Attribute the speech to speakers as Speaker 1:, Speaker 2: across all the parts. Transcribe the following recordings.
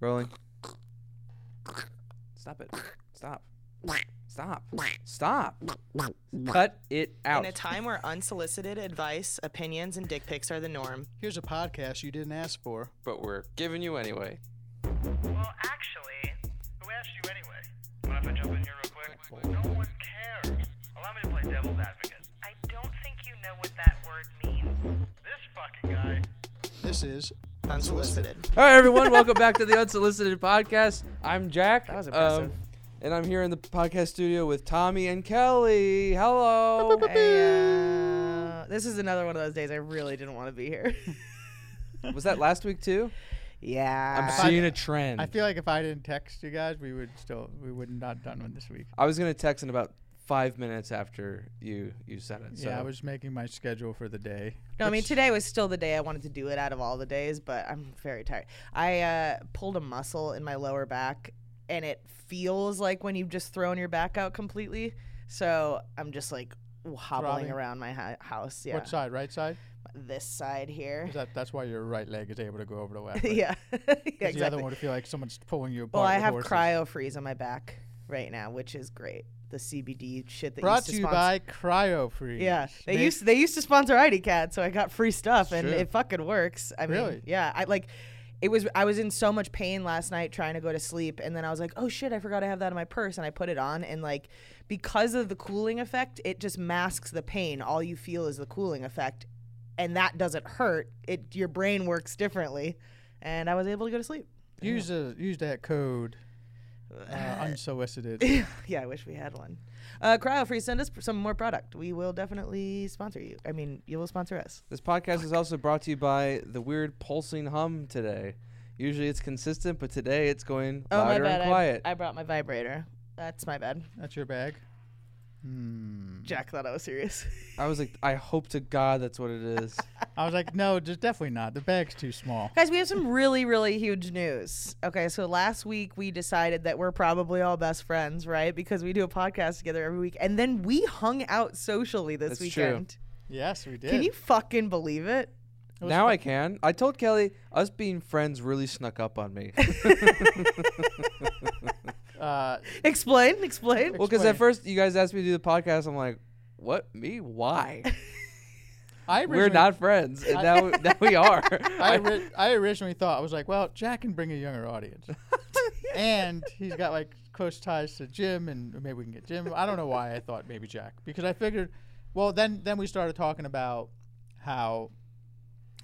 Speaker 1: Rolling. Stop it. Stop. Stop. Stop. Cut it out.
Speaker 2: In a time where unsolicited advice, opinions, and dick pics are the norm,
Speaker 3: Here's a podcast you didn't ask for.
Speaker 1: but we're giving you anyway.
Speaker 4: Well, actually, who asked you anyway? Mind if I jump in here real quick? No one cares. Allow me to play devil's advocate. I don't think you know what that word means. This fucking guy.
Speaker 3: This is
Speaker 2: unsolicited.
Speaker 1: All right, everyone, welcome back to the Unsolicited Podcast. I'm Jack. That
Speaker 2: was impressive.
Speaker 1: and I'm here in the podcast studio with Tommy and Kelly. Hello.
Speaker 3: uh,
Speaker 5: Yeah. This is another one of those days I really didn't want to be here.
Speaker 1: Was that last week too? I'm
Speaker 5: yeah.
Speaker 1: seeing a trend.
Speaker 3: I feel like if I didn't text you guys, we would still we would not done one this week.
Speaker 1: I was gonna text in about five minutes after you you said it. So
Speaker 3: Yeah, I was making my schedule for the day.
Speaker 5: no, I mean
Speaker 3: Which-
Speaker 5: today was still the day I wanted to do it out of all the days, but I'm very tired. I uh, pulled a muscle in my lower back, and it feels like when you've just thrown your back out completely. So I'm just like hobbling
Speaker 3: Throbbing.
Speaker 5: around my ha- house. Yeah,
Speaker 3: What side? Right side?
Speaker 5: this side here.
Speaker 3: Is that that's why your right leg is able to go over the left.
Speaker 5: yeah, yeah,
Speaker 3: The other
Speaker 5: exactly.
Speaker 3: one would feel like someone's pulling you apart.
Speaker 5: Well, I
Speaker 3: with
Speaker 5: have
Speaker 3: horses.
Speaker 5: cryo freeze on my back right now, which is great. The CBD shit that
Speaker 3: Brought
Speaker 5: used
Speaker 3: to
Speaker 5: to
Speaker 3: you
Speaker 5: sponsor-
Speaker 3: by Cryo Freeze.
Speaker 5: Yeah, they
Speaker 3: Make-
Speaker 5: used they used to sponsor IDCAD, so I got free stuff, and
Speaker 3: Sure.
Speaker 5: it fucking works. I
Speaker 3: Really?
Speaker 5: mean, yeah, I like. It was I was in so much pain last night trying to go to sleep, and then I was like, oh shit, I forgot I have that in my purse, and I put it on, and like, because of the cooling effect, it just masks the pain. All you feel is the cooling effect, and that doesn't hurt. It your brain works differently, and I was able to go to sleep.
Speaker 3: use the use that code uh, unsolicited.
Speaker 5: yeah, I wish we had one. Uh, Cryofree, send us some more product. We will definitely sponsor you. I mean, you will sponsor us.
Speaker 1: This podcast is also brought to you by the weird pulsing hum today. Usually it's consistent, but today it's going
Speaker 5: Oh
Speaker 1: louder
Speaker 5: my bad!
Speaker 1: and quiet.
Speaker 5: I, I brought my vibrator. That's my bad.
Speaker 3: That's your bag. Hmm.
Speaker 5: Jack thought I was serious.
Speaker 1: I was like, I hope to God that's what it is.
Speaker 3: I was like, no, just definitely not. The bag's too small.
Speaker 5: Guys, we have some really, really huge news. Okay, so last week we decided that we're probably all best friends, right? Because we do a podcast together every week, and then we hung out socially this
Speaker 1: That's true.
Speaker 5: weekend.
Speaker 3: Yes, we did.
Speaker 5: Can you fucking believe it?
Speaker 3: was
Speaker 1: now I can. I told Kelly us being friends really snuck up on me.
Speaker 3: Uh,
Speaker 5: Explain, explain.
Speaker 1: well, because
Speaker 3: Explain.
Speaker 1: at first you guys asked me to do the podcast, I'm like, what me? Why?
Speaker 3: I
Speaker 1: We're
Speaker 3: originally-
Speaker 1: not friends, and now now we are.
Speaker 3: I, ri- I originally thought I was like, well, Jack can bring a younger audience, and he's got like close ties to Jim, and maybe we can get Jim. I don't know why I thought maybe Jack because I figured, well, then then we started talking about how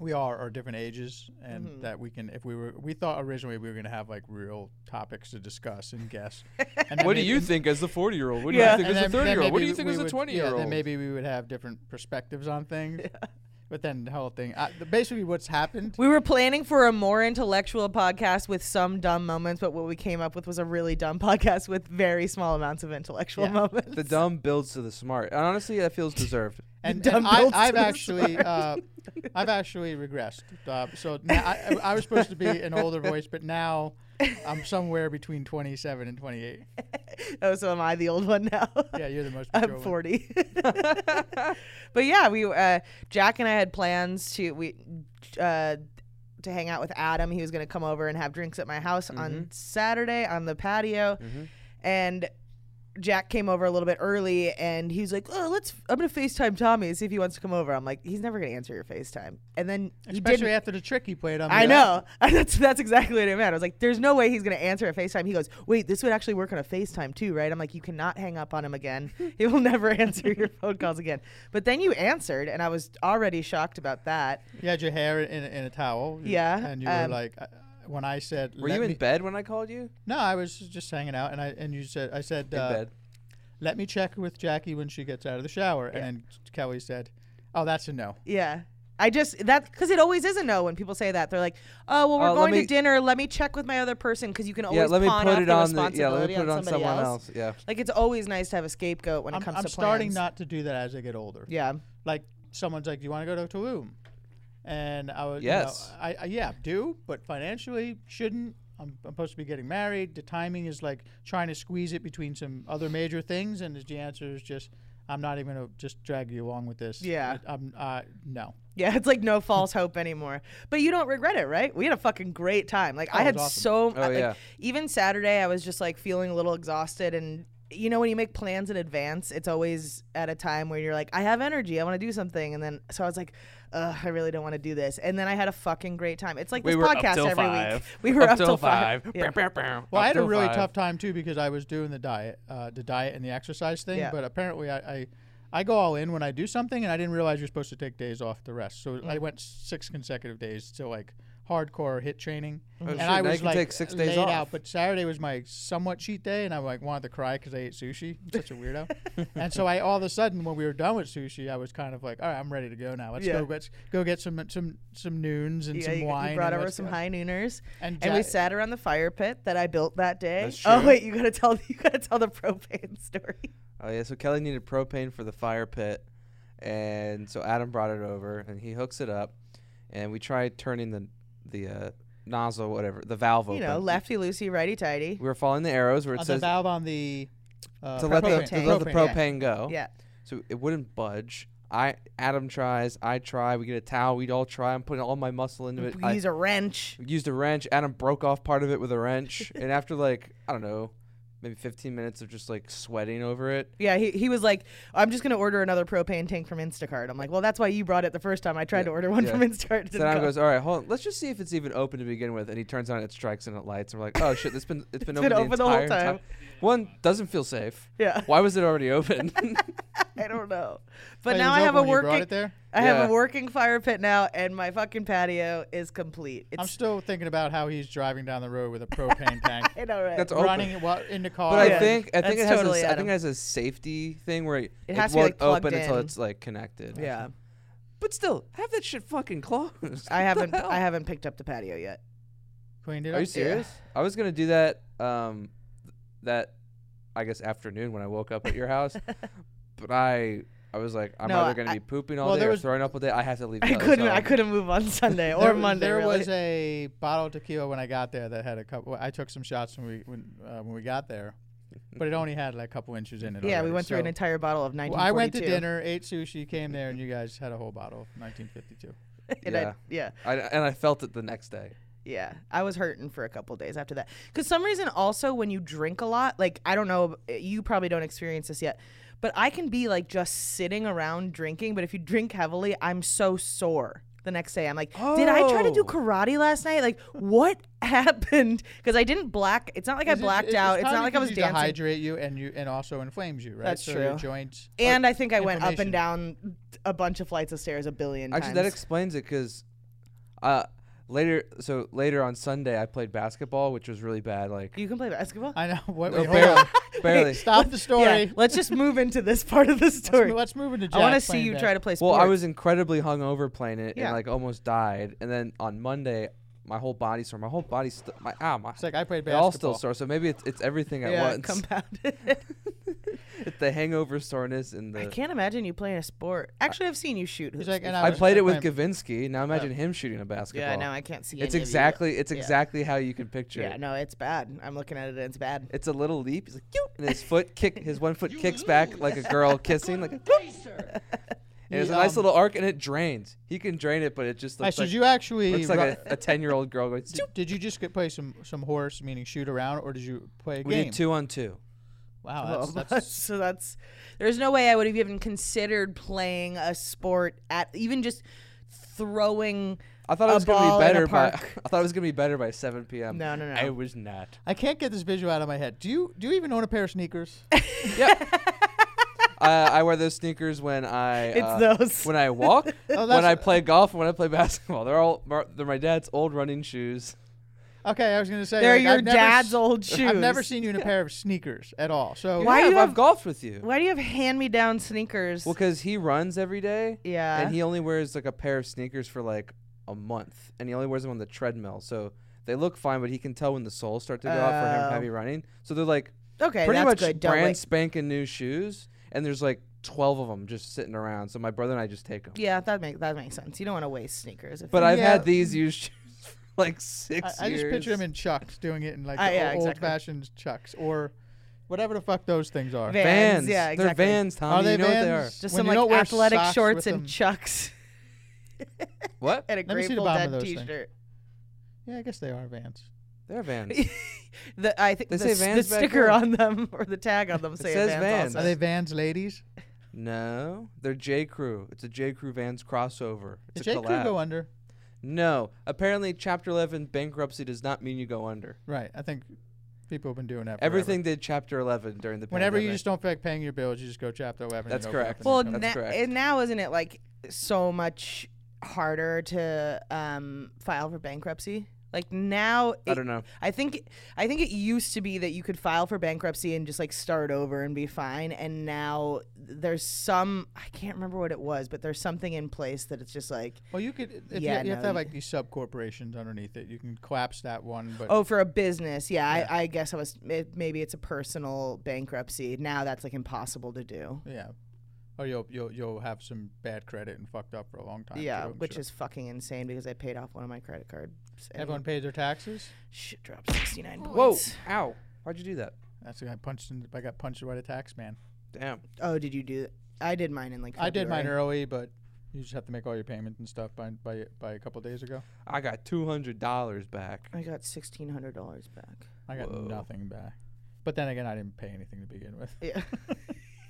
Speaker 3: we are are different ages and that we can if we were we thought originally we were going to have like real topics to discuss and guess. And then
Speaker 1: what do
Speaker 3: maybe-
Speaker 1: you think as the 40 year old? What do
Speaker 5: Yeah.
Speaker 1: you think
Speaker 3: and
Speaker 1: as the
Speaker 3: then- then
Speaker 1: 30 year old? What do
Speaker 3: maybe
Speaker 1: you think
Speaker 3: we
Speaker 1: as the
Speaker 3: would-
Speaker 1: 20 year
Speaker 3: Yeah,
Speaker 1: old?
Speaker 3: then maybe we would have different perspectives on things. But then the whole thing, I, the, basically, what's happened
Speaker 5: We were planning for a more intellectual podcast with some dumb moments, but what we came up with was a really dumb podcast with very small amounts of intellectual
Speaker 3: Yeah.
Speaker 5: moments.
Speaker 1: The dumb builds to the smart. And honestly, that feels deserved.
Speaker 3: and,
Speaker 5: dumb
Speaker 3: and I,
Speaker 5: builds
Speaker 3: I've
Speaker 5: to the
Speaker 3: actually, uh, I've actually regressed. Uh, so now I, I was supposed to be an older voice, but now I'm somewhere between 27 and 28.
Speaker 5: oh, so am I the old one now?
Speaker 3: Yeah, you're the most. mature
Speaker 5: I'm
Speaker 3: one.
Speaker 5: 40. but yeah, we uh, Jack and I had plans to we uh, to hang out with Adam. He was going to come over and have drinks at my house on Saturday on the patio, and Jack came over a little bit early, and he was like, "Oh, let's I'm going to Facetime Tommy and see if he wants to come over." I'm like, "He's never going to answer your Facetime," and then he
Speaker 3: Especially
Speaker 5: didn't.
Speaker 3: after the trick he played on. me.
Speaker 5: I know. That's that's exactly what it meant. I was like, there's no way he's gonna answer a FaceTime. He goes, Wait, this would actually work on a FaceTime too, right? I'm like, you cannot hang up on him again. he will never answer your phone calls again. But then you answered and I was already shocked about that.
Speaker 3: You had your hair in, in a towel. you-
Speaker 5: Yeah,
Speaker 3: And you were
Speaker 5: um,
Speaker 3: like, uh, when I said,
Speaker 1: Were
Speaker 3: "Let
Speaker 1: you in
Speaker 3: me-"
Speaker 1: bed when I called you?
Speaker 3: No, I was just hanging out, and I and you said, I said,
Speaker 1: In
Speaker 3: uh,
Speaker 1: bed.
Speaker 3: let me check with Jackie when she gets out of the shower. And then Kelly said, oh, that's a no.
Speaker 5: Yeah. I just that because it always is a no when people say that they're like, oh well, we're
Speaker 1: Uh, let
Speaker 5: going
Speaker 1: me-
Speaker 5: to dinner. Let me check with my other person because you can always
Speaker 1: Yeah, let me
Speaker 5: pawn
Speaker 1: put
Speaker 5: off
Speaker 1: it
Speaker 5: the
Speaker 1: on the. Yeah, let me
Speaker 5: responsibility
Speaker 1: put it on
Speaker 5: somebody
Speaker 1: someone else. Yeah.
Speaker 5: Like it's always nice to have a scapegoat when
Speaker 3: I'm,
Speaker 5: it comes
Speaker 3: I'm
Speaker 5: to
Speaker 3: starting
Speaker 5: plans.
Speaker 3: not to do that as I get older.
Speaker 5: Yeah,
Speaker 3: Like someone's like, do you want to go to Tulum? And I was,
Speaker 1: Yes.
Speaker 3: you know, I, I yeah, do, but financially shouldn't. I'm, I'm supposed to be getting married. The timing is like trying to squeeze it between some other major things, and the answer is just, I'm not even gonna just drag you along with this.
Speaker 5: Yeah.
Speaker 3: I- I'm. Uh, no.
Speaker 5: Yeah, it's like no false hope anymore. But you don't regret it, right? We had a fucking great time. Like I
Speaker 3: it
Speaker 5: had
Speaker 3: was awesome.
Speaker 5: so
Speaker 1: Oh,
Speaker 5: like,
Speaker 1: yeah.
Speaker 5: even Saturday I was just like feeling a little exhausted and you know when you make plans in advance, it's always at a time where you're like I have energy, I want to do something and then so I was like Ugh, I really don't want to do this. And then I had a fucking great time. It's like
Speaker 1: We
Speaker 5: this
Speaker 1: were up
Speaker 5: podcast
Speaker 1: till
Speaker 5: every
Speaker 1: five.
Speaker 5: week. We were up,
Speaker 1: till five.
Speaker 5: Yeah.
Speaker 3: Well, I
Speaker 1: Up
Speaker 3: had a
Speaker 1: till
Speaker 3: really
Speaker 1: five.
Speaker 3: tough time too because I was doing the diet, uh, the diet and the exercise thing.
Speaker 5: Yeah.
Speaker 3: But apparently, I, I, I go all in when I do something, and I didn't realize you're supposed to take days off the rest. So
Speaker 1: Mm.
Speaker 3: I went six consecutive days to like hardcore hit training, and
Speaker 1: Oh, shit,
Speaker 3: I
Speaker 1: now
Speaker 3: was
Speaker 1: you can
Speaker 3: like
Speaker 1: take six days
Speaker 3: laid
Speaker 1: off.
Speaker 3: out. But Saturday was my somewhat cheat day, and I like wanted to cry because I ate sushi. I'm such a weirdo. and so I all of a sudden, when we were done with sushi, I was kind of like, all right, I'm ready to go now. Let's
Speaker 5: Yeah.
Speaker 3: go let's go get some some some noons and
Speaker 5: Yeah,
Speaker 3: some
Speaker 5: you,
Speaker 3: wine.
Speaker 5: you brought
Speaker 3: and
Speaker 5: over
Speaker 3: let's
Speaker 5: some
Speaker 3: go.
Speaker 5: high nooners,
Speaker 3: And
Speaker 5: and, we
Speaker 3: Jack-
Speaker 5: sat around the fire pit that I built that day.
Speaker 1: That's
Speaker 5: Oh
Speaker 1: true.
Speaker 5: wait, you gotta tell you gotta tell the propane story.
Speaker 1: Oh yeah, so Kelly needed propane for the fire pit, and so Adam brought it over, and he hooks it up, and we tried turning the the uh, nozzle, whatever, the valve
Speaker 5: You
Speaker 1: open.
Speaker 5: know, lefty loosey, righty tighty.
Speaker 1: We were following the arrows where it
Speaker 3: on the
Speaker 1: says
Speaker 3: valve on the. Uh,
Speaker 1: to let the,
Speaker 5: propane
Speaker 1: to let the
Speaker 5: tank.
Speaker 1: propane go.
Speaker 5: Yeah.
Speaker 1: So it wouldn't budge. I Adam tries, I try, we get a towel, we'd all try. I'm putting all my muscle into it.
Speaker 5: We
Speaker 1: I
Speaker 5: use a wrench.
Speaker 1: used a wrench. Adam broke off part of it with a wrench, and after like I don't know, maybe 15 minutes of just like sweating over it,
Speaker 5: Yeah, he, he was like, I'm just gonna order another propane tank from Instacart. I'm like, well, that's why you brought it the first time. I tried to order one
Speaker 1: yeah.
Speaker 5: from Instacart. it
Speaker 1: So
Speaker 5: didn't
Speaker 1: Adam
Speaker 5: go.
Speaker 1: goes, all right, hold on. Let's just see if it's even open to begin with. And he turns on it, strikes, and it lights. And we're like, oh shit, this been it's been,
Speaker 5: been
Speaker 1: open,
Speaker 5: open
Speaker 1: the
Speaker 5: the whole
Speaker 1: entire time.
Speaker 5: time.
Speaker 1: One doesn't feel safe.
Speaker 5: Yeah.
Speaker 1: Why was it already open?
Speaker 5: I don't know. But
Speaker 3: Wait, it
Speaker 5: now
Speaker 3: was
Speaker 5: I have a
Speaker 3: open when you brought
Speaker 5: working
Speaker 3: it there?
Speaker 5: I have
Speaker 1: Yeah.
Speaker 5: a working fire pit now, and my fucking patio is complete. It's
Speaker 3: I'm still thinking about how he's driving down the road with a propane tank,
Speaker 5: I know, right?
Speaker 1: That's open.
Speaker 3: running it while in the car.
Speaker 1: but I
Speaker 5: Yeah.
Speaker 1: think I think
Speaker 5: That's
Speaker 1: it has
Speaker 5: totally
Speaker 1: a, I think
Speaker 5: Adam.
Speaker 1: it has a safety thing where it,
Speaker 5: has to be,
Speaker 1: won't
Speaker 5: like, plugged
Speaker 1: open until
Speaker 5: in.
Speaker 1: it's like connected.
Speaker 5: yeah.
Speaker 1: But still, have that shit fucking closed.
Speaker 5: I
Speaker 1: What the
Speaker 5: haven't
Speaker 1: hell?
Speaker 5: I haven't picked up the patio yet.
Speaker 3: cleaned it
Speaker 1: Are you
Speaker 3: up.
Speaker 1: serious? I was gonna do that. Um, that I guess afternoon when I woke up at your house, but I. I was like, I'm
Speaker 5: No,
Speaker 1: either
Speaker 5: I-
Speaker 1: gonna be pooping all
Speaker 3: Well,
Speaker 1: day
Speaker 3: there
Speaker 1: or
Speaker 3: was-
Speaker 1: throwing up all day. I have to leave.
Speaker 5: I
Speaker 1: Kelly's
Speaker 5: couldn't I
Speaker 1: home.
Speaker 5: couldn't move on Sunday or
Speaker 3: There-
Speaker 5: Monday.
Speaker 3: There
Speaker 5: really.
Speaker 3: was a bottle of tequila when I got there that had a couple. I took some shots when we when uh, when we got there, but it only had like a couple inches in it.
Speaker 5: yeah, we
Speaker 3: already,
Speaker 5: went through an
Speaker 3: so-
Speaker 5: entire bottle of 1942.
Speaker 3: Well, I went to dinner, ate sushi, came there, and you guys had a whole bottle of 1952.
Speaker 5: and I, yeah.
Speaker 1: I, and I felt it the next day.
Speaker 5: Yeah, I was hurting for a couple days after that. Because some reason, also when you drink a lot, like I don't know, eh, you probably don't experience this yet, but I can be like just sitting around drinking. But if you drink heavily, I'm so sore the next day. I'm like, did I try to do
Speaker 1: Oh.
Speaker 5: karate last night? Like, what happened? Because I didn't black. It's not like I
Speaker 3: Is it-
Speaker 5: blacked
Speaker 3: it's
Speaker 5: out. It's
Speaker 3: probably
Speaker 5: not like I was
Speaker 3: because you
Speaker 5: dancing.
Speaker 3: Dehydrate you and you and also inflames you, right?
Speaker 5: That's
Speaker 3: so Your
Speaker 5: true.
Speaker 3: joints.
Speaker 5: and I think I went up
Speaker 3: inflammation.
Speaker 5: and down a bunch of flights of stairs a billion
Speaker 1: Actually,
Speaker 5: times.
Speaker 1: that explains it because uh, later, so later on Sunday, I played basketball, which was really bad. Like,
Speaker 5: you can play basketball.
Speaker 3: I know. What?
Speaker 1: No,
Speaker 3: Wait, hold on.
Speaker 1: barely.
Speaker 3: Stop the story.
Speaker 5: yeah, let's just move into this part of the story.
Speaker 3: Let's move into.
Speaker 5: I want to
Speaker 3: Jack
Speaker 5: see
Speaker 3: playing
Speaker 5: you
Speaker 3: back.
Speaker 5: try to play sports.
Speaker 1: well, I was incredibly hungover playing it
Speaker 5: Yeah.
Speaker 1: and like almost died. And then on Monday, my whole body sore. My whole body, st- my ah, my
Speaker 3: It's like I played
Speaker 1: it
Speaker 3: basketball.
Speaker 1: all still sore. So maybe it's, it's everything at
Speaker 5: yeah,
Speaker 1: once.
Speaker 5: compounded.
Speaker 1: It's the hangover soreness and
Speaker 5: I
Speaker 1: the.
Speaker 5: can't imagine you playing a sport. Actually, I've seen you shoot.
Speaker 3: He's
Speaker 5: hoops
Speaker 3: like, and
Speaker 5: before.
Speaker 1: I
Speaker 3: was-
Speaker 1: played
Speaker 3: I
Speaker 1: it with
Speaker 3: played-
Speaker 1: Gavinsky.
Speaker 3: Oh.
Speaker 1: Now imagine him shooting a basketball.
Speaker 5: yeah, no, I can't see.
Speaker 1: it's
Speaker 5: any of you.
Speaker 1: exactly it's
Speaker 5: Yeah.
Speaker 1: exactly how you can picture
Speaker 5: Yeah,
Speaker 1: it.
Speaker 5: no, it's bad. I'm looking at it and it's bad.
Speaker 1: It's a little leap. He's like, "Yoop," and his foot kick, his one foot kicks back like a girl kissing, like a And it's a
Speaker 3: You,
Speaker 1: nice
Speaker 3: um,
Speaker 1: little arc, and it drains. He can drain it, but it just
Speaker 3: Alright,
Speaker 1: looks
Speaker 3: so
Speaker 1: like,
Speaker 3: did you actually
Speaker 1: looks like
Speaker 3: ru-
Speaker 1: a, a ten-year-old girl going.
Speaker 3: did- did you just get play some some horse, meaning shoot around, or did you play a
Speaker 1: We
Speaker 3: game?
Speaker 1: did two on two.
Speaker 3: Wow,
Speaker 5: Well,
Speaker 3: that's, that's
Speaker 5: so that's there's no way I would have even considered playing a sport at even just throwing.
Speaker 1: I thought it
Speaker 5: A
Speaker 1: was gonna
Speaker 5: ball
Speaker 1: be
Speaker 5: in a
Speaker 1: better by.
Speaker 5: park.
Speaker 1: I thought it was gonna be better by 7 p.m.
Speaker 5: No, no, no.
Speaker 1: I was not.
Speaker 3: I can't get this visual out of my head. Do you do you even own a pair of sneakers?
Speaker 1: I, I wear those sneakers when I.
Speaker 5: It's Oh,
Speaker 1: uh,
Speaker 5: those.
Speaker 1: When I walk, when
Speaker 3: that's-
Speaker 1: I play golf, and when I play basketball. They're all. mar- They're my dad's old running shoes.
Speaker 3: Okay, I was gonna say
Speaker 5: They're
Speaker 3: like,
Speaker 5: your
Speaker 3: I've never
Speaker 5: dad's
Speaker 3: s-
Speaker 5: old shoes.
Speaker 3: I've never seen you in a pair of sneakers at all. So
Speaker 5: Why
Speaker 1: have,
Speaker 5: you
Speaker 1: I've
Speaker 5: have-
Speaker 1: golfed with you.
Speaker 5: Why do you have hand-me-down sneakers?
Speaker 1: Well, because he runs every day.
Speaker 5: Yeah.
Speaker 1: And he only wears like a pair of sneakers for like a month, and he only wears them on the treadmill. So they look fine, but he can tell when the soles start to go off for him
Speaker 5: Oh.
Speaker 1: heavy running. So they're like
Speaker 5: okay,
Speaker 1: pretty
Speaker 5: that's
Speaker 1: much
Speaker 5: good. Don't
Speaker 1: brand
Speaker 5: wait.
Speaker 1: spanking new shoes, and there's like twelve of them just sitting around. So my brother and I just take them.
Speaker 5: Yeah, that makes that makes sense. You don't want to waste sneakers. If
Speaker 1: But I've
Speaker 3: Yeah.
Speaker 1: had these used shoes for like
Speaker 3: I,
Speaker 1: six
Speaker 3: I
Speaker 1: years.
Speaker 3: just picture him in chucks doing it in like
Speaker 5: Ah,
Speaker 3: the
Speaker 5: yeah,
Speaker 3: old
Speaker 5: exactly.
Speaker 3: fashioned chucks or whatever the fuck those things are.
Speaker 1: Vans.
Speaker 5: Yeah, exactly.
Speaker 1: They're vans, Tommy.
Speaker 3: Are they
Speaker 1: you know
Speaker 3: Vans?
Speaker 5: Just
Speaker 3: When
Speaker 5: some
Speaker 3: you don't
Speaker 5: like
Speaker 3: wear
Speaker 5: athletic
Speaker 3: socks
Speaker 5: shorts
Speaker 3: with
Speaker 5: and
Speaker 3: them.
Speaker 5: chucks
Speaker 1: what they are. What?
Speaker 5: and a
Speaker 3: Let me see the
Speaker 5: Grateful
Speaker 3: bottom of
Speaker 5: Dead
Speaker 3: those things.
Speaker 5: T-shirt.
Speaker 3: Yeah, I guess they are Vans.
Speaker 1: They're vans.
Speaker 5: The I think
Speaker 1: They
Speaker 5: the,
Speaker 1: say
Speaker 5: s- the
Speaker 1: Vans back
Speaker 5: sticker
Speaker 1: there.
Speaker 5: on them or the tag on them say
Speaker 1: says Vans.
Speaker 5: Vans.
Speaker 3: Are
Speaker 5: also.
Speaker 3: they Vans ladies?
Speaker 1: No, they're J Crew. It's a J Crew Vans crossover. It's
Speaker 3: Did
Speaker 1: a
Speaker 3: J Crew
Speaker 1: collab.
Speaker 3: go under?
Speaker 1: No, apparently Chapter 11 bankruptcy does not mean you go under.
Speaker 3: Right. I think people have been doing that. forever.
Speaker 1: Everything did Chapter 11 during the
Speaker 3: Whenever
Speaker 1: pandemic.
Speaker 3: you just don't feel like paying your bills, you just go chapter eleven. and
Speaker 1: That's
Speaker 3: open up
Speaker 1: correct.
Speaker 3: and
Speaker 5: Well,
Speaker 3: open up.
Speaker 1: That's
Speaker 5: na-
Speaker 1: correct.
Speaker 5: and now isn't it like so much harder to um, file for bankruptcy? Like now,
Speaker 1: I
Speaker 5: it-
Speaker 1: don't know.
Speaker 5: I think I think it used to be that you could file for bankruptcy and just like start over and be fine. And now there's some I can't remember what it was, but there's something in place that it's just like
Speaker 3: well, you could. If
Speaker 5: Yeah,
Speaker 3: you,
Speaker 5: no,
Speaker 3: you have to have
Speaker 5: you-
Speaker 3: like these sub corporations underneath it. You can collapse that one, but
Speaker 5: oh for a business, yeah.
Speaker 3: Yeah.
Speaker 5: I, I guess I was it, maybe it's a personal bankruptcy. Now that's like impossible to do.
Speaker 3: yeah, or you'll you'll you'll have some bad credit and fucked up for a long time.
Speaker 5: yeah,
Speaker 3: too, I'm
Speaker 5: which
Speaker 3: sure.
Speaker 5: is fucking insane because I paid off one of my credit cards. and
Speaker 3: everyone pays their taxes.
Speaker 5: Shit dropped 69
Speaker 1: Whoa!
Speaker 5: points.
Speaker 1: Ow! Why'd you do that?
Speaker 3: That's the guy punched. In, I got punched by the tax man.
Speaker 1: Damn.
Speaker 5: Oh, did you do that? I did mine in like
Speaker 3: I did mine
Speaker 5: February.
Speaker 3: early, but you just have to make all your payments and stuff by by by a couple days ago.
Speaker 1: I got two hundred dollars back.
Speaker 5: I got $1,600 back.
Speaker 3: I got
Speaker 1: Whoa.
Speaker 3: nothing back. But then again, I didn't pay anything to begin with.
Speaker 5: Yeah.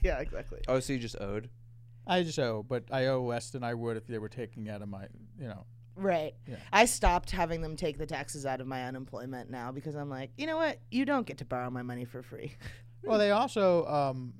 Speaker 5: yeah, exactly.
Speaker 1: Oh, so you just owed?
Speaker 3: I just owe, but I owe less than I would if they were taking out of my, you know.
Speaker 5: Right.
Speaker 3: Yeah.
Speaker 5: I stopped having them take the taxes out of my unemployment now because I'm like, you know what? You don't get to borrow my money for free. Hmm.
Speaker 3: Well, they also um,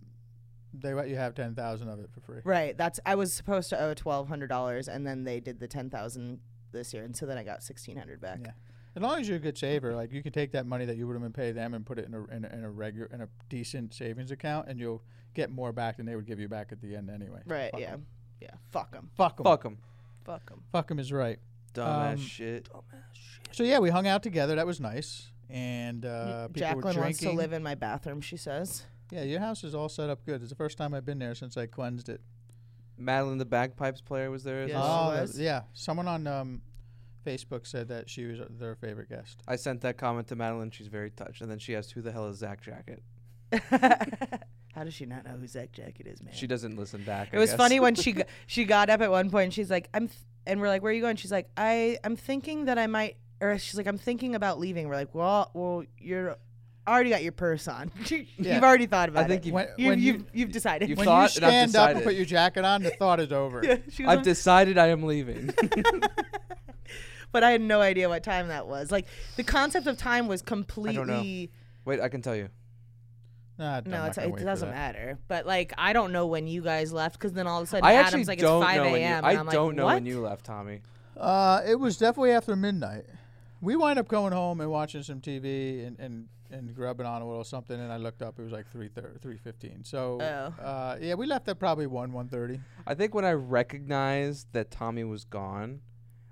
Speaker 3: they let you have ten thousand of it for free.
Speaker 5: right. That's I was supposed to owe $1,200 and then they did the 10000 this year and so then I got 1600 back.
Speaker 3: Yeah. As long as you're a good saver, like you can take that money that you would have been paid them and put it in a in a, in a regular in a decent savings account, and you'll get more back than they would give you back at the end anyway.
Speaker 5: Right,
Speaker 3: Fuck
Speaker 5: yeah.
Speaker 3: 'em.
Speaker 5: Yeah, fuck them.
Speaker 3: Fuck 'em.
Speaker 1: Fuck them.
Speaker 5: Fuck them.
Speaker 3: Fuck 'em is right.
Speaker 1: Dumbass
Speaker 3: Um,
Speaker 1: shit.
Speaker 3: So yeah, we hung out together. That was nice. And uh, people were
Speaker 5: Jacqueline
Speaker 3: drinking.
Speaker 5: wants to live in my bathroom, she says.
Speaker 3: Yeah, your house is all set up good. It's the first time I've been there since I cleansed it.
Speaker 1: Madeline, the bagpipes player, was there. as
Speaker 5: Yes,
Speaker 1: well?
Speaker 5: she
Speaker 3: oh, that-
Speaker 5: was.
Speaker 3: yeah. Someone on um, Facebook said that she was their favorite guest.
Speaker 1: I sent that comment to Madeline. She's very touched. And then she asked, "Who the hell is Zach Jacket?"
Speaker 5: How does she not know who Zach Jacket is, man?
Speaker 1: She doesn't listen back.
Speaker 5: It was funny when she g- she got up at one point. And she's like, "I'm," th- and we're like, "Where are you going?" She's like, "I I'm thinking that I might," or she's like, "I'm thinking about leaving." We're like, "Well, well, you're already got your purse on.
Speaker 3: Yeah.
Speaker 5: You've already thought about
Speaker 1: I think
Speaker 5: it.
Speaker 1: you've,
Speaker 3: When-
Speaker 5: You,
Speaker 3: when
Speaker 5: have
Speaker 3: you-
Speaker 5: you've, you've decided."
Speaker 1: you've
Speaker 3: when you
Speaker 1: thought and I've
Speaker 3: stand up and
Speaker 1: decided.
Speaker 3: put your jacket on, the thought is over.
Speaker 5: she was
Speaker 1: I've
Speaker 5: on-
Speaker 1: decided I am leaving.
Speaker 5: but I had no idea what time that was. Like the concept of time was completely.
Speaker 1: Wait, I can tell you.
Speaker 3: Nah, I'm
Speaker 5: No,
Speaker 3: not
Speaker 5: it's,
Speaker 3: gonna wait
Speaker 5: it
Speaker 3: for
Speaker 5: doesn't
Speaker 3: that.
Speaker 5: matter. But like, I don't know when you guys left because then all of a sudden
Speaker 1: I actually
Speaker 5: Adam's like, "It's
Speaker 1: don't
Speaker 5: five
Speaker 1: know when you.
Speaker 5: a.m." and
Speaker 1: I
Speaker 5: I'm like,
Speaker 1: don't know when
Speaker 5: "What?"
Speaker 1: you left, Tommy.
Speaker 3: Uh, it was definitely after midnight. We wind up going home and watching some TV and, and, and grubbing on a little something, and I looked up. It was like three three fifteen. So
Speaker 5: Oh.
Speaker 3: uh, yeah, we left at probably one one thirty.
Speaker 1: I think when I recognized that Tommy was gone,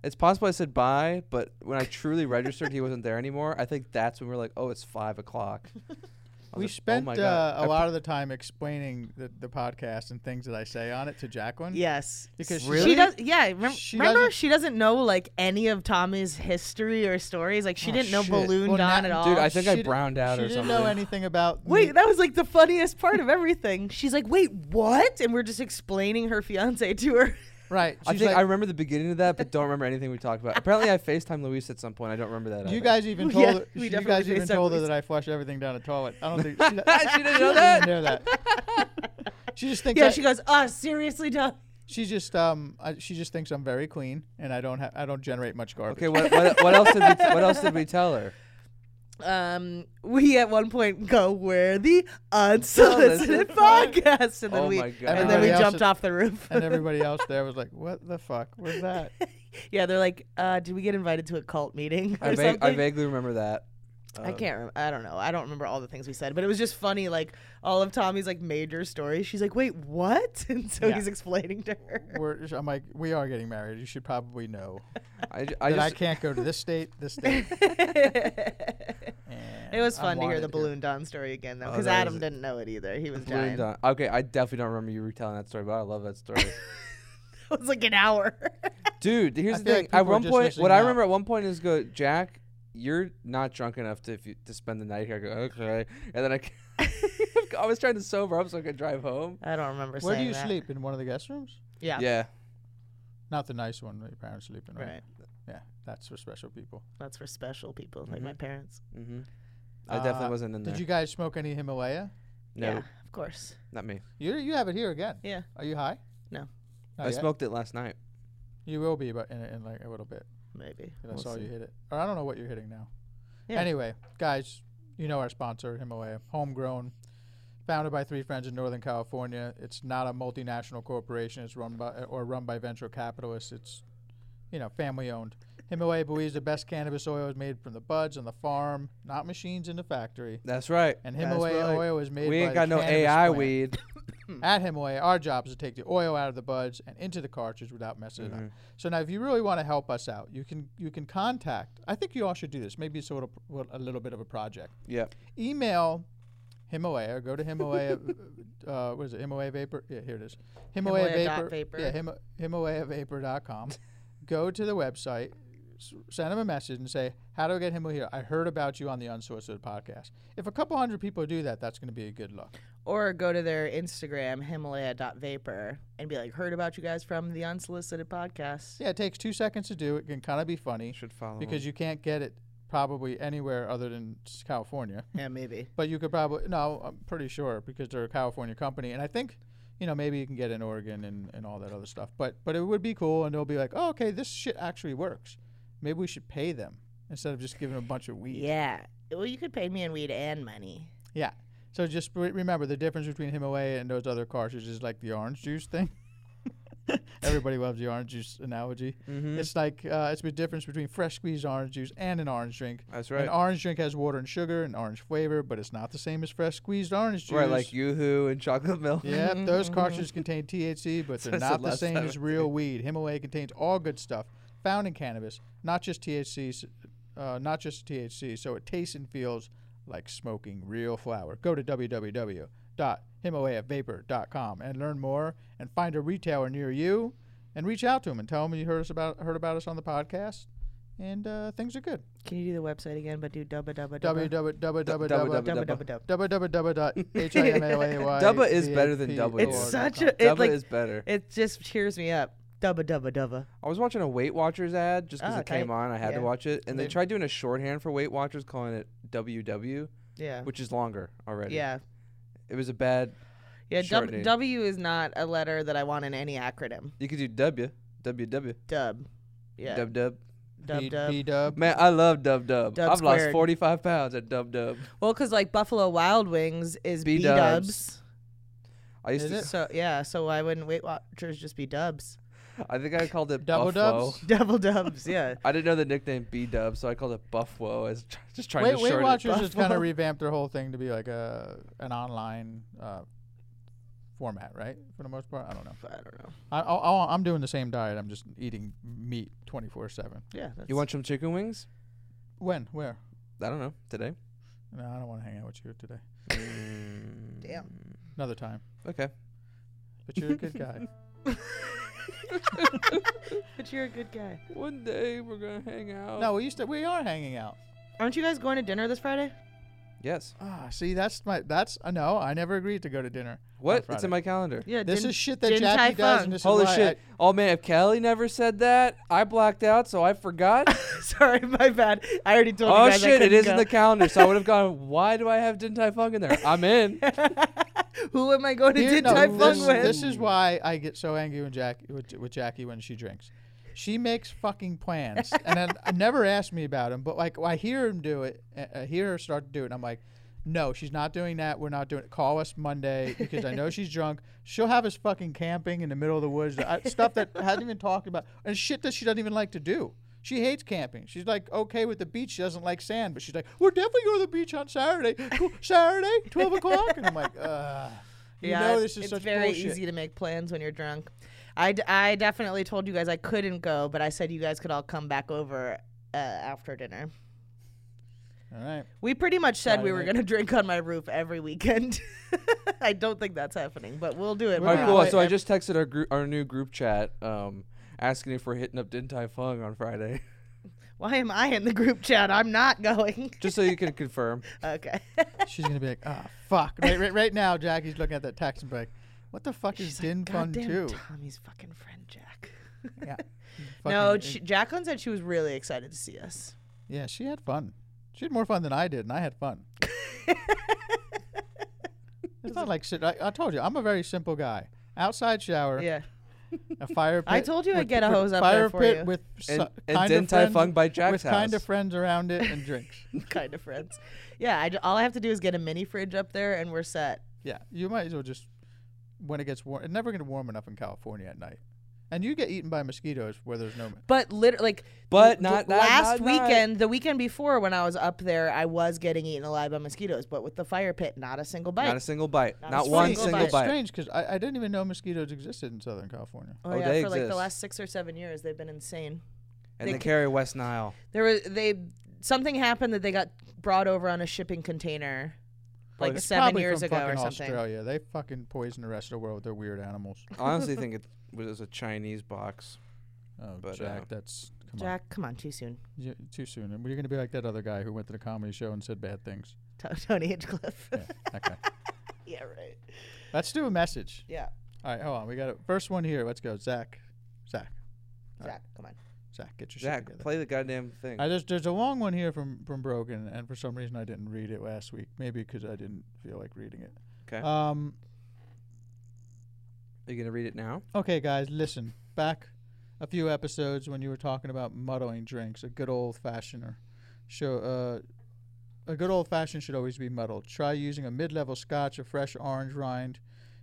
Speaker 1: it's possible I said bye, but when I truly registered he wasn't there anymore, I think that's when we were like, oh, it's five o'clock. I was
Speaker 3: We
Speaker 1: like, "Oh
Speaker 3: spent
Speaker 1: my
Speaker 3: uh,
Speaker 1: God."
Speaker 3: a
Speaker 1: I-
Speaker 3: lot of the time explaining the, the podcast and things that I say on it to Jacqueline.
Speaker 5: Yes.
Speaker 3: Because she
Speaker 5: she
Speaker 3: Really?
Speaker 5: does. Yeah. Remember,
Speaker 3: She
Speaker 5: remember
Speaker 3: doesn't-
Speaker 5: she doesn't know like any of Tommy's history or stories. Like she
Speaker 3: Oh,
Speaker 5: didn't know
Speaker 3: shit.
Speaker 5: Balloon
Speaker 3: Well,
Speaker 5: Don
Speaker 3: now-
Speaker 5: at all.
Speaker 1: Dude, I think I
Speaker 3: She di-
Speaker 1: browned out
Speaker 3: she
Speaker 1: or
Speaker 3: didn't
Speaker 1: something.
Speaker 3: know anything about me.
Speaker 5: Wait, that was like the funniest part of everything. She's like, "Wait, what?" And we're just explaining her fiance to her.
Speaker 3: right?
Speaker 1: I
Speaker 3: she's
Speaker 1: think
Speaker 3: like,
Speaker 1: I remember the beginning of that, but don't remember anything we talked about. Apparently, I FaceTime Luis at some point. I don't remember that.
Speaker 3: You
Speaker 1: either.
Speaker 3: guys even
Speaker 5: Yeah,
Speaker 3: told her,
Speaker 5: we
Speaker 3: you
Speaker 5: definitely
Speaker 3: guys even
Speaker 5: FaceTime
Speaker 3: told her
Speaker 5: Lisa.
Speaker 3: that I flush everything down the toilet. I don't think she, she
Speaker 1: didn't know
Speaker 3: even
Speaker 1: that?
Speaker 3: know that. she just thinks
Speaker 5: Yeah.
Speaker 3: I-
Speaker 5: She
Speaker 3: she,
Speaker 5: goes, "Ah, seriously, Don."
Speaker 3: just um I, she just thinks I'm very clean and I don't ha- I don't generate much garbage.
Speaker 1: Okay, what, what, what else did we what else did we tell her?
Speaker 5: Um, we at one point go, "We're the unsolicited
Speaker 1: Unsolicited
Speaker 5: podcast," and then
Speaker 1: Oh
Speaker 5: we
Speaker 1: my God.
Speaker 5: and then we
Speaker 3: Everybody else
Speaker 5: jumped
Speaker 3: is-
Speaker 5: off the roof.
Speaker 3: and everybody else there was like, "What the fuck was that?"
Speaker 5: yeah, they're like, uh, "Did we get invited to a cult meeting?" Or
Speaker 1: I, vague, I
Speaker 5: something?
Speaker 1: vaguely remember that.
Speaker 5: I
Speaker 1: Uh,
Speaker 5: can't. Rem- I don't know. I don't remember all the things we said, but it was just funny. Like all of Tommy's like major stories. She's like, "Wait, what?" And so
Speaker 3: Yeah.
Speaker 5: he's explaining to her.
Speaker 3: We're, I'm like, "We are getting married. You should probably know
Speaker 1: I, ju- I
Speaker 3: that
Speaker 1: just
Speaker 3: I can't go to this state, this state."
Speaker 5: it
Speaker 3: and
Speaker 5: was
Speaker 3: I
Speaker 5: fun to hear
Speaker 3: wanted
Speaker 5: the
Speaker 3: to.
Speaker 5: balloon don story again, though,
Speaker 1: Oh,
Speaker 5: because
Speaker 1: that
Speaker 5: Adam
Speaker 1: is-
Speaker 5: didn't know it either. He was
Speaker 1: Balloon
Speaker 5: dying.
Speaker 1: Don. Okay, I definitely don't remember you retelling that story, but I love that story.
Speaker 5: It was like an hour.
Speaker 1: Dude, here's
Speaker 3: I
Speaker 1: the
Speaker 3: feel
Speaker 1: thing.
Speaker 3: like
Speaker 1: at
Speaker 3: people are
Speaker 1: one
Speaker 3: just
Speaker 1: point,
Speaker 3: missing
Speaker 1: what I
Speaker 3: out.
Speaker 1: remember at one point is go, Jack, you're not drunk enough to if you, to spend the night here. I go, okay, and then I, I was trying to sober up so I could drive home.
Speaker 5: I don't remember
Speaker 3: Where do
Speaker 5: saying
Speaker 3: you
Speaker 5: that.
Speaker 3: sleep? In one of the guest rooms?
Speaker 5: Yeah.
Speaker 1: Yeah.
Speaker 3: Not the nice one that your parents sleep in, right?
Speaker 5: Right.
Speaker 3: Yeah, that's for special people.
Speaker 5: That's for special people like my parents.
Speaker 1: hmm I definitely
Speaker 3: Uh,
Speaker 1: wasn't in there.
Speaker 3: Did you guys smoke any Himalaya?
Speaker 1: no,
Speaker 5: Yeah, of course.
Speaker 1: not me.
Speaker 3: You you have it here again.
Speaker 5: Yeah.
Speaker 3: Are you high?
Speaker 5: No.
Speaker 3: Not
Speaker 1: I
Speaker 3: yet?
Speaker 1: smoked it last night.
Speaker 3: You will be, but in, in like a little bit.
Speaker 5: Maybe.
Speaker 3: If I
Speaker 1: We'll
Speaker 3: saw
Speaker 1: see.
Speaker 3: you hit it, or I don't know what you're hitting now.
Speaker 5: Yeah.
Speaker 3: Anyway, guys, you know our sponsor, Himalaya, homegrown, founded by three friends in Northern California. It's not a multinational corporation. It's run by or run by venture capitalists. It's you know family owned. Himalaya believes the best cannabis oil is made from the buds on the farm, not machines in the factory.
Speaker 1: That's right.
Speaker 3: And
Speaker 1: That's
Speaker 3: Himalaya
Speaker 1: right.
Speaker 3: oil is made.
Speaker 1: We
Speaker 3: by
Speaker 1: ain't
Speaker 3: the
Speaker 1: got no
Speaker 3: cannabis
Speaker 1: AI
Speaker 3: plant.
Speaker 1: weed.
Speaker 3: At Himalaya, our job is to take the oil out of the buds and into the cartridge without messing it up. So now, if you really want to help us out, you can you can contact. I think you all should do this. Maybe it's a little well, a little bit of a project.
Speaker 1: yep.
Speaker 3: Email Himalaya. Go to Himalaya. uh, what is it? Himalaya Vapor. Yeah, here it is. Himalaya,
Speaker 5: Himalaya dot
Speaker 3: Vapor.
Speaker 5: vapor.
Speaker 3: Yeah, Hima, HimalayaVapor.com. go to the website. s- Send them a message and say, "How do I get Himalaya? I heard about you on the Unsolicited podcast." If a couple hundred people do that, that's going to be a good look.
Speaker 5: Or go to their Instagram, Himalaya.vapor, and be like, heard about you guys from the unsolicited podcast.
Speaker 3: Yeah, it takes two seconds to do. It can kind of be funny.
Speaker 1: Should follow.
Speaker 3: because you can't get it probably anywhere other than s- California.
Speaker 5: Yeah, maybe.
Speaker 3: But you could probably no, I'm pretty sure because they're a California company, and I think you know maybe you can get it in Oregon and, and all that other stuff. But but it would be cool, and they'll be like, oh, okay, this shit actually works. Maybe we should pay them instead of just giving them a bunch of weed.
Speaker 5: Yeah. Well, you could pay me in weed and money.
Speaker 3: Yeah. So just re- remember the difference between Himalaya and those other cartridges is like the orange juice thing. Everybody loves the orange juice analogy.
Speaker 1: Mm-hmm.
Speaker 3: It's like uh, it's the difference between fresh squeezed orange juice and an orange drink.
Speaker 1: That's
Speaker 3: An
Speaker 1: right.
Speaker 3: orange drink has water and sugar and orange flavor, but it's not the same as fresh squeezed orange juice.
Speaker 1: Right, like YooHoo and chocolate milk.
Speaker 3: Yeah, those cartridges contain THC, but they're
Speaker 1: I said
Speaker 3: not the
Speaker 1: last
Speaker 3: same
Speaker 1: time
Speaker 3: as
Speaker 1: I
Speaker 3: real weed. Himalaya contains all good stuff found in cannabis, not just THC, s- uh, not just THC. So it tastes and feels like smoking real flower. Go to www.himalayavapor.com and learn more and find a retailer near you and reach out to them and tell them you heard us about heard about us on the podcast and uh, things are good.
Speaker 5: Can you do the website again, but do dubba dubba dubba?
Speaker 3: www
Speaker 1: Dubba
Speaker 5: Dubba
Speaker 1: dubba.
Speaker 5: dubba dub.
Speaker 3: www.himalaya.com.
Speaker 1: Dubba is better than double
Speaker 5: It's
Speaker 1: Lord,
Speaker 5: such
Speaker 3: a
Speaker 5: a. It,
Speaker 1: Dubba
Speaker 5: like,
Speaker 1: is better.
Speaker 5: it just cheers me up. Dubba dubba dubba.
Speaker 1: I was watching a Weight Watchers ad just because
Speaker 5: Oh,
Speaker 1: it came
Speaker 5: tight.
Speaker 1: on. I had to
Speaker 5: Yeah.
Speaker 1: watch it, and they
Speaker 3: They-
Speaker 1: tried doing a shorthand for Weight Watchers, calling it WW,
Speaker 5: Yeah.
Speaker 1: which is longer already.
Speaker 5: Yeah.
Speaker 1: It was a bad.
Speaker 5: Yeah.
Speaker 1: Short
Speaker 5: W,
Speaker 1: name.
Speaker 5: w is not a letter that I want in any acronym.
Speaker 1: You could do W, WW,
Speaker 5: Dub. Yeah.
Speaker 1: Dub Dub.
Speaker 5: dub dub.
Speaker 3: B-dub.
Speaker 1: Man, I love Dub Dub.
Speaker 5: Dub
Speaker 1: I've lost
Speaker 5: squared.
Speaker 1: 45 pounds at Dub Dub.
Speaker 5: Well, because like Buffalo Wild Wings is B
Speaker 1: B-dubs.
Speaker 5: dubs.
Speaker 1: I used
Speaker 3: Is
Speaker 1: to.
Speaker 3: it?
Speaker 5: So yeah, so why wouldn't Weight Watchers just be dubs?
Speaker 1: I think I called it
Speaker 3: Double
Speaker 1: Buffalo.
Speaker 3: dubs?
Speaker 5: Double dubs, yeah.
Speaker 1: I didn't know the nickname B Dub, so I called it Buffalo. I was tr- just trying
Speaker 3: Wait,
Speaker 1: to
Speaker 3: Weight
Speaker 1: shorten
Speaker 3: Watchers
Speaker 1: it.
Speaker 3: just kind of revamped their whole thing to be like a an online uh, format, right? For the most part, I don't know.
Speaker 5: I don't know.
Speaker 3: I, I, I'm doing the same diet. I'm just eating meat 24 seven.
Speaker 5: Yeah. That's,
Speaker 1: You want some chicken wings?
Speaker 3: When? Where?
Speaker 1: I don't know. Today.
Speaker 3: No, I don't want to hang out with you today.
Speaker 5: Damn.
Speaker 3: Another time.
Speaker 1: Okay.
Speaker 3: But you're a good guy.
Speaker 5: But you're a good guy.
Speaker 1: One day we're gonna hang out.
Speaker 3: No, we used to. We are hanging out.
Speaker 5: Aren't you guys going to dinner this Friday?
Speaker 1: Yes.
Speaker 3: Ah, see, that's my. That's uh, no. I never agreed to go to dinner.
Speaker 1: What? It's
Speaker 3: Friday.
Speaker 1: in my calendar.
Speaker 5: Yeah.
Speaker 3: This
Speaker 5: Din-
Speaker 3: is shit that
Speaker 5: Din Tai
Speaker 3: Jackie does,
Speaker 5: Fung.
Speaker 3: and this
Speaker 1: Holy
Speaker 3: is why
Speaker 1: shit! oh man, if Kelly never said that, I blacked out, so I forgot.
Speaker 5: Sorry, my bad. I already told you
Speaker 1: oh
Speaker 5: guys I
Speaker 1: shit! It
Speaker 5: couldn't
Speaker 1: is in
Speaker 5: go.
Speaker 1: the calendar, so I would have gone. Why do I have Din Tai Fung in there? I'm in.
Speaker 5: Who am I going to
Speaker 3: Here-
Speaker 5: Din
Speaker 3: no,
Speaker 5: Tai
Speaker 3: this,
Speaker 5: Fung with?
Speaker 3: this is why I get so angry when Jack with, with Jackie when she drinks. She makes fucking plans, and I, I never asked me about them. But like, I hear him do it. I I hear her start to do it, and I'm like, "No, she's not doing that. We're not doing it. Call us Monday because I know she's drunk. She'll have us fucking camping in the middle of the woods, I, stuff that hasn't even talked about, and shit that she doesn't even like to do. She hates camping. She's like okay with the beach. She doesn't like sand, but she's like, we're definitely going to the beach on Saturday. Cool. Saturday, twelve o'clock, and I'm like, uh you
Speaker 5: yeah,
Speaker 3: know this is
Speaker 5: it's
Speaker 3: such
Speaker 5: very
Speaker 3: bullshit.
Speaker 5: easy to make plans when you're drunk. I, d- I definitely told you guys I couldn't go, but I said you guys could all come back over uh, after dinner.
Speaker 3: All right.
Speaker 5: We pretty much said we
Speaker 3: Friday
Speaker 5: were
Speaker 3: night.
Speaker 5: going to drink on my roof every weekend. I don't think that's happening, but we'll do it.
Speaker 1: All
Speaker 3: We're
Speaker 1: right,
Speaker 3: not
Speaker 1: cool.
Speaker 3: like-
Speaker 1: so I just texted our group, our new group chat, um, asking if we're hitting up Din Tai Fung on Friday.
Speaker 5: Why am I in the group chat? I'm not going.
Speaker 1: Just so you can confirm.
Speaker 5: okay.
Speaker 3: She's gonna be like, ah, fuck. Right, right, right now, Jackie's looking at that text and be like, what the fuck is
Speaker 5: She's
Speaker 3: Din
Speaker 5: like,
Speaker 3: Fun
Speaker 5: "Goddamn
Speaker 3: Two?
Speaker 5: Tommy's fucking friend Jack.
Speaker 3: Yeah.
Speaker 5: no,
Speaker 3: Fucking-
Speaker 5: she, Jacqueline said she was really excited to see us.
Speaker 3: yeah, she had fun. She had more fun than I did, and I had fun. it's not like shit. I, I told you, I'm a very simple guy. Outside shower,
Speaker 5: Yeah.
Speaker 3: a fire pit.
Speaker 5: I told you I'd
Speaker 3: with-
Speaker 5: get a
Speaker 3: with
Speaker 5: hose up
Speaker 3: fire
Speaker 5: there for
Speaker 3: pit
Speaker 5: you.
Speaker 3: with
Speaker 1: And-
Speaker 3: so-
Speaker 1: and
Speaker 3: kind
Speaker 1: Din
Speaker 3: of
Speaker 1: Tai
Speaker 3: friends-
Speaker 1: Fung by Jack's
Speaker 3: with kind of
Speaker 1: house.
Speaker 3: friends around it and drinks.
Speaker 5: kind of friends. Yeah, I, j- all I have to do is get a mini fridge up there and we're set.
Speaker 3: Yeah, you might as well just when it gets warm. It's never going to warm enough in California at night, and you get eaten by mosquitoes where there's no.
Speaker 5: But literally, like,
Speaker 1: But
Speaker 5: l-
Speaker 1: not-
Speaker 5: l-
Speaker 1: not- not-
Speaker 5: last
Speaker 1: not-
Speaker 5: weekend, the weekend before when I was up there, I was getting eaten alive by mosquitoes, but with the fire pit, not a single bite.
Speaker 1: Not a single bite.
Speaker 5: Not
Speaker 1: Not,
Speaker 5: a
Speaker 1: one
Speaker 5: single
Speaker 1: single
Speaker 5: bite.
Speaker 1: bite.
Speaker 3: It's strange because I, I didn't even know mosquitoes existed in Southern California.
Speaker 5: oh,
Speaker 1: Oh,
Speaker 5: yeah, for
Speaker 1: they
Speaker 5: like the
Speaker 1: exist.
Speaker 5: last six or seven years, they've been insane.
Speaker 1: And
Speaker 5: They
Speaker 1: they
Speaker 5: ca-
Speaker 1: carry West Nile.
Speaker 5: There was they something happened that they got brought over on a shipping container, like
Speaker 3: Oh, It's
Speaker 5: seven
Speaker 3: probably
Speaker 5: years
Speaker 3: from
Speaker 5: ago
Speaker 3: fucking
Speaker 5: or something.
Speaker 3: Australia, they fucking poison the rest of the world with their weird animals.
Speaker 1: I honestly think it was a Chinese box.
Speaker 3: Oh,
Speaker 1: But,
Speaker 3: Jack,
Speaker 1: uh,
Speaker 3: that's come
Speaker 5: Jack, come on, too soon.
Speaker 3: on, you, too soon. And you're going to be like that other guy who went to the comedy show and said bad things.
Speaker 5: T- Tony Hinchcliffe.
Speaker 3: Yeah, that guy.
Speaker 5: yeah, right.
Speaker 3: Let's do a message.
Speaker 5: Yeah,
Speaker 3: All right, hold on. We got a first one here. Let's go, Zach. Zach,
Speaker 5: Jack, come on.
Speaker 3: Zach, get your shit
Speaker 1: Jack,
Speaker 3: together.
Speaker 1: play the goddamn thing.
Speaker 3: I just there's a long one here from from Brogan, and for some reason I didn't read it last week. Maybe because I didn't feel like reading it.
Speaker 1: 'Kay.
Speaker 3: Um.
Speaker 1: Are you gonna read it now?
Speaker 3: Okay, guys, listen. Back a few episodes when you were talking about muddling drinks, a good old fashioner show. Uh, a good old fashioned should always be muddled. Try using a mid-level Scotch, a fresh orange rind,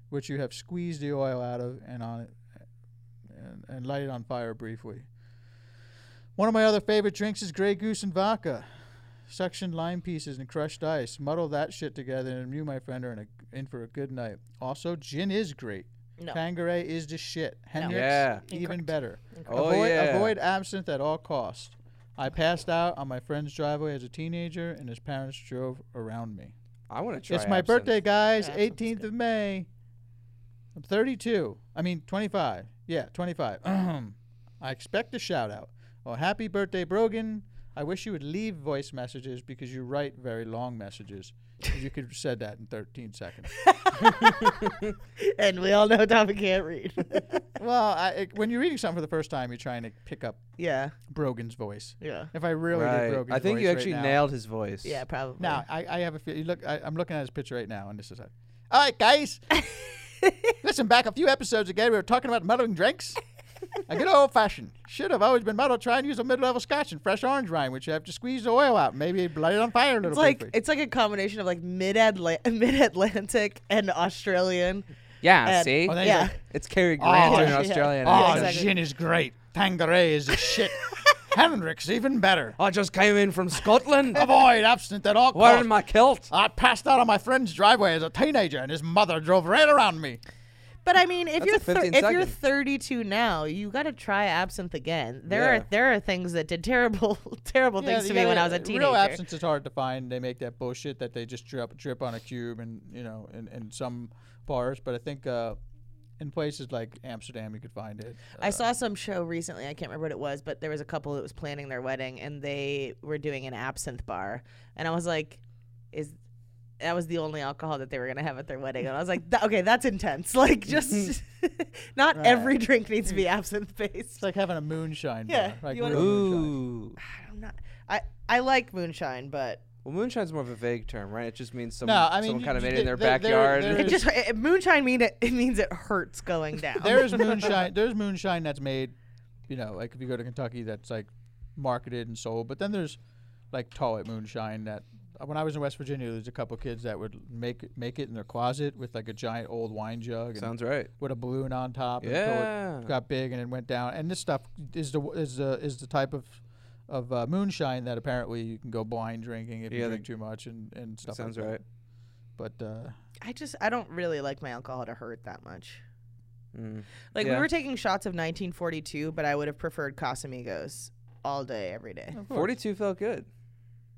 Speaker 3: which you have squeezed the oil out of, and on it, and, and light it on fire briefly. One of my other favorite drinks is Grey Goose and vodka. Suction lime pieces and crushed ice. Muddle that shit together, and you, my friend, are in, a, in for a good night. Also, gin is great.
Speaker 5: No.
Speaker 3: Tangeray is the shit. Hendrix,
Speaker 1: Yeah.
Speaker 3: even better.
Speaker 1: Oh,
Speaker 3: avoid,
Speaker 1: yeah.
Speaker 3: avoid absinthe at all costs. I passed out on my friend's driveway as a teenager, and his parents drove around me.
Speaker 1: I want to try.
Speaker 3: it's my
Speaker 1: absinthe.
Speaker 3: birthday, guys.
Speaker 5: Yeah, absinthe's
Speaker 3: 18th of May. I'm 32. I mean, 25. Yeah, 25. I expect a shout out. Oh, happy birthday, Brogan. I wish you would leave voice messages because you write very long messages. you could have said that in 13 seconds.
Speaker 5: And we all know Tommy can't read.
Speaker 3: well, I, it- when you're reading something for the first time, you're trying to pick up
Speaker 5: yeah,
Speaker 3: Brogan's voice.
Speaker 5: yeah,
Speaker 3: If I really did
Speaker 1: Right.
Speaker 3: Brogan's
Speaker 1: I think you
Speaker 3: voice
Speaker 1: actually
Speaker 3: right now-
Speaker 1: nailed his voice.
Speaker 5: yeah, probably.
Speaker 3: Now I, I have a few. You look, I, I'm looking at his picture right now, and this is it. All right, guys. Listen, back a few episodes ago, we were talking about muddling drinks. A good old fashioned. Should have always been muddled. Try and use a mid level scotch and fresh orange rind, which you have to squeeze the oil out. Maybe light it on fire a little
Speaker 5: It's like
Speaker 3: briefly.
Speaker 5: it's like a combination of like mid mid Atlantic and Australian.
Speaker 1: Yeah.
Speaker 5: And-
Speaker 1: Ah, see,
Speaker 3: Oh, then he's
Speaker 5: Yeah,
Speaker 3: like,
Speaker 1: it's Cary Grant in
Speaker 3: yeah.
Speaker 1: Australian.
Speaker 3: oh,
Speaker 5: Yeah,
Speaker 1: accent.
Speaker 5: exactly.
Speaker 3: gin is great. Tangeray is the shit. Hendrick's even better.
Speaker 1: I just came in from Scotland.
Speaker 3: Avoid absinthe at all costs.
Speaker 1: Wearing my kilt.
Speaker 3: I passed out on my friend's driveway as a teenager, and his mother drove right around me.
Speaker 5: but I mean, if
Speaker 1: That's a
Speaker 5: you're thir-
Speaker 1: 15
Speaker 5: if you're
Speaker 1: second.
Speaker 5: 32 now, you got to try absinthe again. There
Speaker 1: Yeah.
Speaker 5: are there are things that did terrible terrible things to me when I was a teenager.
Speaker 3: Real absinthe is hard to find. They make that bullshit that they just drip drip on a cube, and you know, in, in some bars. But I think uh, in places like Amsterdam, you could find it.
Speaker 1: Uh.
Speaker 5: I saw some show recently. I can't remember what it was, but there was a couple that was planning their wedding, and they were doing an absinthe bar, and I was like, "Is that was the only alcohol that they were gonna have at their wedding?" And I was like, "Th- "Okay, that's intense. Like, just not every drink needs to be absinthe
Speaker 3: It's
Speaker 5: based."
Speaker 3: like having a moonshine.
Speaker 5: Yeah,
Speaker 3: bar, like
Speaker 5: you wanna-
Speaker 3: real moonshine.
Speaker 1: Ooh.
Speaker 5: I'm not. I I like moonshine, but
Speaker 1: Well, moonshine's more of a vague term, right? It just means someone,
Speaker 3: No, I mean,
Speaker 1: someone
Speaker 3: you-
Speaker 1: kind of
Speaker 3: you-
Speaker 1: made it in
Speaker 3: there-
Speaker 1: their
Speaker 3: there- there-
Speaker 1: backyard.
Speaker 3: there
Speaker 5: it
Speaker 3: is-
Speaker 5: just it, moonshine mean it, it means it hurts going down.
Speaker 3: There is moonshine. There's moonshine that's made. You know, like if you go to Kentucky, that's like marketed and sold. But then there's like Toilet moonshine that. uh, When I was in West Virginia, there's a couple kids that would make make it in their closet with like a giant old wine jug. And
Speaker 1: Sounds right.
Speaker 3: with a balloon on top. And
Speaker 1: Yeah.
Speaker 3: it got big and it went down. And this stuff is the is the is the type of of uh, moonshine that apparently you can go blind drinking if
Speaker 1: Yeah,
Speaker 3: you
Speaker 1: the-
Speaker 3: drink too much and and stuff. like
Speaker 1: Sounds
Speaker 3: that.
Speaker 1: right.
Speaker 3: But uh,
Speaker 5: I just I don't really like my alcohol to hurt that much.
Speaker 1: Mm.
Speaker 5: Like we
Speaker 1: Yeah.
Speaker 5: were taking shots of 1942, but I would have preferred Casamigos all day, every day.
Speaker 3: Hmm.
Speaker 1: Forty-two felt good.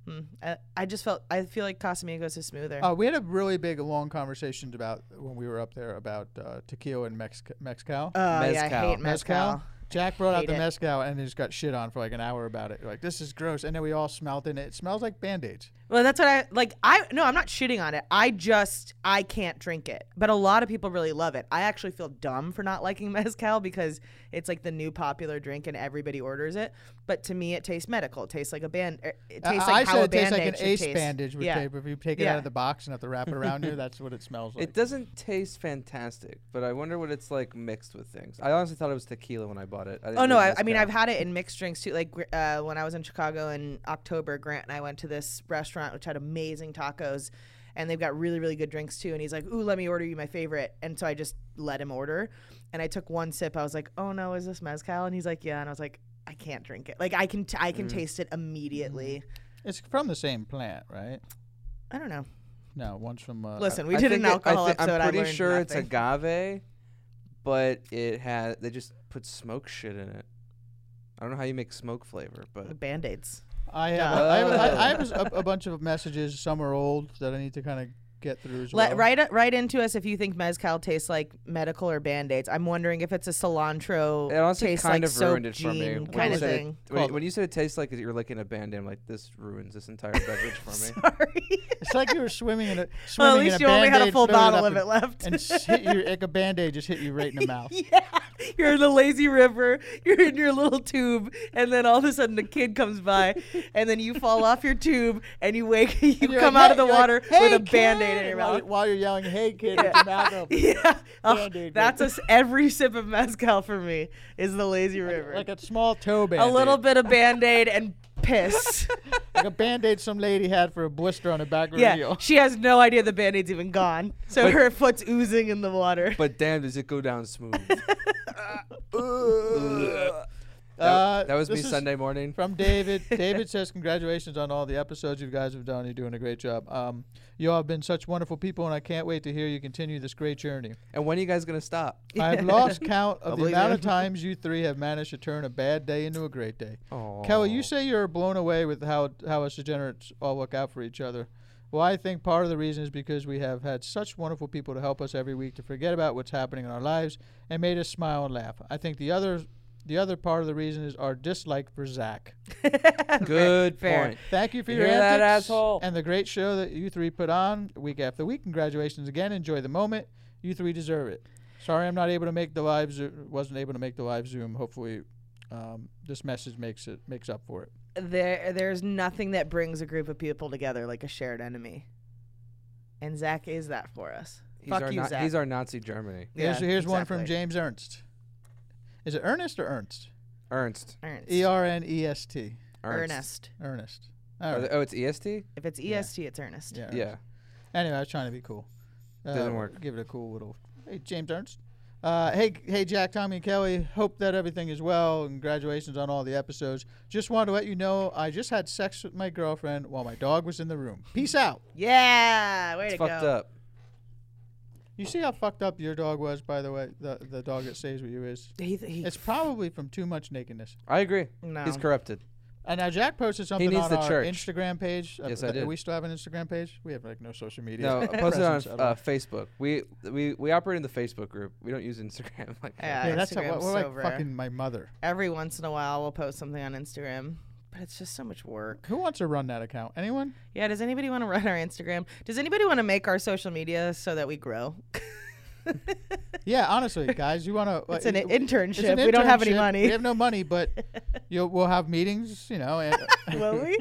Speaker 5: Mm. I, I just felt I feel like Casamigos is smoother.
Speaker 3: uh, we had a really big long conversation about when we were up there about uh, tequila and Mex- mezcal.
Speaker 5: Oh, yeah, I
Speaker 1: Mezcal.
Speaker 5: hate mezcal.
Speaker 3: Mezcal? Jack brought out
Speaker 5: Hate
Speaker 3: the
Speaker 5: it.
Speaker 3: mezcal and just got shit on for like an hour about it. Like this is gross, and then we all smelled it. and It smells like band aids.
Speaker 5: Well, that's what I like. I no, I'm not shitting on it. I just I can't drink it. But a lot of people really love it. I actually feel dumb for not liking mezcal because it's like the new popular drink and everybody orders it. But to me, it tastes medical. It tastes like a band. er, It tastes
Speaker 3: I, I
Speaker 5: like how
Speaker 3: said
Speaker 5: a
Speaker 3: it tastes
Speaker 5: band
Speaker 3: like an ace bandage. Would
Speaker 5: Yeah.
Speaker 3: tape. If you take it out
Speaker 5: Yeah.
Speaker 3: of the box and have to wrap it around you, that's what it smells like.
Speaker 1: It doesn't taste fantastic, but I wonder what it's like mixed with things. I honestly thought it was tequila when I bought it. didn't
Speaker 5: Oh no! I,
Speaker 1: realize
Speaker 5: I mean,
Speaker 1: that.
Speaker 5: I've had it in mixed drinks too. Like gr- uh, when I was in Chicago in October, Grant and I went to this restaurant which had amazing tacos, and they've got really, really good drinks too. And he's like, "Ooh, let me order you my favorite." And so I just let him order, and I took one sip. I was like, "Oh no, is this mezcal?" And he's like, "Yeah." And I was like, "I can't drink it. Like I can, t- I can
Speaker 1: Mm.
Speaker 5: taste it immediately.
Speaker 3: it's from the same plant, right?
Speaker 1: Mm.
Speaker 5: I don't know.
Speaker 3: No, one's from. Uh,
Speaker 5: Listen,
Speaker 1: I
Speaker 5: we did
Speaker 1: think
Speaker 5: an
Speaker 1: it- I
Speaker 5: alcohol
Speaker 1: thi-
Speaker 5: episode. I
Speaker 1: I'm pretty
Speaker 5: learned
Speaker 1: sure
Speaker 5: nothing.
Speaker 1: it's agave, but it had they just put smoke shit in it. I don't know how you make smoke flavor, but
Speaker 5: band aids.
Speaker 3: I have, I have, I, I have a, a bunch of messages. Some are old that I need to kind of get through as
Speaker 5: Let,
Speaker 3: well.
Speaker 5: write it- write into us if you think mezcal tastes like medical or band aids. I'm wondering if it's a cilantro.
Speaker 1: it honestly
Speaker 5: tastes
Speaker 1: kind
Speaker 5: like
Speaker 1: of ruined it for me.
Speaker 5: Sopgene
Speaker 1: When
Speaker 5: Kind
Speaker 1: you
Speaker 5: of
Speaker 1: said it-
Speaker 5: thing.
Speaker 1: when,
Speaker 3: Called-
Speaker 1: you- when you said it tastes like you're licking a band-aid, I'm like this ruins this entire beverage for me.
Speaker 5: Sorry.
Speaker 3: It's like you were swimming in a swimming
Speaker 5: well, at
Speaker 3: in
Speaker 5: least
Speaker 3: a
Speaker 5: you only had a
Speaker 3: Band-Aid,
Speaker 5: full
Speaker 3: floated
Speaker 5: bottle
Speaker 3: up
Speaker 5: of it left.
Speaker 3: and, and s- hit you like a band aid just hit you right in the mouth.
Speaker 5: yeah, you're in the lazy river. You're in your little tube, and then all of a sudden the kid comes by, and then you fall off your tube, and you wake. You
Speaker 3: You're
Speaker 5: come out of
Speaker 3: like, "Hey,"
Speaker 5: the
Speaker 3: you're like,
Speaker 5: water
Speaker 3: "Hey,
Speaker 5: with a band aid in
Speaker 3: kid,"
Speaker 5: your
Speaker 3: while,
Speaker 5: mouth.
Speaker 3: while you're yelling, "Hey kid!" with your mouth open.
Speaker 5: Yeah, Oh,
Speaker 3: Band-Aid,
Speaker 5: that's
Speaker 3: right?
Speaker 5: a s every sip of mezcal for me is the lazy river.
Speaker 3: like a small toe band.
Speaker 5: a little bit of band aid and piss.
Speaker 3: like a band aid some lady had for a blister on the back of her
Speaker 5: yeah,
Speaker 3: heel.
Speaker 5: she has no idea the band aid's even gone, so her foot's oozing in the water.
Speaker 1: But damn, does it go down smooth? That,
Speaker 3: Uh,
Speaker 1: that was me
Speaker 3: this is
Speaker 1: Sunday morning.
Speaker 3: From David. David says, "Congratulations on all the episodes you guys have done. You're doing a great job. Um, you all have been such wonderful people, and I can't wait to hear you continue this great journey.
Speaker 1: And when are you guys gonna stop?
Speaker 3: I've lost count
Speaker 1: I
Speaker 3: of the
Speaker 1: believe
Speaker 3: amount
Speaker 1: you.
Speaker 3: of times you three have managed to turn a bad day into a great day.
Speaker 1: Oh,
Speaker 3: Kelly, you say you're blown away with how how us degenerates all look out for each other. Well, I think part of the reason is because we have had such wonderful people to help us every week to forget about what's happening in our lives and made us smile and laugh. I think the other the other part of the reason is our dislike for Zach.
Speaker 1: good
Speaker 5: Fair.
Speaker 1: point.
Speaker 3: Thank you for
Speaker 1: You
Speaker 3: your
Speaker 1: hear that,
Speaker 3: antics
Speaker 1: asshole?
Speaker 3: and the great show that you three put on week after week. Congratulations again. Enjoy the moment. You three deserve it. Sorry, I'm not able to make the live. Zo- wasn't able to make the live Zoom. Hopefully, um, this message makes it makes up for it.
Speaker 5: there there's nothing that brings a group of people together like a shared enemy. And Zach is that for us.
Speaker 1: He's
Speaker 5: Fuck
Speaker 1: our
Speaker 5: you,
Speaker 1: Na-
Speaker 5: Zach.
Speaker 1: he's our Nazi Germany.
Speaker 3: Here's, here's one from
Speaker 5: exactly.
Speaker 3: James Ernst. Is it Ernest or Ernst?
Speaker 1: Ernst.
Speaker 5: Ernst.
Speaker 3: E R N E S T.
Speaker 1: Ernst.
Speaker 5: Ernest.
Speaker 3: Ernest.
Speaker 1: Oh,
Speaker 3: All right.
Speaker 1: th- oh, it's EST.
Speaker 5: If it's EST, it's Ernest.
Speaker 3: Yeah. Ernest.
Speaker 1: Yeah.
Speaker 3: Anyway, I was trying to be cool. Uh,
Speaker 1: Didn't work.
Speaker 3: Give it a cool little. Hey, James Ernst. Uh, hey, hey, Jack, Tommy, and Kelly. Hope that everything is well. Congratulations on all the episodes. Just wanted to let you know I just had sex with my girlfriend while my dog was in the room. Peace out.
Speaker 5: Yeah. Way
Speaker 1: It's
Speaker 5: to
Speaker 1: fucked
Speaker 5: go.
Speaker 1: up.
Speaker 3: You see how fucked up your dog was, by the way. The the dog that stays with you is.
Speaker 5: He, he,
Speaker 3: It's probably from too much nakedness.
Speaker 1: I agree.
Speaker 5: no.
Speaker 1: He's corrupted.
Speaker 3: And now Jack posted something
Speaker 1: needs
Speaker 3: on
Speaker 1: the
Speaker 3: our
Speaker 1: church.
Speaker 3: Instagram page. Uh,
Speaker 1: Yes, I
Speaker 3: th-
Speaker 1: did.
Speaker 3: We still have an Instagram page. We have like no social media.
Speaker 1: No, I posted on
Speaker 3: presence at all.
Speaker 1: uh, Facebook. We we we operate in the Facebook group. We don't use Instagram like that.
Speaker 5: Yeah.
Speaker 3: yeah, that's how,
Speaker 5: Instagram's
Speaker 3: we're like
Speaker 5: so rare.
Speaker 3: fucking my mother.
Speaker 5: Every once in a while, we'll post something on Instagram, but it's just so much work.
Speaker 3: Who wants to run that account? Anyone?
Speaker 5: Yeah. Does anybody want to run our Instagram? Does anybody want to make our social media so that we grow?
Speaker 3: Yeah, honestly, guys, you want to?
Speaker 5: It's an internship. We don't have any money.
Speaker 3: We have no money, but you'll, we'll have meetings. You know, and,
Speaker 5: Will we?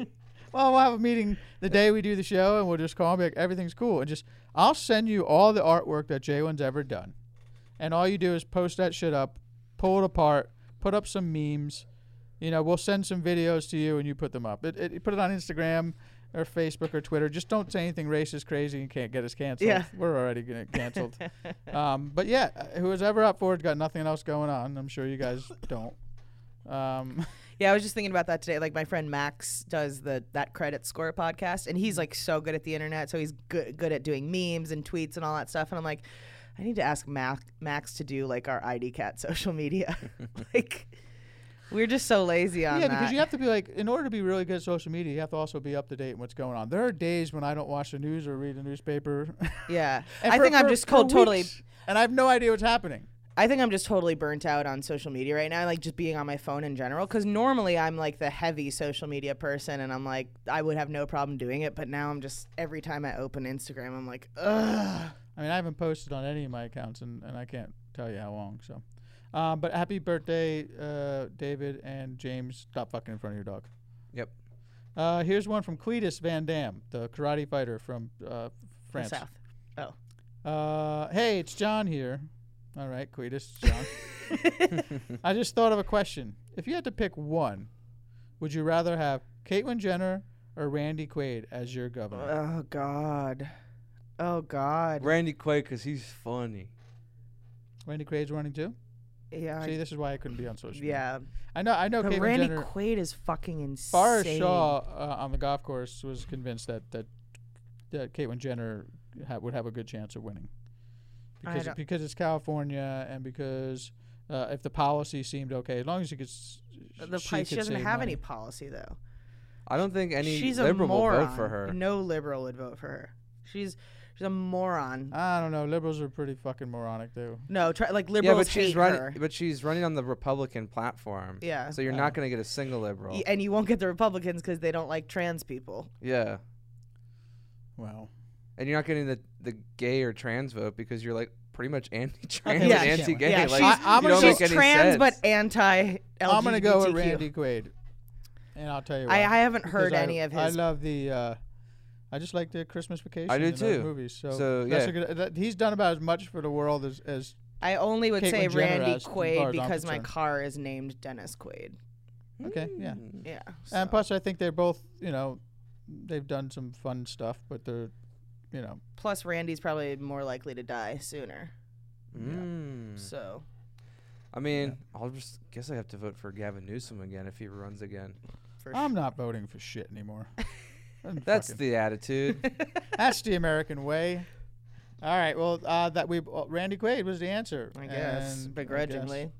Speaker 3: well, we'll have a meeting the day we do the show, and we'll just call and be like, everything's cool, and just I'll send you all the artwork that Jalen's ever done, and all you do is post that shit up, pull it apart, put up some memes. You know, we'll send some videos to you, and you put them up. It, it, put it on Instagram. Or Facebook or Twitter. Just don't say anything racist, crazy, and can't get us canceled.
Speaker 5: Yeah.
Speaker 3: We're already getting canceled. um, but yeah, whoever's ever up for it got nothing else going on. I'm sure you guys don't. Um,
Speaker 5: Yeah, I was just thinking about that today. Like my friend Max does the that credit score podcast, and
Speaker 3: Mm-hmm.
Speaker 5: he's like so good at the internet, so he's good good at doing memes and tweets and all that stuff. And I'm like, I need to ask Max Max to do like our ID Cat social media. like, we're just so lazy on
Speaker 3: yeah,
Speaker 5: that.
Speaker 3: because you have to be like, in order to be really good at social media, you have to also be up to date in what's going on. There are days when I don't watch the news or read the newspaper.
Speaker 5: yeah,
Speaker 3: And
Speaker 5: I
Speaker 3: for-
Speaker 5: think I'm
Speaker 3: for-
Speaker 5: just
Speaker 3: for
Speaker 5: cold totally.
Speaker 3: weeks, And I have no idea what's happening.
Speaker 5: I think I'm just totally burnt out on social media right now, like just being on my phone in general. Because normally I'm like the heavy social media person, and I'm like, I would have no problem doing it. But now I'm just every time I open Instagram, I'm like, ugh.
Speaker 3: I mean, I haven't posted on any of my accounts, and, and I can't tell you how long. So, um, but happy birthday, uh, David and James. Stop fucking in front of your dog.
Speaker 1: Yep.
Speaker 3: Uh, here's one from Cletus Van Dam, the karate fighter from uh, France.
Speaker 5: South. Oh,
Speaker 3: Uh, hey, it's John here. All right, Cletus, John. I just thought of a question. If you had to pick one, would you rather have Caitlyn Jenner or Randy Quaid as your governor?
Speaker 5: oh God, oh God.
Speaker 1: Randy Quaid, because he's funny.
Speaker 3: Randy Quaid's running too.
Speaker 5: Yeah, I-
Speaker 3: See, this is why I couldn't be on social. media.
Speaker 5: yeah.
Speaker 3: I know. I know.
Speaker 5: But
Speaker 3: Caitlyn
Speaker 5: Randy
Speaker 3: Jenner.
Speaker 5: Quaid is fucking insane.
Speaker 3: Far Shaw uh, on the golf course was convinced that that that Caitlyn Jenner ha- would have a good chance of winning
Speaker 5: I
Speaker 3: because
Speaker 5: don't-
Speaker 3: because it's California and because uh, if the policy seemed okay, as long as you could. s-
Speaker 5: The
Speaker 3: she
Speaker 5: pi- she
Speaker 3: could
Speaker 5: doesn't
Speaker 3: save
Speaker 5: have
Speaker 3: money.
Speaker 5: any policy though.
Speaker 1: I don't think any
Speaker 5: she's a
Speaker 1: liberal will
Speaker 5: moron.
Speaker 1: vote for her.
Speaker 5: No liberal would vote for her. She's she's a moron.
Speaker 3: I don't know. Liberals are pretty fucking moronic, too.
Speaker 5: No, try, like liberals
Speaker 1: yeah, but she's
Speaker 5: hate
Speaker 1: running.
Speaker 5: her.
Speaker 1: But she's running on the Republican platform.
Speaker 5: Yeah.
Speaker 1: So you're not going to get a single liberal.
Speaker 5: Y- and you won't get the Republicans because they don't like trans people.
Speaker 1: yeah.
Speaker 3: Wow.
Speaker 1: and you're not getting the, the gay or trans vote because you're like pretty much anti-trans
Speaker 5: Yeah.
Speaker 1: and anti-gay.
Speaker 5: Yeah,
Speaker 1: like,
Speaker 3: she's- I- I'm
Speaker 1: you don't
Speaker 3: gonna go-
Speaker 5: She's
Speaker 1: make any
Speaker 5: trans
Speaker 1: sense.
Speaker 5: but anti LGBTQ.
Speaker 3: I'm gonna go with Randy Quaid, and I'll tell you. Why.
Speaker 5: I, I haven't
Speaker 3: Because
Speaker 5: heard
Speaker 3: I-
Speaker 5: any of his.
Speaker 3: I love the. Uh, I just like the Christmas Vacation.
Speaker 1: do
Speaker 3: and other
Speaker 1: too.
Speaker 3: Movies. So,
Speaker 1: So,
Speaker 3: that's
Speaker 1: yeah.
Speaker 3: a good, that, he's done about as much for the world as, as
Speaker 5: I only would
Speaker 3: Caitlyn
Speaker 5: say
Speaker 3: Jenner
Speaker 5: Randy
Speaker 3: as far as I'm
Speaker 5: Quaid because my
Speaker 3: concerned.
Speaker 5: car is named Dennis Quaid.
Speaker 3: okay, yeah.
Speaker 5: Yeah.
Speaker 3: And
Speaker 5: so-
Speaker 3: plus, I think they're both, you know, they've done some fun stuff, but they're, you know,
Speaker 5: plus, Randy's probably more likely to die sooner.
Speaker 1: Mm.
Speaker 5: So
Speaker 1: I mean, I'll just guess I have to vote for Gavin Newsom again if he runs again.
Speaker 5: for
Speaker 3: I'm not voting for shit anymore. And
Speaker 1: That's
Speaker 3: fucking-
Speaker 1: the attitude.
Speaker 3: that's the American way. All right, well, uh, that we uh, Randy Quaid was the answer.
Speaker 5: I guess
Speaker 3: and I guess
Speaker 5: begrudgingly.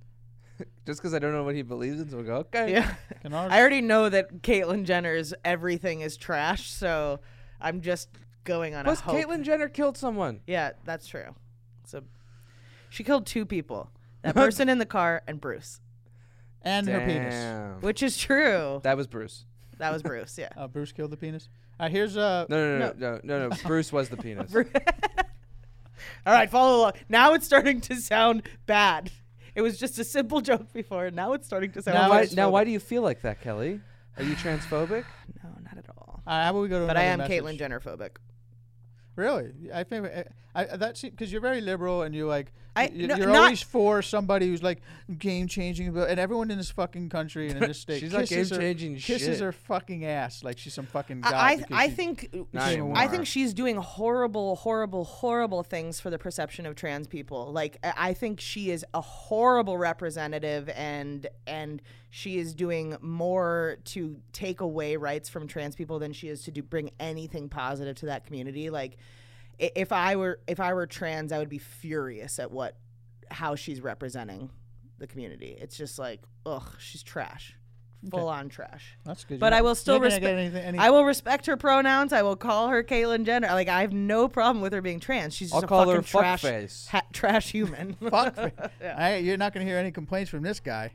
Speaker 1: just because I don't know what he believes in, so I go okay.
Speaker 5: Yeah.
Speaker 3: can ours-
Speaker 5: I already know that Caitlyn Jenner's everything is trash, so I'm just going on
Speaker 1: Plus,
Speaker 5: a hope.
Speaker 1: Caitlyn Jenner killed someone.
Speaker 5: Yeah, that's true. So she killed two people. That person in the car and Bruce,
Speaker 3: and her penis.
Speaker 1: Damn.
Speaker 5: which is true.
Speaker 1: That was Bruce.
Speaker 5: That was Bruce, yeah.
Speaker 3: Uh, Bruce killed the penis. Uh, here's uh,
Speaker 1: No, no, no, no, no, no. no. Bruce was the penis.
Speaker 5: All right, follow along. Now it's starting to sound bad. It was just a simple joke before, and now it's starting to sound
Speaker 3: Now
Speaker 1: why,
Speaker 3: it's
Speaker 1: now, why
Speaker 3: phobic.
Speaker 1: do you feel like that, Kelly? Are you transphobic?
Speaker 5: No, not at all.
Speaker 3: Uh, how about we go to
Speaker 5: But I am
Speaker 3: another message?
Speaker 5: Caitlyn Jenner phobic.
Speaker 3: Really, I think I, I that's because you're very liberal and you're like
Speaker 5: I-
Speaker 3: you,
Speaker 5: no,
Speaker 3: are
Speaker 5: not-
Speaker 3: always for somebody who's like game changing about, and everyone in this fucking country and in this state
Speaker 1: She's not
Speaker 3: kisses her-
Speaker 1: game-changing
Speaker 3: Kisses
Speaker 1: shit.
Speaker 3: her fucking ass like she's some fucking god.
Speaker 5: I,
Speaker 3: because
Speaker 5: I
Speaker 3: she-
Speaker 5: think
Speaker 1: Not
Speaker 5: she-
Speaker 1: anymore.
Speaker 5: I think she's doing horrible, horrible, horrible things for the perception of trans people. Like I I think she is a horrible representative, and and she is doing more to take away rights from trans people than she is to do bring anything positive to that community. Like i- if I were if I were trans, I would be furious at what how she's representing the community. It's just like ugh, she's trash, full on trash.
Speaker 3: that's good.
Speaker 5: But
Speaker 3: You're-
Speaker 5: I will still
Speaker 3: you're not gonna
Speaker 5: respect.
Speaker 3: get anything- any-
Speaker 5: I will respect her pronouns. I will call her Caitlyn Jenner. Like I have no problem with her being trans. She's just
Speaker 1: I'll
Speaker 5: a
Speaker 1: call
Speaker 5: fucking
Speaker 1: her
Speaker 5: trash,
Speaker 1: fuckface.
Speaker 5: ha- trash human.
Speaker 3: fuck. I, you're not going to hear any complaints from this guy.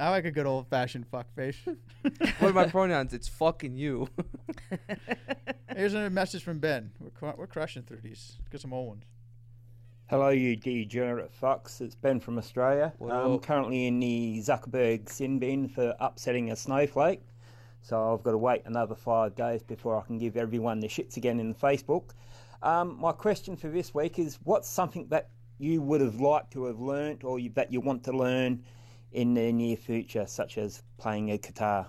Speaker 3: I like a good old fashioned fuck face.
Speaker 1: what are my pronouns? It's fucking you.
Speaker 3: Here's a message from Ben. We're, cr- we're crushing through these. Let's Get some old ones.
Speaker 6: Hello, you degenerate fucks. It's Ben from Australia.
Speaker 1: Well-
Speaker 6: I'm currently in the Zuckerberg sin bin for upsetting a snowflake. So I've got to wait another five days before I can give everyone the shits again in Facebook. Um, my question for this week is what's something that you would have liked to have learnt or you, that you want to learn in the near future, such as playing a guitar?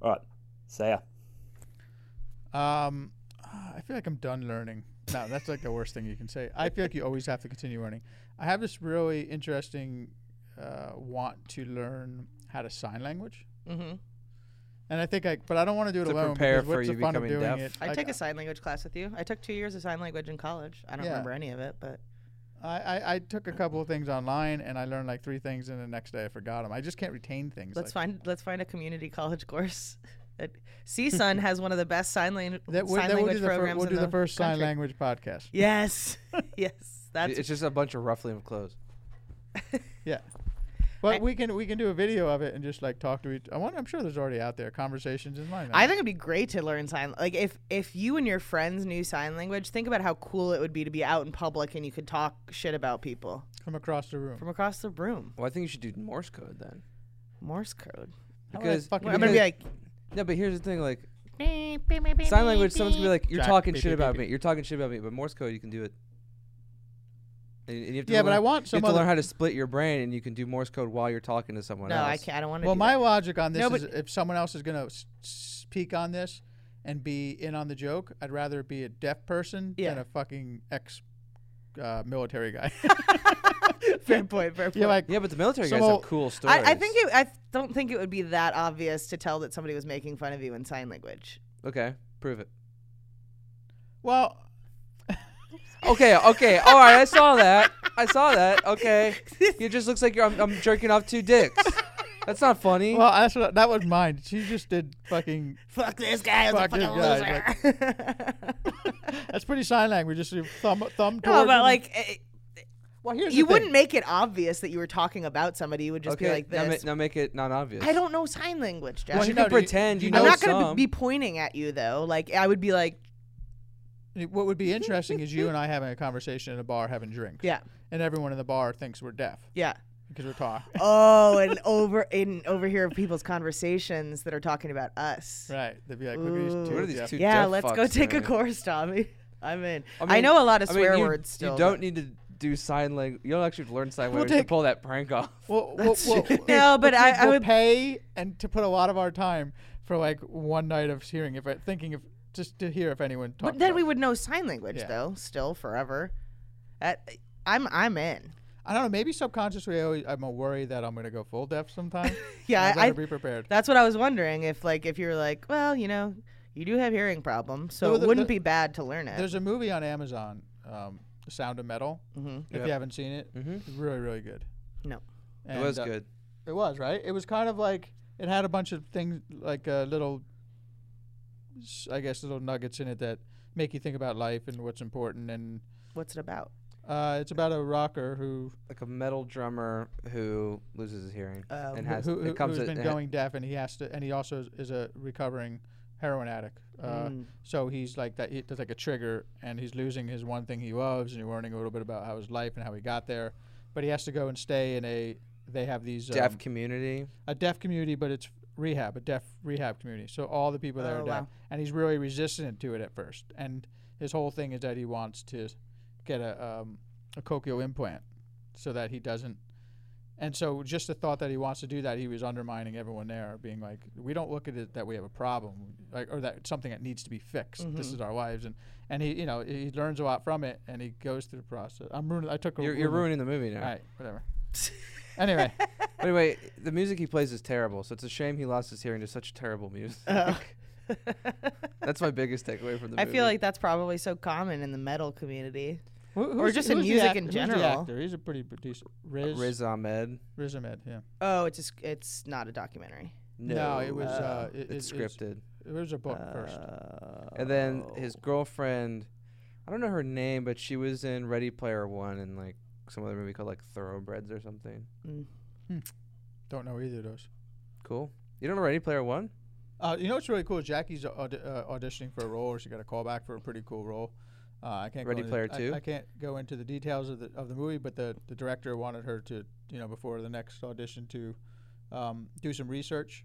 Speaker 6: All right, see ya.
Speaker 3: Um, I feel like I'm done learning. No, that's like the worst thing you can say. I feel like you always have to continue learning. I have this really interesting uh, want to learn how to sign language,
Speaker 5: hmm
Speaker 3: and I think I, but I don't want to do it
Speaker 1: To
Speaker 3: alone.
Speaker 1: prepare
Speaker 3: because
Speaker 1: for
Speaker 3: what's
Speaker 1: you
Speaker 3: the fun of
Speaker 1: becoming
Speaker 3: doing
Speaker 1: deaf.
Speaker 3: it?
Speaker 5: I take a sign language class with you. I took two years of sign language in college. I don't
Speaker 3: Yeah.
Speaker 5: remember any of it, but
Speaker 3: I, I, I took a couple of things online, and I learned like three things, and the next day I forgot them. I just can't retain things.
Speaker 5: let's
Speaker 3: like,
Speaker 5: find let's find a community college course. At- CSUN has one of the best sign, lan-
Speaker 3: that we'll,
Speaker 5: sign
Speaker 3: that we'll
Speaker 5: language
Speaker 3: do the, fir-
Speaker 5: programs.
Speaker 3: we'll
Speaker 5: in
Speaker 3: do the first sign
Speaker 5: country.
Speaker 3: language podcast.
Speaker 5: Yes, yes. That's
Speaker 1: it's just a bunch of ruffling of clothes.
Speaker 3: Yeah. But we can we can do a video of it and just like talk to each. I wonder. I'm sure there's already out there conversations in mind.
Speaker 5: I think it'd be great to learn sign like if if you and your friends knew sign language, think about how cool it would be to be out in public and you could talk shit about people
Speaker 3: from across the room.
Speaker 5: from across the room.
Speaker 1: Well, I think you should do Morse code then.
Speaker 5: Morse code.
Speaker 3: would I
Speaker 1: Because
Speaker 3: fucking
Speaker 5: I'm gonna be like,
Speaker 1: no, but here's the thing, like sign language, someone's gonna be like, "You're
Speaker 3: Jack,
Speaker 1: talking
Speaker 3: beep,
Speaker 1: shit
Speaker 3: beep,
Speaker 1: about
Speaker 3: beep,
Speaker 1: me. You're talking shit about me." But Morse code, you can do it. And, and you have to
Speaker 3: Yeah, but
Speaker 1: learn-
Speaker 3: I want
Speaker 1: you
Speaker 3: some
Speaker 1: have to
Speaker 3: other-
Speaker 1: learn how to split your brain, and you can do Morse code while you're talking to someone
Speaker 5: no,
Speaker 1: else.
Speaker 5: I can't. I don't want to.
Speaker 3: well, my logic on this
Speaker 5: No,
Speaker 3: is if someone else is gonna s- speak on this and be in on the joke, I'd rather it be a deaf person than
Speaker 5: Yeah.
Speaker 3: a fucking ex uh, military guy.
Speaker 5: fair point. Fair point.
Speaker 3: You're like,
Speaker 1: Yeah, but the military
Speaker 3: Some
Speaker 1: guys have
Speaker 3: old-
Speaker 1: cool stories.
Speaker 5: I, I think it, I don't think it would be that obvious to tell that somebody was making fun of you in sign language.
Speaker 1: Okay, prove it.
Speaker 3: well,
Speaker 1: Okay, okay, all right. I saw that. I saw that. Okay, it just looks like you're. I'm, I'm jerking off two dicks. That's not funny.
Speaker 3: well, that's what, that was mine. She just did fucking.
Speaker 5: Fuck this guy is
Speaker 3: Fuck
Speaker 5: a
Speaker 3: this
Speaker 5: fucking
Speaker 3: guy,
Speaker 5: loser.
Speaker 3: That's pretty sign language. Just your thumb, thumb
Speaker 5: no,
Speaker 3: towards.
Speaker 5: but
Speaker 3: him.
Speaker 5: like, it,
Speaker 3: well, here's
Speaker 5: you
Speaker 3: the thing.
Speaker 5: wouldn't make it obvious that you were talking about somebody. You would just
Speaker 1: okay,
Speaker 5: be like
Speaker 1: now, ma-
Speaker 5: this.
Speaker 1: now make it not obvious.
Speaker 5: I don't know sign language, Jack.
Speaker 1: But
Speaker 3: Well,
Speaker 1: you
Speaker 3: no,
Speaker 1: can
Speaker 3: do you-
Speaker 1: pretend. You,
Speaker 3: you
Speaker 1: know
Speaker 5: I'm not gonna
Speaker 1: some.
Speaker 5: be pointing at you though. Like I would be like,
Speaker 3: What would be interesting is you and I having a conversation in a bar having drinks.
Speaker 5: yeah,
Speaker 3: And everyone in the bar thinks we're deaf
Speaker 5: yeah.
Speaker 3: because we're talking.
Speaker 5: Oh, and over in overhear people's conversations that are talking about us.
Speaker 3: right. They'd be like, look at
Speaker 5: Ooh.
Speaker 3: these two.
Speaker 1: What are these
Speaker 3: deaf-
Speaker 1: two
Speaker 5: Yeah,
Speaker 1: deaf
Speaker 5: let's go
Speaker 1: fucks
Speaker 5: take a
Speaker 1: doing?
Speaker 5: course, Tommy. I'm in. I,
Speaker 1: mean-
Speaker 5: know a lot of
Speaker 1: I mean,
Speaker 5: swear
Speaker 1: you-
Speaker 5: words still.
Speaker 1: You
Speaker 5: but-
Speaker 1: don't need to do sign language. You don't actually have to learn sign
Speaker 3: We'll
Speaker 1: language to
Speaker 3: take-
Speaker 1: pull that prank off.
Speaker 3: Well, well, well,
Speaker 5: No, but
Speaker 3: we'll-
Speaker 5: I- I
Speaker 3: we'll
Speaker 5: would-
Speaker 3: pay and to put a lot of our time for like one night of hearing if it- thinking if just to hear if anyone talks.
Speaker 5: But then
Speaker 3: about
Speaker 5: we
Speaker 3: it.
Speaker 5: would know sign language
Speaker 3: Yeah.
Speaker 5: though, still forever. That- I'm I'm in.
Speaker 3: I don't know. Maybe subconsciously, I always, I'm a worry that I'm gonna go full deaf sometime.
Speaker 5: Yeah,
Speaker 3: I
Speaker 5: I-
Speaker 3: better
Speaker 5: I-
Speaker 3: be prepared.
Speaker 5: That's what I was wondering if like if you were like, well, you know, you do have hearing problems, so
Speaker 3: Well,
Speaker 5: it
Speaker 3: the-
Speaker 5: wouldn't
Speaker 3: the-
Speaker 5: be bad to learn it.
Speaker 3: There's a movie on Amazon, um, Sound of Metal.
Speaker 5: Mhm.
Speaker 3: If you haven't seen it,
Speaker 1: Mhm.
Speaker 3: it's really, really good.
Speaker 5: No.
Speaker 1: It
Speaker 3: And,
Speaker 1: was
Speaker 3: uh,
Speaker 1: good.
Speaker 3: It was right. It was kind of like it had a bunch of things like uh, little, s- I guess, little nuggets in it that make you think about life and what's important. And
Speaker 5: What's it about?
Speaker 3: uh, it's about a rocker who
Speaker 1: Like a metal drummer who loses his hearing
Speaker 5: Uh,
Speaker 1: and
Speaker 3: who-
Speaker 1: has
Speaker 3: who,
Speaker 1: it comes
Speaker 3: has
Speaker 1: at-
Speaker 3: been
Speaker 1: it-
Speaker 3: going deaf, and he has to, and he also is, is a recovering heroin addict.
Speaker 1: Mm.
Speaker 3: Uh,
Speaker 5: hmm.
Speaker 3: So he's like that. He, there's like a trigger, and he's losing his one thing he loves, and you're learning a little bit about how his life and how he got there. But he has to go and stay in a. They have these
Speaker 1: deaf
Speaker 3: um,
Speaker 1: community.
Speaker 3: a deaf community, but it's rehab, a deaf rehab community. So all the people there
Speaker 5: Oh,
Speaker 3: are
Speaker 5: wow.
Speaker 3: deaf, and he's really resistant to it at first. And his whole thing is that he wants to get a um, a cochlear implant so that he doesn't. And so just the thought that he wants to do that, he was undermining everyone there, being like, "We don't look at it that we have a problem, like or that it's something that needs to be fixed.
Speaker 5: Mm-hmm.
Speaker 3: This is our lives." And and he, you know, he learns a lot from it, and he goes through the process. I'm ruining. I took. A
Speaker 1: You're, you're
Speaker 3: ruin-
Speaker 1: ruining the movie now.
Speaker 3: All right, whatever. anyway.
Speaker 1: But anyway, the music he plays is terrible, so it's a shame he lost his hearing to such terrible music.
Speaker 3: uh,
Speaker 1: That's my biggest takeaway from the
Speaker 5: I
Speaker 1: movie.
Speaker 5: feel like that's probably so common in the metal community.
Speaker 3: Who,
Speaker 5: Or
Speaker 3: who's-
Speaker 5: just in
Speaker 3: who's the
Speaker 5: music
Speaker 3: act-
Speaker 5: in
Speaker 3: who's the
Speaker 5: general.
Speaker 3: actor? He's a pretty b- decent Riz, Riz.
Speaker 1: Riz Ahmed.
Speaker 3: Riz Ahmed, yeah.
Speaker 5: Oh, it's just, it's not a documentary.
Speaker 1: No,
Speaker 3: it was uh, it, it-
Speaker 1: it's scripted.
Speaker 3: It was a book first.
Speaker 5: Uh,
Speaker 1: and then his girlfriend, I don't know her name, but she was in Ready Player One and like some other movie called like Thoroughbreds or something.
Speaker 5: mm.
Speaker 3: Don't know either of those.
Speaker 1: Cool. You don't know Ready Player One?
Speaker 3: Uh, you know what's really cool? Jackie's aud- uh, auditioning for a role, or she got a call back for a pretty cool role. Uh, I can't
Speaker 1: Ready
Speaker 3: go into-
Speaker 1: Player
Speaker 3: I-
Speaker 1: Two?
Speaker 3: I, can't go into the details of the of the movie, but the, the director wanted her to, you know, before the next audition to um, do some research,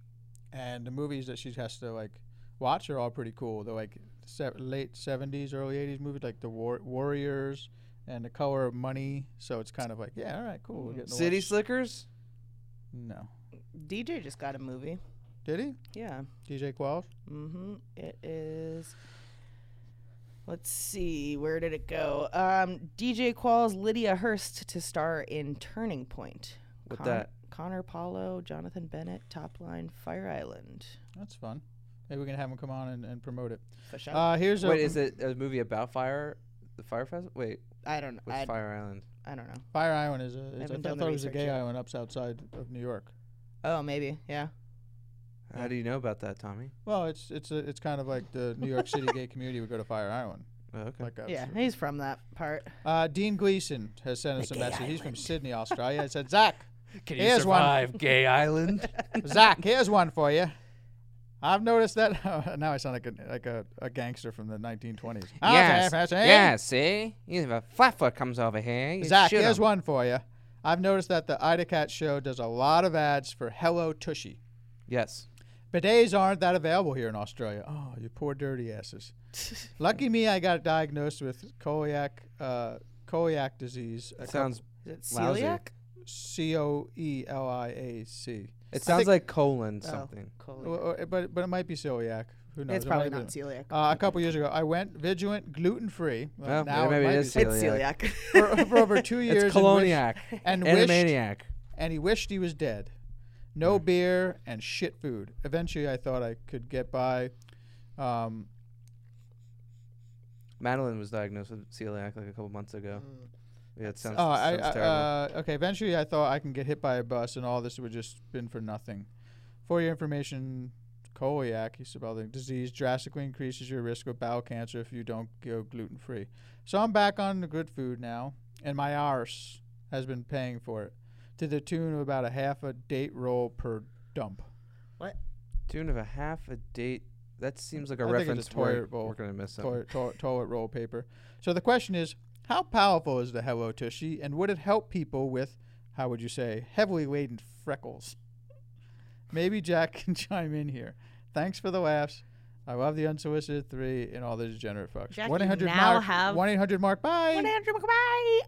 Speaker 3: and the movies that she has to like watch are all pretty cool. They're like se- late seventies, early eighties movies, like the War- Warriors and The Color of Money. So it's kind of like, yeah, all right, cool. We're getting to
Speaker 1: Mm-hmm. City
Speaker 3: watch-
Speaker 1: Slickers?
Speaker 3: No,
Speaker 5: DJ just got a movie.
Speaker 3: did he?
Speaker 5: Yeah.
Speaker 3: DJ Qualls.
Speaker 5: Mm-hmm. It is. Let's see. Where did it go? Um, DJ calls Lydia Hurst to star in Turning Point.
Speaker 1: What that?
Speaker 5: Connor Paulo, Jonathan Bennett, Top Line, Fire Island.
Speaker 3: That's fun. Maybe we can have him come on and, and promote it.
Speaker 5: For sure.
Speaker 3: Uh, here's a
Speaker 1: Wait, is it a movie about fire? The Fire Festival? Wait,
Speaker 5: I don't.
Speaker 1: what's
Speaker 5: I,
Speaker 1: Fire Island?
Speaker 5: I don't know.
Speaker 3: Fire Island is a. Is I,
Speaker 5: haven't
Speaker 3: th- I
Speaker 5: done the
Speaker 3: thought it was a
Speaker 5: research
Speaker 3: gay
Speaker 5: yet.
Speaker 3: island up outside of New York.
Speaker 5: Oh, maybe. Yeah.
Speaker 1: How do you know about that, Tommy?
Speaker 3: Well, it's it's a, it's kind of like the New York City gay community would go to Fire Island.
Speaker 1: Oh, okay.
Speaker 3: Like a,
Speaker 5: Yeah, he's from that part.
Speaker 3: Uh, Dean Gleason has sent us a message. He's from Sydney, Australia. He said, Zach,
Speaker 1: Can
Speaker 3: Here's one.
Speaker 1: Gay Island?
Speaker 3: Zach, here's one for you. I've noticed that. now I sound like a like a, a gangster from the Ah, 1920s. I'll
Speaker 1: yes.
Speaker 3: tap it in.
Speaker 1: Yeah, see? Even if a flatfoot comes over here, you
Speaker 3: Zach,
Speaker 1: shoot
Speaker 3: here's
Speaker 1: him.
Speaker 3: one for you. I've noticed that the Ida Cat show does a lot of ads for Hello Tushy.
Speaker 1: Yes.
Speaker 3: Bidets aren't that available here in Australia. Oh, you poor dirty asses. Lucky me, I got diagnosed with celiac uh, celiac disease. a couple-
Speaker 1: Sounds.
Speaker 5: Is it
Speaker 1: Lousy.
Speaker 5: celiac?
Speaker 3: C O E L I A C.
Speaker 1: It sounds like colon something.
Speaker 5: Oh, coliac.
Speaker 3: Well, uh, But but it might be celiac. Who knows?
Speaker 5: It's
Speaker 3: It
Speaker 5: probably
Speaker 3: might be-
Speaker 5: not celiac.
Speaker 3: Uh, a couple years ago, I went vigilant, gluten free.
Speaker 1: Well, maybe it is
Speaker 5: it's
Speaker 1: celiac.
Speaker 5: celiac.
Speaker 3: for, for over two years.
Speaker 1: It's
Speaker 3: and wished-
Speaker 1: coloniac.
Speaker 3: and wished,
Speaker 1: Animaniac.
Speaker 3: and he wished he was dead.
Speaker 1: Hmm.
Speaker 3: No beer and shit food. Eventually, I thought I could get by. Um,
Speaker 1: Madeline was diagnosed with celiac like a couple months ago. Yeah, it sounds,
Speaker 3: Mm. oh, I, I,
Speaker 1: sounds terrible.
Speaker 3: uh, okay. Eventually, I thought I can get hit by a bus, and all this would just been for nothing. For your information, celiac, you spell the disease, drastically increases your risk of bowel cancer if you don't go gluten free. So I'm back on the good food now, and my arse has been paying for it to the tune of about a half a date roll per dump.
Speaker 1: Tune of a half a date. That seems like a
Speaker 3: I think it's a
Speaker 1: reference we're,
Speaker 3: toilet bowl.
Speaker 1: we're going to miss something.
Speaker 3: toilet, toilet, toilet roll paper. So the question is, how powerful is the Hello Tushy, and would it help people with, how would you say, heavily laden freckles? Maybe Jack can chime in here. Thanks for the laughs. I love the unsolicited three and all the degenerate fucks.
Speaker 5: Jack, you
Speaker 3: 1-800
Speaker 5: now
Speaker 3: mark,
Speaker 5: have-
Speaker 3: 1-800 mark. Bye.
Speaker 5: One Andrew McBride.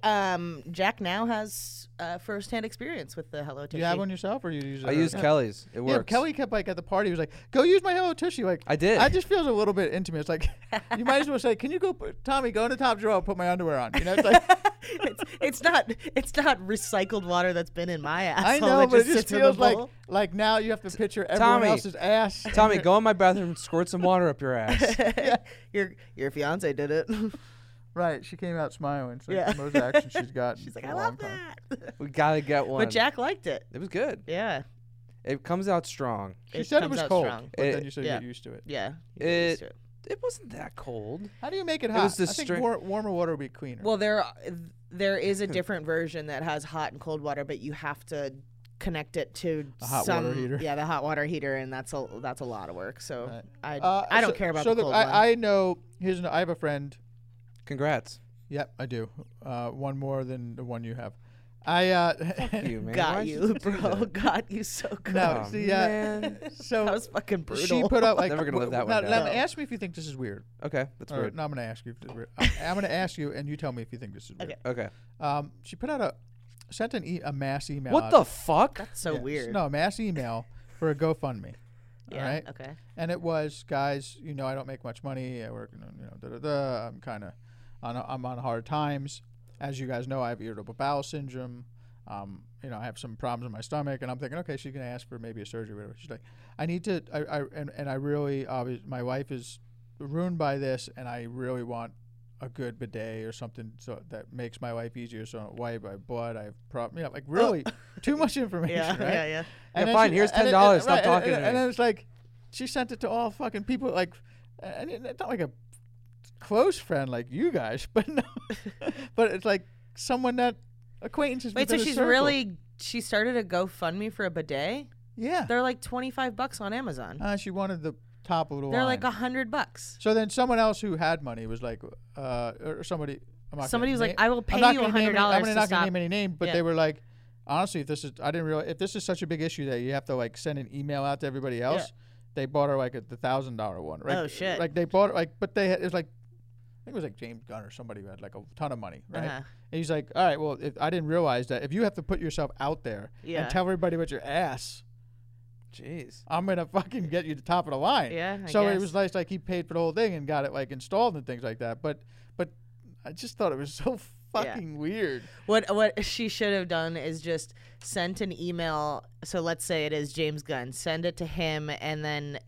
Speaker 5: Um, Jack now has uh, first-hand experience with the Hello
Speaker 3: Do
Speaker 5: Tushy.
Speaker 3: you have one yourself, or you use?
Speaker 1: I
Speaker 3: it?
Speaker 1: used Kelly's. It
Speaker 3: Yeah,
Speaker 1: works.
Speaker 3: Kelly kept like at the party. He was like, "Go use my Hello Tushy." Like
Speaker 1: I did.
Speaker 3: I just feels a little bit intimate. It's like you might as well say, "Can you go, put, Tommy, go in the top drawer, and put my underwear on." You know, it's like
Speaker 5: it's, it's not. It's not recycled water that's been in my asshole.
Speaker 3: I know,
Speaker 5: that
Speaker 3: but it
Speaker 5: sits
Speaker 3: just
Speaker 5: in the
Speaker 3: feels like
Speaker 5: bowl.
Speaker 3: like now you have to picture everyone
Speaker 1: Tommy.
Speaker 3: else's ass.
Speaker 1: Tommy, go in my bathroom and squirt some water up your ass.
Speaker 5: your your fiance did it.
Speaker 3: Right, she came out smiling. So
Speaker 5: Yeah.
Speaker 3: the most action she's got.
Speaker 5: She's like,
Speaker 3: in a
Speaker 5: I
Speaker 3: long
Speaker 5: love
Speaker 3: time.
Speaker 5: that.
Speaker 1: We got to get one.
Speaker 5: But Jack liked it.
Speaker 1: It was good.
Speaker 5: Yeah.
Speaker 1: It comes out strong.
Speaker 3: She said it
Speaker 5: comes
Speaker 3: was
Speaker 5: out
Speaker 3: cold,
Speaker 5: strong.
Speaker 3: but
Speaker 1: It-
Speaker 3: then you said
Speaker 5: yeah.
Speaker 3: you get used to it.
Speaker 5: Yeah. you get used
Speaker 1: It,
Speaker 5: to
Speaker 1: it wasn't that cold.
Speaker 3: How do you make it hot?
Speaker 1: was the
Speaker 3: I think
Speaker 1: string-
Speaker 3: war- warmer water would be cleaner.
Speaker 5: Well, there there is a different version that has hot and cold water, but you have to connect it to
Speaker 3: A hot
Speaker 5: some
Speaker 3: water heater.
Speaker 5: yeah the hot water heater and that's a that's a lot of work so
Speaker 3: Right.
Speaker 5: i
Speaker 3: Uh,
Speaker 5: i don't
Speaker 3: so-
Speaker 5: care about
Speaker 3: so
Speaker 5: the cold one.
Speaker 3: I, I know. Here's an, I have a friend.
Speaker 1: Congrats.
Speaker 3: Yep, I do. Uh, one more than the one you have. I uh,
Speaker 1: You, man. Why
Speaker 5: got
Speaker 1: should
Speaker 5: you
Speaker 1: do
Speaker 5: bro
Speaker 1: that?
Speaker 5: got you so good
Speaker 3: no,
Speaker 1: Oh,
Speaker 3: see, uh,
Speaker 1: man.
Speaker 3: so
Speaker 5: that was fucking brutal
Speaker 3: she put up like
Speaker 1: Never gonna live that
Speaker 3: now,
Speaker 1: one down.
Speaker 3: now, ask me if you think this is weird.
Speaker 1: Okay, that's
Speaker 3: Or,
Speaker 1: weird.
Speaker 3: no, I'm gonna ask you if this is weird. I, I'm gonna ask you, and you tell me if you think this is weird.
Speaker 5: Okay.
Speaker 1: Okay.
Speaker 3: Um, she put out a sent an e- a mass email.
Speaker 1: What
Speaker 3: out-
Speaker 1: the fuck?
Speaker 5: that's so
Speaker 3: yeah, s-
Speaker 5: weird
Speaker 3: No, a mass email for a GoFundMe.
Speaker 5: yeah
Speaker 3: all right.
Speaker 5: okay
Speaker 3: And it was, guys, you know, I don't make much money. I work, you know, you know da da da. I'm kind of on a, I'm on hard times. As you guys know, I have irritable bowel syndrome. Um, you know, I have some problems in my stomach, and I'm thinking, okay, she's gonna ask for maybe a surgery, or whatever. She's like, I need to, I, I and, and I really, obvious, my wife is ruined by this, and I really want a good bidet or something so that makes my life easier. So I don't wipe my blood. I have problem, you know, like really too much information,
Speaker 5: Oh. yeah
Speaker 3: right?
Speaker 5: yeah yeah
Speaker 1: Yeah, fine, here's $10, stop
Speaker 3: and-
Speaker 1: talking
Speaker 3: And,
Speaker 1: to
Speaker 3: and
Speaker 1: me.
Speaker 3: then it's like, she sent it to all fucking people. Like, and it- it's not like a close friend like you guys, but no, but it's like someone that acquaintances.
Speaker 5: wait so
Speaker 3: within a
Speaker 5: she's
Speaker 3: circle.
Speaker 5: really she started a gofundme for a bidet
Speaker 3: yeah.
Speaker 5: they're like 25 bucks on amazon
Speaker 3: Uh, she wanted the top of the
Speaker 5: they're
Speaker 3: line.
Speaker 5: like a hundred bucks
Speaker 3: so then someone else who had money was like, uh, or somebody. I'm not
Speaker 5: Somebody
Speaker 3: gonna
Speaker 5: was like,
Speaker 3: name-
Speaker 5: "I will
Speaker 3: I'm
Speaker 5: pay
Speaker 3: not
Speaker 5: you
Speaker 3: gonna name any-
Speaker 5: $100
Speaker 3: I'm gonna
Speaker 5: to
Speaker 3: not
Speaker 5: stop."
Speaker 3: gonna name any name, but
Speaker 5: Yeah.
Speaker 3: they were like, honestly, if this is I didn't realize if this is such a big issue that you have to like send an email out to everybody else. They bought her like a the thousand dollar one. Right?
Speaker 5: Oh, shit.
Speaker 3: Like they bought like, but they had, it was like, I think it was like James Gunn or somebody who had like a ton of money, right?
Speaker 5: Uh-huh.
Speaker 3: And he's like, all right, well, if, I didn't realize that if you have to put yourself out there
Speaker 5: Yeah.
Speaker 3: and tell everybody about your ass,
Speaker 1: Jeez.
Speaker 3: I'm gonna fucking get you to top of the line.
Speaker 5: Yeah, I
Speaker 3: so it
Speaker 5: guess.
Speaker 3: was nice, like he paid for the whole thing and got it like installed and things like that. But but I just thought it was so fucking weird.
Speaker 5: What what she should have done is just sent an email. So let's say it is James Gunn. Send it to him and then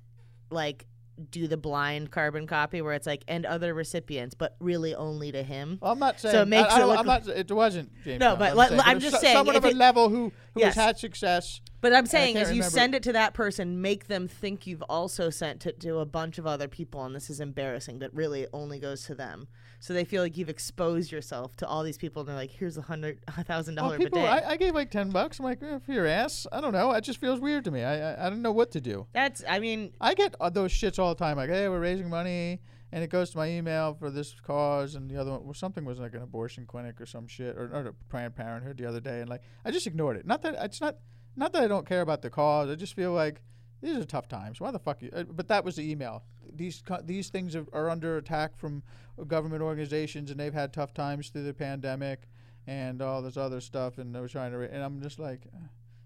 Speaker 5: like do the blind carbon copy where it's like and other recipients, but really only to him.
Speaker 3: Well, I'm not saying.
Speaker 5: it makes
Speaker 3: I, I
Speaker 5: it
Speaker 3: don't-
Speaker 5: look
Speaker 3: I'm not. It wasn't James.
Speaker 5: No,
Speaker 3: Gunn,
Speaker 5: but
Speaker 3: I'm
Speaker 5: let-
Speaker 3: saying,
Speaker 5: I'm
Speaker 3: it was
Speaker 5: just
Speaker 3: so-
Speaker 5: saying
Speaker 3: someone
Speaker 5: if
Speaker 3: of a
Speaker 5: it-
Speaker 3: level who who
Speaker 5: Yes.
Speaker 3: has had success
Speaker 5: But I'm saying
Speaker 3: can't
Speaker 5: is you
Speaker 3: remember-
Speaker 5: send it to that person, make them think you've also sent it to a bunch of other people and this is embarrassing that really only goes to them. So they feel like you've exposed yourself to all these people and they're like, here's a hundred a thousand
Speaker 3: Well,
Speaker 5: dollar
Speaker 3: people,
Speaker 5: bidet.
Speaker 3: I, I gave like ten bucks. I'm like, eh, for your ass. I don't know. It just feels weird to me. I, I I don't know what to do.
Speaker 5: That's I mean
Speaker 3: I get uh, those shits all the time. Like, hey, we're raising money, and it goes to my email for this cause, and the other one, well, something was like an abortion clinic or some shit, or, or Planned Parenthood the other day, and like, I just ignored it. Not that it's not, not that I don't care about the cause. I just feel like these are tough times. Why the fuck? You, uh, but that was the email. These co- these things are, are under attack from government organizations, and they've had tough times through the pandemic, and all this other stuff, and they were trying to. Ra- and I'm just like, uh,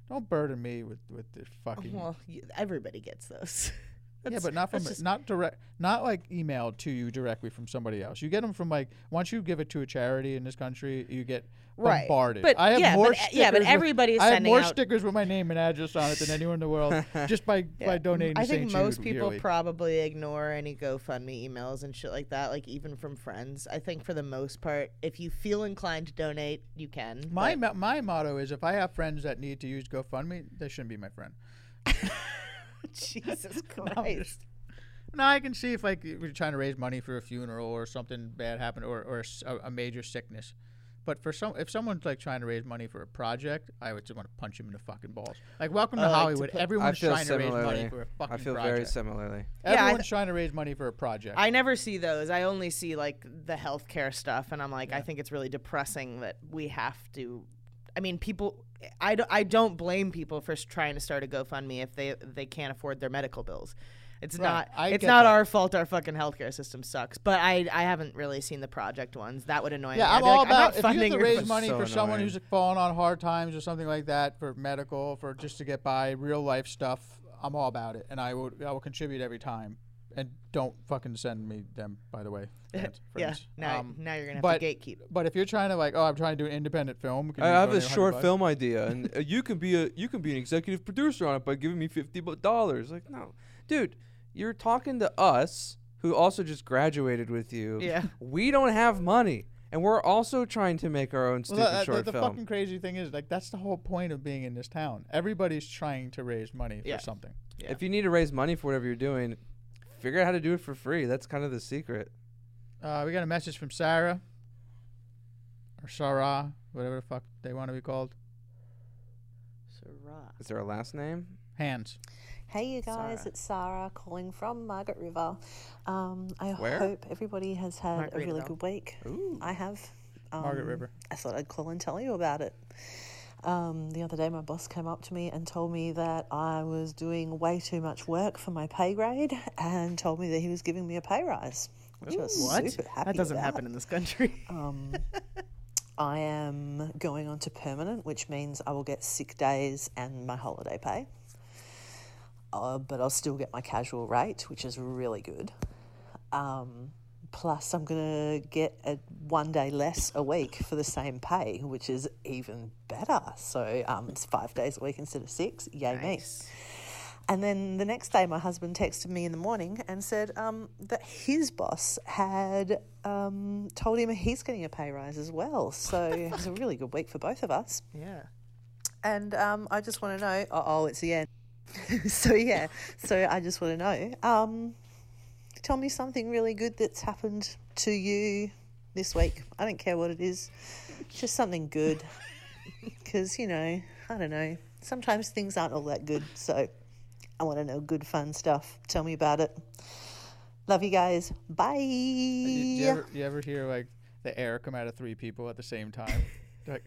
Speaker 3: don't burden me with with this fucking.
Speaker 5: well y- everybody gets those.
Speaker 3: Yeah,
Speaker 5: That's-
Speaker 3: but not from
Speaker 5: that's just-
Speaker 3: not direct, not like emailed to you directly from somebody else. You get them from like once you give it to a charity in this country, you get
Speaker 5: Right.
Speaker 3: bombarded.
Speaker 5: But-
Speaker 3: I have
Speaker 5: yeah,
Speaker 3: more
Speaker 5: but- uh, yeah, but
Speaker 3: stickers with-
Speaker 5: everybody is
Speaker 3: I have
Speaker 5: sending
Speaker 3: more
Speaker 5: out-
Speaker 3: stickers with my name and address on it than anyone in the world just by by donating.
Speaker 5: I
Speaker 3: to
Speaker 5: think
Speaker 3: St.
Speaker 5: most
Speaker 3: Jude
Speaker 5: people
Speaker 3: yearly.
Speaker 5: probably ignore any GoFundMe emails and shit like that, like even from friends. I think for the most part, if you feel inclined to donate, you can.
Speaker 3: my
Speaker 5: but-
Speaker 3: mo- my motto is if I have friends that need to use GoFundMe, they shouldn't be my friend.
Speaker 5: Jesus Christ.
Speaker 3: Now I can see if like we're trying to raise money for a funeral or something bad happened or, or s- a, a major sickness. But for some, if someone's like trying to raise money for a project, I would just want to punch him in the fucking balls. Like, welcome to
Speaker 5: like to
Speaker 3: Hollywood.
Speaker 5: put-
Speaker 1: Uh, I
Speaker 3: Everyone's
Speaker 1: feel
Speaker 3: trying to raise money
Speaker 1: similarly.
Speaker 3: for a fucking
Speaker 1: I feel
Speaker 3: project.
Speaker 1: very similarly.
Speaker 5: I
Speaker 3: Everyone's
Speaker 5: th-
Speaker 3: trying to raise money for a project.
Speaker 5: I never see those. I only see like the healthcare stuff, and I'm like, I think it's really depressing that we have to. I mean, people. I, do, I don't blame people for s- trying to start a GoFundMe if they they can't afford their medical bills. It's not
Speaker 3: I
Speaker 5: it's
Speaker 3: get
Speaker 5: not
Speaker 3: that.
Speaker 5: our fault. Our fucking healthcare system sucks. But I I haven't really seen the project ones. That would annoy me.
Speaker 3: yeah,
Speaker 5: I'd
Speaker 3: I'm
Speaker 5: be like,
Speaker 3: all about
Speaker 5: not
Speaker 3: if you
Speaker 5: funding
Speaker 3: have to
Speaker 5: your
Speaker 3: raise
Speaker 5: fucking-
Speaker 3: money
Speaker 1: so
Speaker 3: for someone
Speaker 1: annoying.
Speaker 3: who's fallen on hard times or something like that for medical, for just to get by, real life stuff. I'm all about it, and I will I will contribute every time. And don't fucking send me them, by the way. friends-
Speaker 5: Yeah, mm-hmm.
Speaker 3: friends.
Speaker 5: now
Speaker 3: Um,
Speaker 5: now you're gonna have
Speaker 3: but-
Speaker 5: to gatekeep.
Speaker 3: But if you're trying to like, oh, I'm trying to do an independent film. Can
Speaker 1: I
Speaker 3: you
Speaker 1: have
Speaker 3: throw me
Speaker 1: this
Speaker 3: 100
Speaker 1: short
Speaker 3: bucks?
Speaker 1: film idea, and uh, you can be a you can be an executive producer on it by giving me fifty bu- dollars. Like, no, dude, you're talking to us who also just graduated with you.
Speaker 5: Yeah.
Speaker 1: we don't have money, and we're also trying to make our own
Speaker 3: Well,
Speaker 1: stupid
Speaker 3: that- that-
Speaker 1: short
Speaker 3: the
Speaker 1: film.
Speaker 3: fucking crazy thing is, like, that's the whole point of being in this town. Everybody's trying to raise money for
Speaker 5: Yeah.
Speaker 3: something.
Speaker 1: If you need to raise money for whatever you're doing, figure out how to do it for free. That's kind of the secret.
Speaker 3: Uh, we got a message from Sarah, or Sarah, whatever the fuck they want to be called.
Speaker 5: Sarah.
Speaker 1: Is there a last name?
Speaker 3: Hands.
Speaker 7: Hey, you guys, it's Sarah calling from Margaret River. Um, I
Speaker 1: Where?
Speaker 7: hope everybody has had a really
Speaker 5: Margaretville.
Speaker 7: good week. I have. Um,
Speaker 3: Margaret River.
Speaker 7: I thought I'd call and tell you about it. Um, the other day, my boss came up to me and told me that I was doing way too much work for my pay grade and told me that he was giving me a pay rise, which I was
Speaker 5: What?
Speaker 7: super happy
Speaker 5: That doesn't
Speaker 7: about.
Speaker 5: happen in this country.
Speaker 7: Um, I am going on to permanent, which means I will get sick days and my holiday pay. Uh, but I'll still get my casual rate, which is really good. Um, plus, I'm going to get a, one day less a week for the same pay, which is even better. So um, it's five days a week instead of six. Yay, me. And then the next day, my husband texted me in the morning and said um, that his boss had um, told him he's getting a pay rise as well. So it was a really good week for both of us.
Speaker 5: yeah.
Speaker 7: And um, I just want to know. Oh, oh, it's the end. so yeah. So I just want to know. Um, tell me something really good that's happened to you this week. I don't care what it is. Just something good. Because you know, I don't know. Sometimes things aren't all that good. So I want to know good fun stuff. Tell me about it. Love you guys. Bye.
Speaker 3: You, you, ever, you ever hear like the air come out of three people at the same time? like,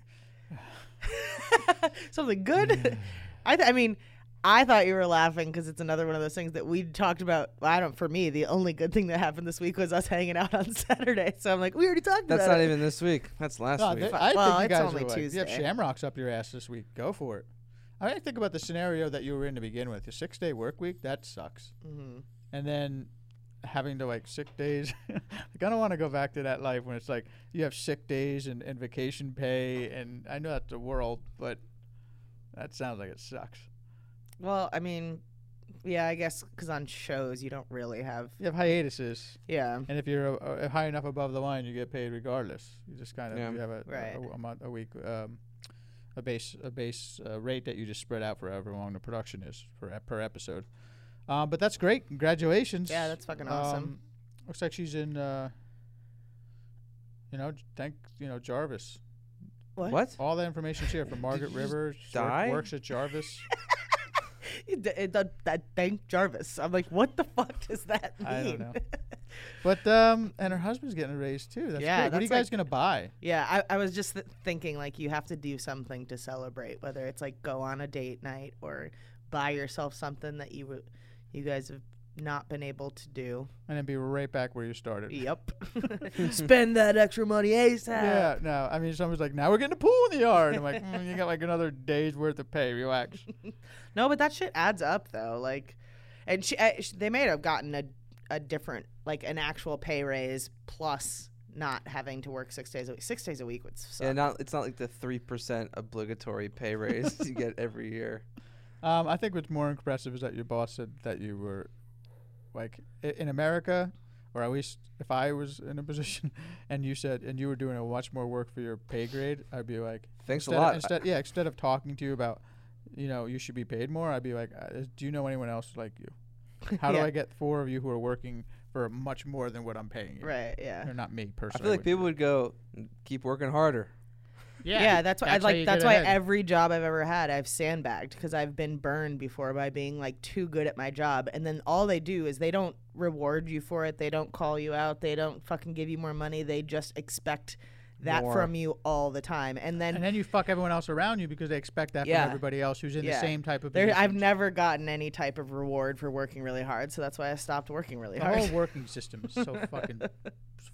Speaker 5: something good. I, th- I mean, I thought you were laughing because it's another one of those things that we talked about. Well, I don't. For me, the only good thing that happened this week was us hanging out on Saturday. So I'm like, we already talked
Speaker 1: That's
Speaker 5: about
Speaker 1: not
Speaker 5: it.
Speaker 1: even this week. That's last
Speaker 3: no,
Speaker 1: week.
Speaker 3: th- I
Speaker 5: Well,
Speaker 3: think you
Speaker 5: it's
Speaker 3: guys
Speaker 5: only
Speaker 3: are like, you have
Speaker 5: Tuesday.
Speaker 3: shamrocks up your ass this week. Go for it. I mean, think about the scenario that you were in to begin with. Your six day work week, that sucks.
Speaker 5: Mm-hmm.
Speaker 3: And then having to like sick days. like, I don't want to go back to that life when it's like you have sick days and, and vacation pay. And I know that's the world, but that sounds like it sucks.
Speaker 5: well, I mean, yeah, I guess because on shows you don't really have.
Speaker 3: You have hiatuses.
Speaker 5: Yeah.
Speaker 3: And if you're uh, uh, high enough above the line, you get paid regardless. You just kind of
Speaker 1: Yeah.
Speaker 3: you have a,
Speaker 5: Right.
Speaker 3: a, a month, a week, um, a base a base uh, rate that you just spread out for however long the production is for ep- per episode. Um, but that's great. Congratulations.
Speaker 5: Yeah, that's fucking awesome.
Speaker 3: Um, looks like she's in. Uh, you know, thank you know Jarvis.
Speaker 5: What?
Speaker 1: What?
Speaker 3: All that information's here from Margaret
Speaker 1: you just
Speaker 3: Rivers. work-
Speaker 1: die?
Speaker 3: works at Jarvis.
Speaker 5: It, d- it, d- that thank Jarvis. I'm like, what the fuck does that mean?
Speaker 3: I don't know. But um, and her husband's getting a raise too. That's
Speaker 5: Yeah,
Speaker 3: great. What are you
Speaker 5: that's like-
Speaker 3: guys gonna buy?
Speaker 5: yeah, I, I was just th- thinking like you have to do something to celebrate, whether it's like go on a date night or buy yourself something that you w- you guys have not been able to do.
Speaker 3: And then be right back where you started.
Speaker 5: Yep. Spend that extra money ASAP.
Speaker 3: Yeah, no. I mean, someone's like, now we're getting a pool in the yard. I'm like, mm, you got like another day's worth of pay. Relax.
Speaker 5: No, but that shit adds up though. Like, and she, uh, sh they may have gotten a a different like an actual pay raise plus not having to work six days a week. Six days a week would suck.
Speaker 1: Yeah, not it's not like the three percent obligatory pay raise you get every year.
Speaker 3: Um, I think what's more impressive is that your boss said that you were, like, i- in America, or at least if I was in a position, and you said, and you were doing a much more work for your pay grade, I'd be like,
Speaker 1: Thanks a
Speaker 3: instead of-
Speaker 1: lot.
Speaker 3: instead, yeah, instead of talking to you about, you know, you should be paid more, I'd be like, uh, do you know anyone else like you? How do
Speaker 5: Yeah.
Speaker 3: I get four of you who are working for much more than what I'm paying you?
Speaker 5: Right. Yeah.
Speaker 3: Or not me
Speaker 1: I
Speaker 3: personally.
Speaker 1: feel like
Speaker 3: wouldn't
Speaker 1: people
Speaker 3: do it.
Speaker 1: would go, keep working harder.
Speaker 5: Yeah. that's why I
Speaker 3: how you
Speaker 5: like. That's
Speaker 3: get
Speaker 5: why
Speaker 3: ahead.
Speaker 5: every job I've ever had, I've sandbagged because I've been burned before by being like too good at my job, and then all they do is they don't reward you for it. They don't call you out. They don't fucking give you more money. They just expect that
Speaker 1: More.
Speaker 5: from you all the time, and then
Speaker 3: and then you fuck everyone else around you because they expect that
Speaker 5: Yeah.
Speaker 3: from everybody else who's in the
Speaker 5: Yeah.
Speaker 3: same type of.
Speaker 5: There, I've
Speaker 3: position.
Speaker 5: never gotten any type of reward for working really hard, so that's why I stopped working really
Speaker 3: the whole
Speaker 5: hard.
Speaker 3: working system is so fucking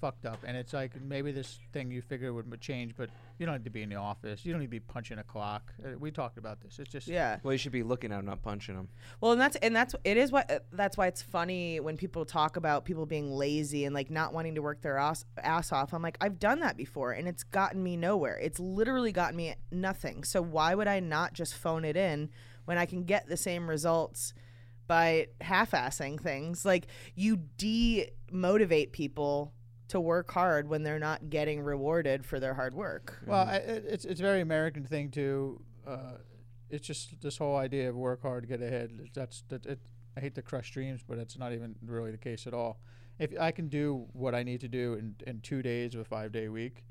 Speaker 3: fucked up, and it's like maybe this thing you figure would m- change, but you don't need to be in the office. You don't need to be punching a clock. Uh, we talked about this. It's just
Speaker 5: yeah.
Speaker 1: Well, you should be looking at them, not punching them.
Speaker 5: Well, and that's and that's it is what uh, that's why it's funny when people talk about people being lazy and like not wanting to work their ass, ass off. I'm like, I've done that before, and it's gotten me nowhere. It's literally gotten me nothing. So why would I not just phone it in when I can get the same results? by half-assing things. Like you demotivate people to work hard when they're not getting rewarded for their hard work.
Speaker 3: Well, I, it- it's it's a very American thing to. Uh, it's just this whole idea of work hard, get ahead. That's that. It, I hate to crush dreams, but it's not even really the case at all. If I can do what I need to do in, in two days of a five day week,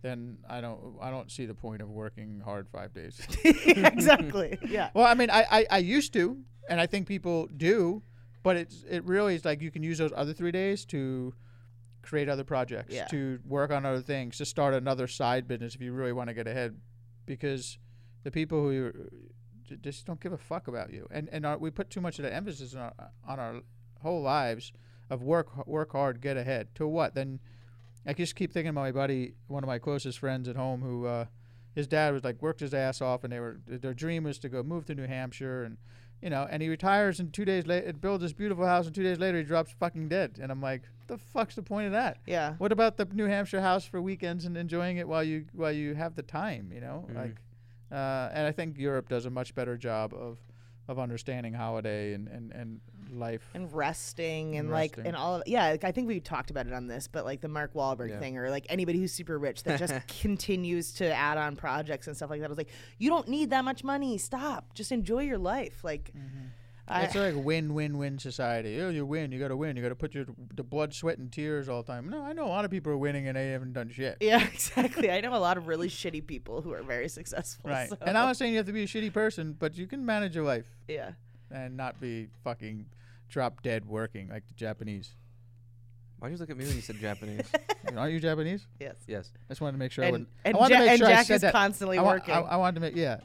Speaker 3: then I don't I don't see the point of working hard five days.
Speaker 5: exactly. Yeah.
Speaker 3: well, I mean, I, I I used to, and I think people do, but it's it really is like you can use those other three days to create other projects,
Speaker 5: Yeah.
Speaker 3: to work on other things, to start another side business if you really want to get ahead, because the people who uh, j- just don't give a fuck about you, and and our, we put too much of that emphasis on our, on our whole lives of work work hard, get ahead. To what then? I just keep thinking about my buddy, one of my closest friends at home, who uh, his dad was like worked his ass off, and they were their dream was to go move to New Hampshire, and you know, and he retires, and two days later, builds this beautiful house, and two days later, he drops fucking dead, and I'm like, the fuck's the point of that?
Speaker 5: Yeah.
Speaker 3: What about the New Hampshire house for weekends and enjoying it while you while you have the time? You know, like, uh, and I think Europe does a much better job of of understanding holiday and and, and life.
Speaker 5: And resting and like
Speaker 3: Resting.
Speaker 5: and all of yeah, like, I think we talked about it on this, but like the Mark Wahlberg thing or like anybody who's super rich that just continues to add on projects and stuff like that. I was like, you don't need that much money. Stop. Just enjoy your life. Like I,
Speaker 3: it's like Mm-hmm. a win-win-win society. Oh, you win, you got to win, you got to put your the blood, sweat, and tears all the time. No, I know a lot of people are winning and they haven't done shit.
Speaker 5: yeah, exactly. I know a lot of really shitty people who are very successful.
Speaker 3: Right.
Speaker 5: so-
Speaker 3: And I'm not saying you have to be a shitty person, but you can manage your life
Speaker 5: yeah.
Speaker 3: and not be fucking drop dead working like the Japanese.
Speaker 1: Why'd you look at me when you said Japanese?
Speaker 3: Aren't you Japanese?
Speaker 5: Yes.
Speaker 1: Yes.
Speaker 3: I just wanted to make sure I
Speaker 5: And-
Speaker 3: wouldn't.
Speaker 5: and
Speaker 3: I wanted
Speaker 5: Ja-
Speaker 3: to make
Speaker 5: and
Speaker 3: sure I
Speaker 5: Jack
Speaker 3: said
Speaker 5: is
Speaker 3: that.
Speaker 5: constantly
Speaker 3: I wa- I-
Speaker 5: working.
Speaker 3: I, wanted to make yeah.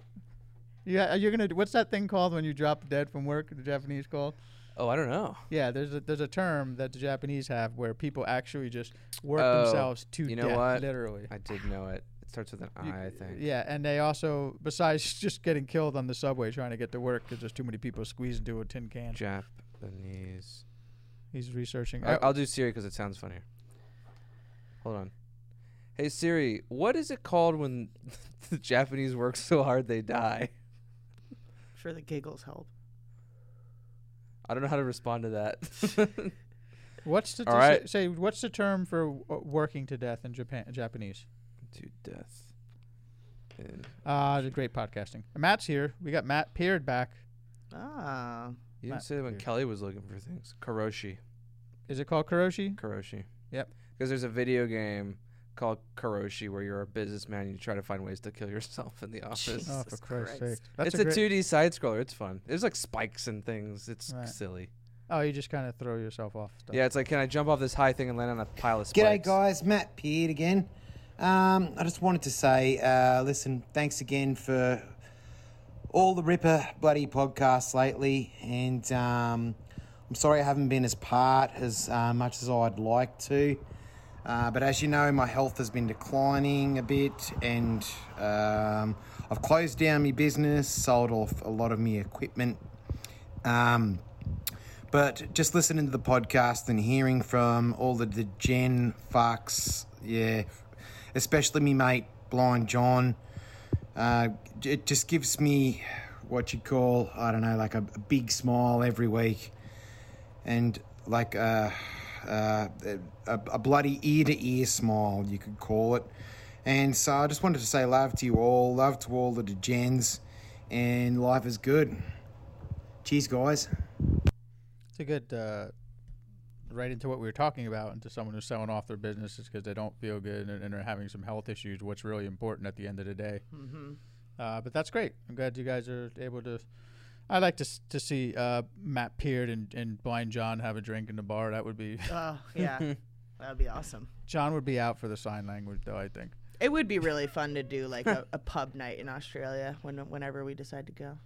Speaker 3: Yeah, you're gonna. What's that thing called when you drop dead from work? The Japanese called.
Speaker 1: Oh, I don't know.
Speaker 3: Yeah, there's a there's a term that the Japanese have where people actually just work
Speaker 1: Oh,
Speaker 3: themselves to
Speaker 1: you know
Speaker 3: death,
Speaker 1: what?
Speaker 3: literally.
Speaker 1: I did know it. It starts with an I,
Speaker 3: You-
Speaker 1: I think.
Speaker 3: Yeah, and they also, besides just getting killed on the subway trying to get to work, because there's too many people squeezed into a tin can.
Speaker 1: Japanese.
Speaker 3: He's researching.
Speaker 1: I,
Speaker 3: Oh,
Speaker 1: I'll do Siri because it sounds funnier. Hold on. Hey Siri, what is it called when the Japanese work so hard they die?
Speaker 5: I'm sure the giggles help.
Speaker 1: I don't know how to respond to that.
Speaker 3: what's the
Speaker 1: all
Speaker 3: say-
Speaker 1: right.
Speaker 3: say? What's uh, the term for w- working to death in Japan? Japanese.
Speaker 1: to death.
Speaker 3: Uh, did great podcasting. Matt's here. We got Matt Peard back.
Speaker 5: Ah.
Speaker 1: You didn't
Speaker 3: Matt
Speaker 1: say when
Speaker 3: Beard.
Speaker 1: Kelly was looking for things. Karoshi.
Speaker 3: Is it called Karoshi?
Speaker 1: Karoshi.
Speaker 3: Yep.
Speaker 1: Because there's a video game called Karoshi where you're a businessman and you try to find ways to kill yourself in the office.
Speaker 3: Oh, for
Speaker 5: Jesus
Speaker 3: Christ's sake!
Speaker 5: Christ.
Speaker 3: That's
Speaker 1: it's a,
Speaker 3: great-
Speaker 1: 2D side scroller. It's fun. There's like spikes and things. It's
Speaker 3: Right.
Speaker 1: silly.
Speaker 3: Oh, you just kind of throw yourself off. Stuff.
Speaker 1: Yeah, it's like, can I jump off this high thing and land on a pile of spikes?
Speaker 8: G'day, guys. Matt Peard again. Um, I just wanted to say, uh, listen, thanks again for all the Ripper bloody podcasts lately, and um, I'm sorry I haven't been as part as uh, much as I'd like to. Uh, but as you know, my health has been declining a bit, and um, I've closed down my business, sold off a lot of my equipment. Um, but just listening to the podcast and hearing from all the, the Gen fucks, yeah, especially me mate Blind John, uh, it just gives me what you call I don't know like a, a big smile every week, and like a a, a, a bloody ear to ear smile you could call it. And so I just wanted to say love to you all, love to all the Gens, and life is good. Cheers, guys.
Speaker 3: It's a good uh, right into what we were talking about, into someone who's selling off their businesses because they don't feel good and, and are having some health issues. What's really important at the end of the day. Mm-hmm. Uh, but that's great. I'm glad you guys are able to. I like to s- to see uh, Matt Peard and, and Blind John have a drink in the bar. That would be
Speaker 5: Oh, yeah. that would be awesome.
Speaker 3: John would be out for the sign language though. I think.
Speaker 5: It would be really fun to do like a, a pub night in Australia when, whenever we decide to go.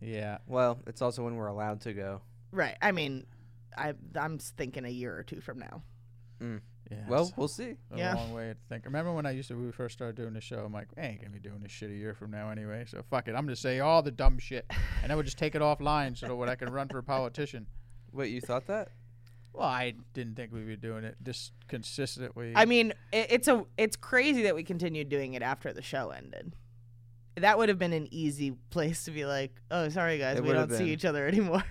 Speaker 3: Yeah.
Speaker 1: Well, it's also when we're allowed to go.
Speaker 5: Right. I mean, I, I'm s- thinking a year or two from now.
Speaker 3: Yeah.
Speaker 1: Well,
Speaker 3: it's
Speaker 1: we'll see.
Speaker 3: a
Speaker 5: yeah.
Speaker 3: long way to think. Remember when I used to when we first started doing the show? I'm like, I ain't gonna be doing this shit a year from now anyway. So fuck it. I'm gonna say all the dumb shit, and I would just take it offline so that what I can run for politician.
Speaker 1: Wait, you thought that?
Speaker 3: Well, I didn't think we'd be doing it just consistently.
Speaker 5: I mean, it, it's a it's crazy that we continued doing it after the show ended. That would have been an easy place to be like, oh, sorry guys,
Speaker 1: It
Speaker 5: we
Speaker 1: would
Speaker 5: don't
Speaker 1: have
Speaker 5: see
Speaker 1: been.
Speaker 5: each other anymore.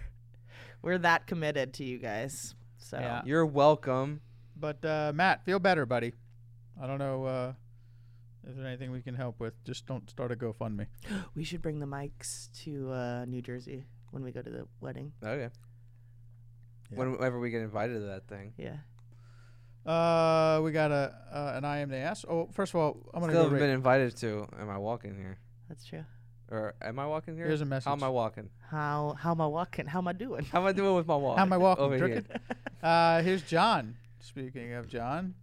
Speaker 5: We're that committed to you guys. So
Speaker 3: Yeah.
Speaker 1: You're welcome.
Speaker 3: but uh, Matt, feel better, buddy. I don't know uh, if there's anything we can help with. Just don't start a GoFundMe.
Speaker 5: we should bring the mics to uh, New Jersey when we go to the wedding.
Speaker 1: Okay. Whenever we get invited to that thing.
Speaker 5: Yeah.
Speaker 3: Uh, we got a uh, an IMAS. Oh, first of all, I'm gonna
Speaker 1: Still
Speaker 3: go.
Speaker 1: haven't
Speaker 3: Rate.
Speaker 1: been invited to. Am I walking here?
Speaker 5: That's true.
Speaker 1: Or am I walking here?
Speaker 3: Here's a
Speaker 1: How am I
Speaker 3: message.
Speaker 1: walking?
Speaker 5: How how am I walking? How am I doing?
Speaker 1: How am I doing with my walk?
Speaker 3: How am I walking?
Speaker 1: Over here.
Speaker 3: crooked? Uh, here's John. Speaking of John,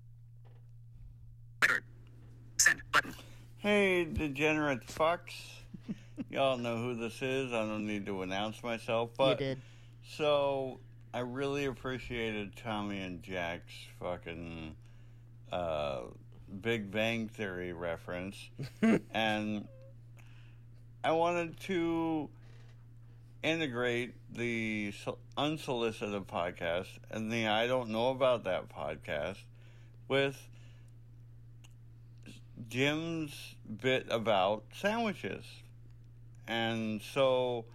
Speaker 4: Send button.
Speaker 9: Hey, degenerate fucks. Y'all know who this is. I don't need to announce myself. But
Speaker 5: you did.
Speaker 9: so I really appreciated Tommy and Jack's fucking uh, Big Bang Theory reference. and I wanted to integrate the so- unsolicited podcast and the I don't know about that podcast with Jim's bit about sandwiches. And so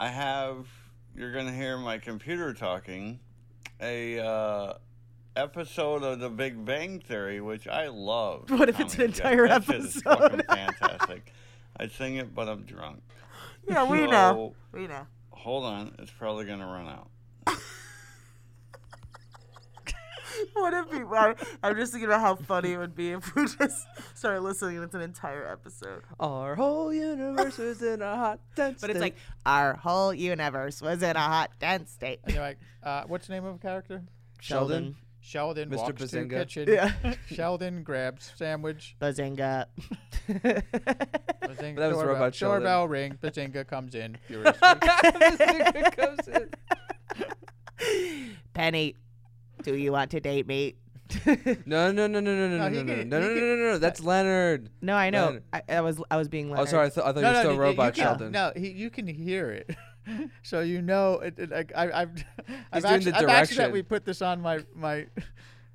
Speaker 9: I have you're going to hear my computer talking a uh episode of the Big Bang Theory which I love.
Speaker 5: What if it's
Speaker 9: Tommy
Speaker 5: an
Speaker 9: Jack.
Speaker 5: entire
Speaker 9: That shit is
Speaker 5: episode?
Speaker 9: fucking fantastic. I sing it but I'm drunk.
Speaker 5: Yeah, we know. We know.
Speaker 9: Hold on, it's probably going to run out.
Speaker 5: Would it be? I, I'm just thinking about how funny it would be if we just started listening and it's an entire episode.
Speaker 1: Our whole universe is in a hot tense.
Speaker 5: But it's like our whole universe was in a hot, dense state.
Speaker 3: and you're like, uh, what's the name of the character?
Speaker 1: Sheldon.
Speaker 3: Sheldon
Speaker 1: Mr.
Speaker 3: walks to the
Speaker 1: Bazinga.
Speaker 3: kitchen.
Speaker 5: Yeah.
Speaker 3: Sheldon grabs sandwich.
Speaker 5: Bazinga.
Speaker 3: Bazinga,
Speaker 1: That was
Speaker 3: doorbell,
Speaker 1: Robot Sheldon.
Speaker 3: Doorbell ring. Bazinga comes in furiously.
Speaker 1: Bazinga comes in.
Speaker 5: Penny, do you want to date me?
Speaker 1: No, no, no, no, no, no, no, no, no,
Speaker 3: he
Speaker 1: no,
Speaker 3: could-
Speaker 1: no, no,
Speaker 3: he could-
Speaker 1: no, no, no. That's Leonard.
Speaker 5: no, I know.
Speaker 1: Leonard.
Speaker 5: I, I was I was being.
Speaker 1: Oh,
Speaker 5: Leonard.
Speaker 1: sorry. I, th- I thought you were still
Speaker 3: you- you
Speaker 1: robot
Speaker 3: can-
Speaker 1: Sheldon.
Speaker 3: No, he, you can hear it, so you know. It, it, like, I, I've, I've,
Speaker 1: He's doing
Speaker 3: actu-
Speaker 1: the
Speaker 3: I've accidentally
Speaker 1: direction.
Speaker 3: put this on my my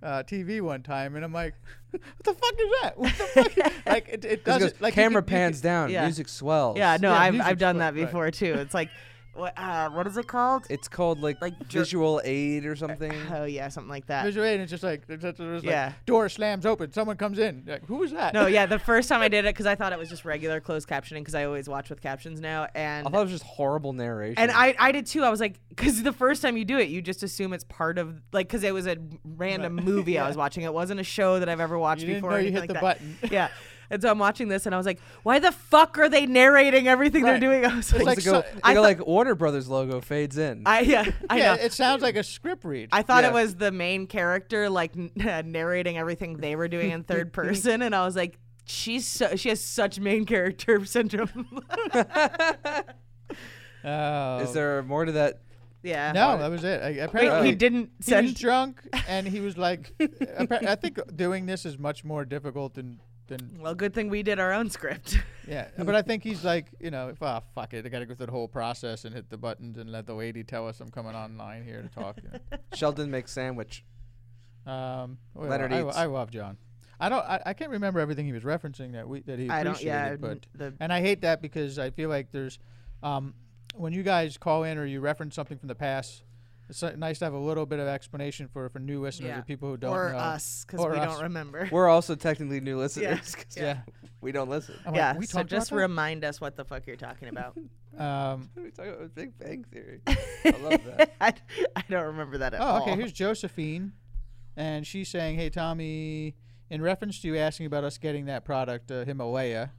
Speaker 3: uh, TV one time, and I'm like, what the fuck is that? What the fuck? like it, it
Speaker 1: He
Speaker 3: doesn't.
Speaker 1: goes,
Speaker 3: like you
Speaker 1: camera
Speaker 3: can- you
Speaker 1: pans
Speaker 3: can-
Speaker 1: down.
Speaker 5: Yeah.
Speaker 1: Music swells.
Speaker 5: Yeah, no,
Speaker 3: Yeah,
Speaker 5: I've
Speaker 3: music's
Speaker 5: I've done
Speaker 3: what-
Speaker 5: that
Speaker 3: right.
Speaker 5: before too. It's like what uh, what is it called?
Speaker 1: It's called like,
Speaker 5: Like jer-
Speaker 1: visual aid or something.
Speaker 5: oh yeah, something like that.
Speaker 3: Visual aid, it's just like, it's just- it's like
Speaker 5: Yeah.
Speaker 3: door slams open, someone comes in. Like, who was that?
Speaker 5: No, yeah, the first time I did it because I thought it was just regular closed captioning because I always watch with captions now, and
Speaker 1: I thought it was just horrible narration.
Speaker 5: And I, I did too. I was like, because the first time you do it, you just assume it's part of like, because it was a random movie I was watching. It wasn't a show that I've ever watched
Speaker 3: You didn't
Speaker 5: before.
Speaker 3: know
Speaker 5: or
Speaker 3: you
Speaker 5: anything
Speaker 3: hit
Speaker 5: like
Speaker 3: the
Speaker 5: that.
Speaker 3: button.
Speaker 5: yeah. And so I'm watching this, and I was like, why the fuck are they narrating everything
Speaker 3: Right.
Speaker 5: they're doing? I was
Speaker 3: It's
Speaker 5: like,
Speaker 1: They
Speaker 3: like
Speaker 1: go,
Speaker 3: so-
Speaker 1: they
Speaker 5: I
Speaker 1: go
Speaker 5: thought-
Speaker 1: like Warner Brothers logo fades in.
Speaker 5: I yeah, I
Speaker 3: yeah,
Speaker 5: know.
Speaker 3: it sounds like a script read.
Speaker 5: I thought
Speaker 1: Yeah.
Speaker 5: it was the main character like n- uh, narrating everything they were doing in third person, and I was like, she's so, she has such main character syndrome.
Speaker 3: oh.
Speaker 1: Is there more to that?
Speaker 5: yeah.
Speaker 3: No, that was it. I,
Speaker 5: Wait,
Speaker 3: apparently,
Speaker 5: he didn't
Speaker 3: he
Speaker 5: send.
Speaker 3: was drunk, and he was like, appa- I think doing this is much more difficult than than
Speaker 5: well, good thing we did our own script.
Speaker 3: yeah. But I think he's like, you know, if, ah, fuck it, I got to go through the whole process and hit the buttons and let the lady tell us I'm coming online here to talk. You know.
Speaker 1: Sheldon makes sandwich.
Speaker 3: um, well,
Speaker 1: Leonard
Speaker 3: I,
Speaker 1: Eats.
Speaker 3: I love John. I don't. I, I can't remember everything he was referencing that we that he
Speaker 5: I
Speaker 3: appreciated.
Speaker 5: don't. Yeah.
Speaker 3: but
Speaker 5: the
Speaker 3: And I hate that because I feel like there's, um, when you guys call in or you reference something from the past, it's uh, nice to have a little bit of explanation for, for new listeners
Speaker 5: Yeah.
Speaker 3: or people who don't
Speaker 5: or
Speaker 3: know.
Speaker 5: us because
Speaker 3: Or
Speaker 5: we
Speaker 3: us.
Speaker 5: don't remember.
Speaker 1: We're also technically new listeners 'cause
Speaker 3: Yeah.
Speaker 1: we don't listen.
Speaker 3: I'm like,
Speaker 5: yeah.
Speaker 3: we
Speaker 5: so
Speaker 3: talked
Speaker 5: just
Speaker 3: about
Speaker 5: remind us what the fuck you're talking about.
Speaker 3: that? Um,
Speaker 1: We talk about Big Bang Theory. I love that.
Speaker 5: I, I don't remember that at
Speaker 3: oh,
Speaker 5: all.
Speaker 3: okay. Here's Josephine, and she's saying, "Hey, Tommy, in reference to you asking about us getting that product, uh, Himalaya,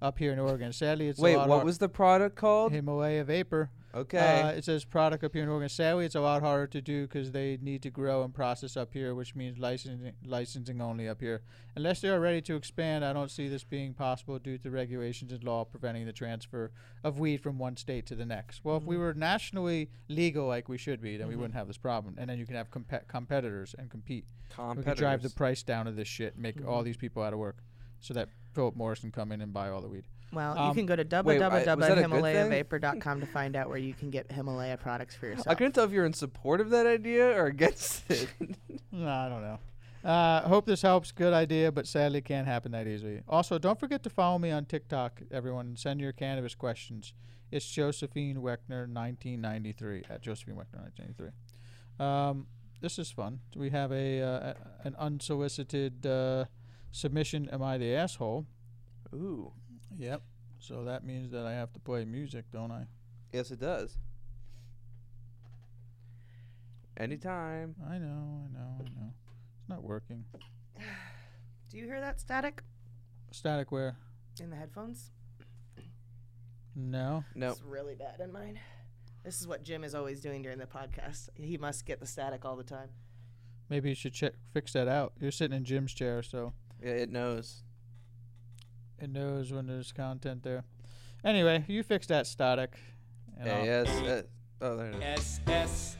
Speaker 3: up here in Oregon. Sadly, it's
Speaker 1: Wait,
Speaker 3: a lot
Speaker 1: what
Speaker 3: har-
Speaker 1: was the product called?
Speaker 3: Himalaya vapor."
Speaker 1: Okay.
Speaker 3: Uh, it says product up here in Oregon. Sadly, it's a lot harder to do because they need to grow and process up here, which means licensing licensing only up here. Unless they are ready to expand, I don't see this being possible due to regulations and law preventing the transfer of weed from one state to the next. Well, if
Speaker 1: Mm-hmm.
Speaker 3: we were nationally legal like we should be, then we wouldn't have this problem. And then you can have compe- competitors and compete.
Speaker 1: uh,
Speaker 3: We could drive the
Speaker 1: Competitors. Mm-hmm.
Speaker 3: price down of this shit, make all these people out of work, so that Philip Morris can come in and buy all the weed.
Speaker 5: Well, you
Speaker 3: Um,
Speaker 5: can go to
Speaker 1: wait, I- was that a good thing?
Speaker 5: www.himalayavapor.com to find out where you can get Himalaya products for yourself.
Speaker 1: I couldn't tell if you're in support of that idea or against it.
Speaker 3: No, I don't know. Uh, hope this helps. Good idea, but sadly can't happen that easily. Also, don't forget to follow me on TikTok, everyone. and Send your cannabis questions. It's Josephine Weckner, 1993 at Josephine Weckner, 1993. Um, this is fun. We have a, uh, a an unsolicited uh, submission. Am I the asshole?
Speaker 1: Ooh.
Speaker 3: Yep. So that means that I have to play music, don't I?
Speaker 1: Yes, it does. Anytime.
Speaker 3: I know, I know, I know. It's not working.
Speaker 5: Do you hear that static
Speaker 3: Static wear?
Speaker 5: in the headphones?
Speaker 3: No.
Speaker 1: No.
Speaker 5: It's really bad in mine. This is what Jim is always doing during the podcast. He must get the static all the time.
Speaker 3: Maybe you should check fix that out. You're sitting in Jim's chair, so
Speaker 1: Yeah, it knows.
Speaker 3: it knows when there's content there. Anyway, you fix that static. and
Speaker 1: Yeah,
Speaker 3: I'll-
Speaker 1: yes. uh, oh, there it is.
Speaker 10: S S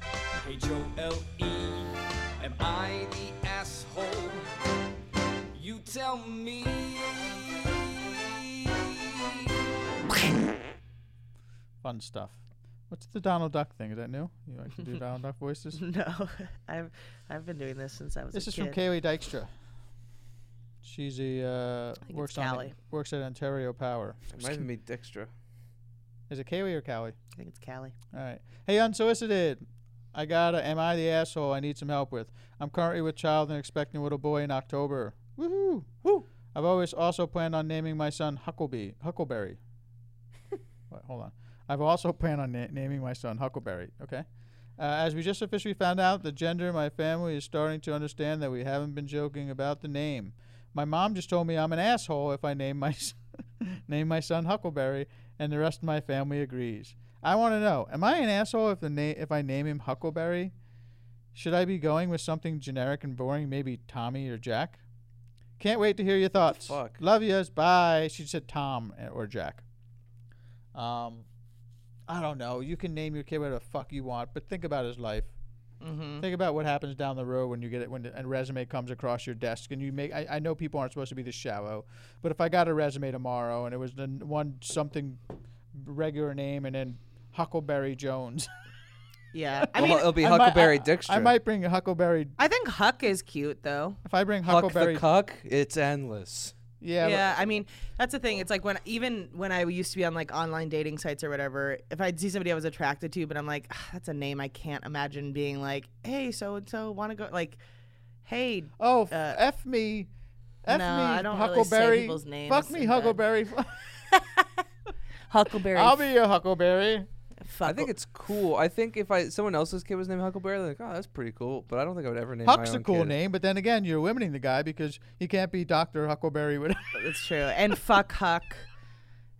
Speaker 10: H O L E. Am I the asshole? You tell me.
Speaker 3: Fun stuff. What's the Donald Duck thing? Is that new? You like to do Donald Duck voices?
Speaker 5: No, I've I've been doing this since I was
Speaker 3: This
Speaker 5: a
Speaker 3: is
Speaker 5: kid.
Speaker 3: from Kaylee Dykstra. She's a uh,
Speaker 5: think it's
Speaker 3: works on the-
Speaker 5: Callie.
Speaker 3: works at Ontario Power.
Speaker 1: It might even be Dextra.
Speaker 3: Is it Kaylee or Callie?
Speaker 5: I think it's Callie.
Speaker 3: All right. Hey, unsolicited. I got a Am I the Asshole I need some help with. I'm currently with child and expecting a little boy in October. Woohoo. Woo. I've always also planned on naming my son Huckleby, Huckleberry. Wait, hold on. I've also planned on na- naming my son Huckleberry, okay? Uh, as we just officially found out, the gender of my family is starting to understand that we haven't been joking about the name. My mom just told me I'm an asshole if I name my s- name my son Huckleberry, and the rest of my family agrees. I want to know: Am I an asshole if the na- if I name him Huckleberry? Should I be going with something generic and boring, maybe Tommy or Jack? Can't wait to hear your thoughts.
Speaker 1: fuck?
Speaker 3: Love yous. Bye. She said Tom eh, or Jack. Um, I don't know. You can name your kid whatever the fuck you want, but think about his life.
Speaker 5: Mm-hmm.
Speaker 3: Think about what happens down the road when you get it when a resume comes across your desk and you make. I, I know people aren't supposed to be this shallow, but if I got a resume tomorrow and it was the n- one something regular name and then Huckleberry Jones,
Speaker 5: Yeah, I
Speaker 1: well,
Speaker 5: mean,
Speaker 1: it'll be
Speaker 3: I might-
Speaker 1: Huckleberry
Speaker 3: I-
Speaker 1: Dextra.
Speaker 3: I might bring Huckleberry.
Speaker 5: I think Huck is cute though.
Speaker 3: If I bring
Speaker 1: Huck the
Speaker 3: Huckleberry,
Speaker 1: cuck. It's endless.
Speaker 3: Yeah. but-
Speaker 5: yeah, I mean that's the thing. It's like when even when I used to be on like online dating sites or whatever, if I'd see somebody I was attracted to, but I'm like, "Ah, that's a name I can't imagine being like, hey, so and so, want to go like, hey,
Speaker 3: Oh, f-
Speaker 5: uh,
Speaker 3: f me, f
Speaker 5: no,
Speaker 3: me,
Speaker 5: I don't really say
Speaker 3: Huckleberry.
Speaker 5: people's names
Speaker 3: Fuck me,
Speaker 5: in bed.
Speaker 3: Huckleberry.
Speaker 5: Huckleberry,
Speaker 3: I'll be your Huckleberry.
Speaker 5: fuck.
Speaker 1: I think it's cool. I think if I someone else's kid was named Huckleberry, they're like, oh, that's pretty cool. But I don't think I would ever name my
Speaker 3: Huck's a
Speaker 1: own
Speaker 3: cool
Speaker 1: kid.
Speaker 3: name, but then again, you're limiting the guy because he can't be Doctor Huckleberry. with-
Speaker 5: it's true. And fuck Huck,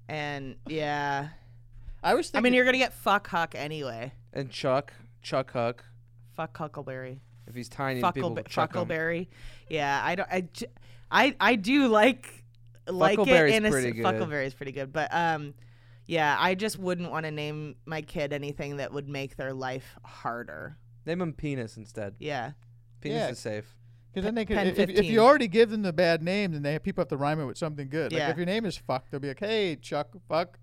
Speaker 5: and yeah,
Speaker 3: I
Speaker 5: I
Speaker 3: was thinking.
Speaker 5: mean you're gonna get fuck Huck anyway.
Speaker 1: And Chuck, Chuck Huck,
Speaker 5: Fuck Huckleberry.
Speaker 1: if he's tiny, people
Speaker 5: Fuckleberry.
Speaker 1: chuck him.
Speaker 5: Fuckleberry. Yeah, I don't. I, j- I, I do like like it.
Speaker 1: Fuckleberry's
Speaker 5: in a s-
Speaker 1: pretty good.
Speaker 5: Fuckleberry's pretty good, but um, yeah, I just wouldn't want to name my kid anything that would make their life harder.
Speaker 1: Name him Penis instead.
Speaker 5: Yeah,
Speaker 1: Penis
Speaker 3: Yeah.
Speaker 1: is safe.
Speaker 3: Because then they could,
Speaker 5: Pen
Speaker 3: if, if- if
Speaker 5: 15.
Speaker 3: you already give them the bad name, then they have people have to rhyme it with something good. Like
Speaker 5: Yeah.
Speaker 3: if your name is Fuck, they'll be like, "Hey, Chuck, Fuck."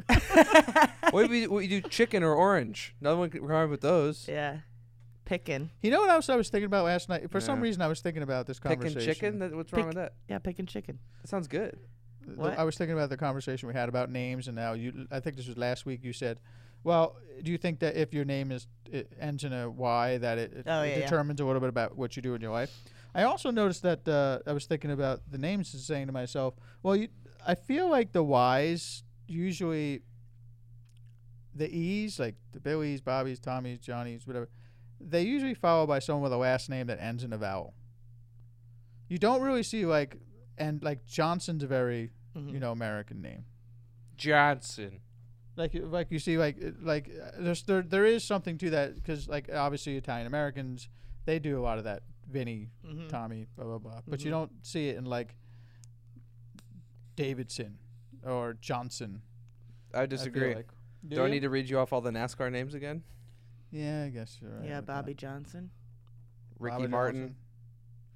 Speaker 1: what if you, what you do chicken or orange? No one can rhyme with those.
Speaker 5: yeah, picking.
Speaker 3: you know what else I was thinking about last night? For some
Speaker 1: Yeah.
Speaker 3: reason, I was thinking about this
Speaker 1: Picking
Speaker 3: conversation.
Speaker 1: chicken? That, what's wrong
Speaker 5: Pick-
Speaker 1: with that?
Speaker 5: Yeah, picking chicken.
Speaker 1: That sounds good.
Speaker 3: Th-
Speaker 5: What?
Speaker 3: I was thinking about the conversation we had about names, and now you. I think this was last week. You said, "Well, do you think that if your name is it ends in a Y, that it, it,
Speaker 5: Oh,
Speaker 3: it
Speaker 5: yeah, yeah.
Speaker 3: determines a little bit about what you do in your life?" I also noticed that uh, I was thinking about the names and saying to myself, "Well, you, I feel like the Y's usually the E's, like the Billies, Bobbies, Tommies, Johnnies, whatever, they usually follow by someone with a last name that ends in a vowel. You don't really see like and like Johnson's a very
Speaker 5: Mm-hmm.
Speaker 3: you know American name.
Speaker 1: Johnson.
Speaker 3: Like you- like you see like uh, like uh, there's there there is something to that because like obviously Italian Americans they do a lot of that Vinny
Speaker 5: Mm-hmm.
Speaker 3: Tommy blah blah blah but you don't see it in like Davidson or Johnson.
Speaker 1: I
Speaker 3: I feel
Speaker 1: disagree.
Speaker 3: like.
Speaker 1: do I need to read you off all the NASCAR names again?
Speaker 3: Yeah, I guess you're right.
Speaker 5: yeah,
Speaker 3: with that.
Speaker 5: Bobby Johnson.
Speaker 1: Ricky
Speaker 3: Bobby
Speaker 1: Martin.
Speaker 3: Johnson.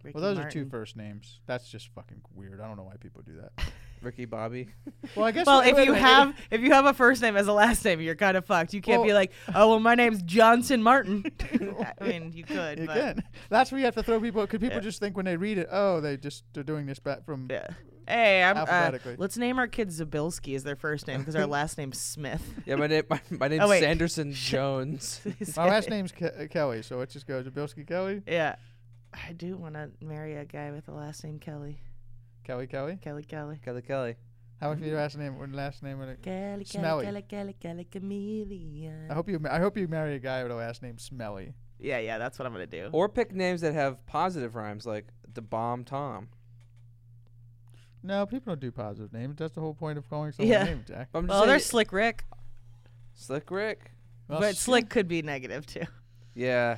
Speaker 5: Ricky
Speaker 3: Well, those are
Speaker 5: Martin.
Speaker 3: two first names. That's just fucking weird. I don't know why people do that.
Speaker 1: Ricky Bobby.
Speaker 3: Well, I guess.
Speaker 5: Well,
Speaker 3: wait-
Speaker 5: if
Speaker 3: wait a
Speaker 5: you
Speaker 3: minute.
Speaker 5: have if you have a first name as a last name, you're kind of fucked. You can't be
Speaker 3: Well-
Speaker 5: like, oh well, my name's Johnson Martin. I mean, you could,
Speaker 3: You
Speaker 5: but
Speaker 3: can. That's where you have to throw people. Could people just think when they read it, oh, they just they're doing this back from?
Speaker 5: Yeah. Hey, I'm, uh,
Speaker 3: Alphabetically.
Speaker 5: let's name our kid Zabilski as their first name because our last name's Smith.
Speaker 1: Yeah, my name my, my name's
Speaker 5: Oh, wait.
Speaker 1: Sanderson Jones.
Speaker 3: My last name's Ke- uh, Kelly, so it just goes Zabilski Kelly,
Speaker 5: yeah. I do want to marry a guy with the last name Kelly.
Speaker 3: Kelly Kelly.
Speaker 5: Kelly Kelly.
Speaker 1: Kelly Kelly.
Speaker 3: How much your last name? Or last name? would it-
Speaker 5: Kelly
Speaker 3: Smelly.
Speaker 5: Kelly Kelly Kelly Kelly
Speaker 3: I
Speaker 5: Chameleon.
Speaker 3: hope you. ma- I hope you marry a guy with a last name Smelly.
Speaker 5: Yeah, yeah, that's what I'm gonna
Speaker 3: Oh,
Speaker 5: do.
Speaker 1: Or pick names that have positive rhymes like the bomb Tom.
Speaker 3: No, people don't do positive names. That's the whole point of calling someone
Speaker 5: Yeah.
Speaker 3: name, Jack.
Speaker 1: But I'm just
Speaker 5: Well,
Speaker 1: saying,
Speaker 5: there's Oh, Slick Rick,
Speaker 1: Slick Rick.
Speaker 3: Well,
Speaker 5: but
Speaker 3: Oh, sh-
Speaker 5: Slick could be negative too.
Speaker 1: Yeah.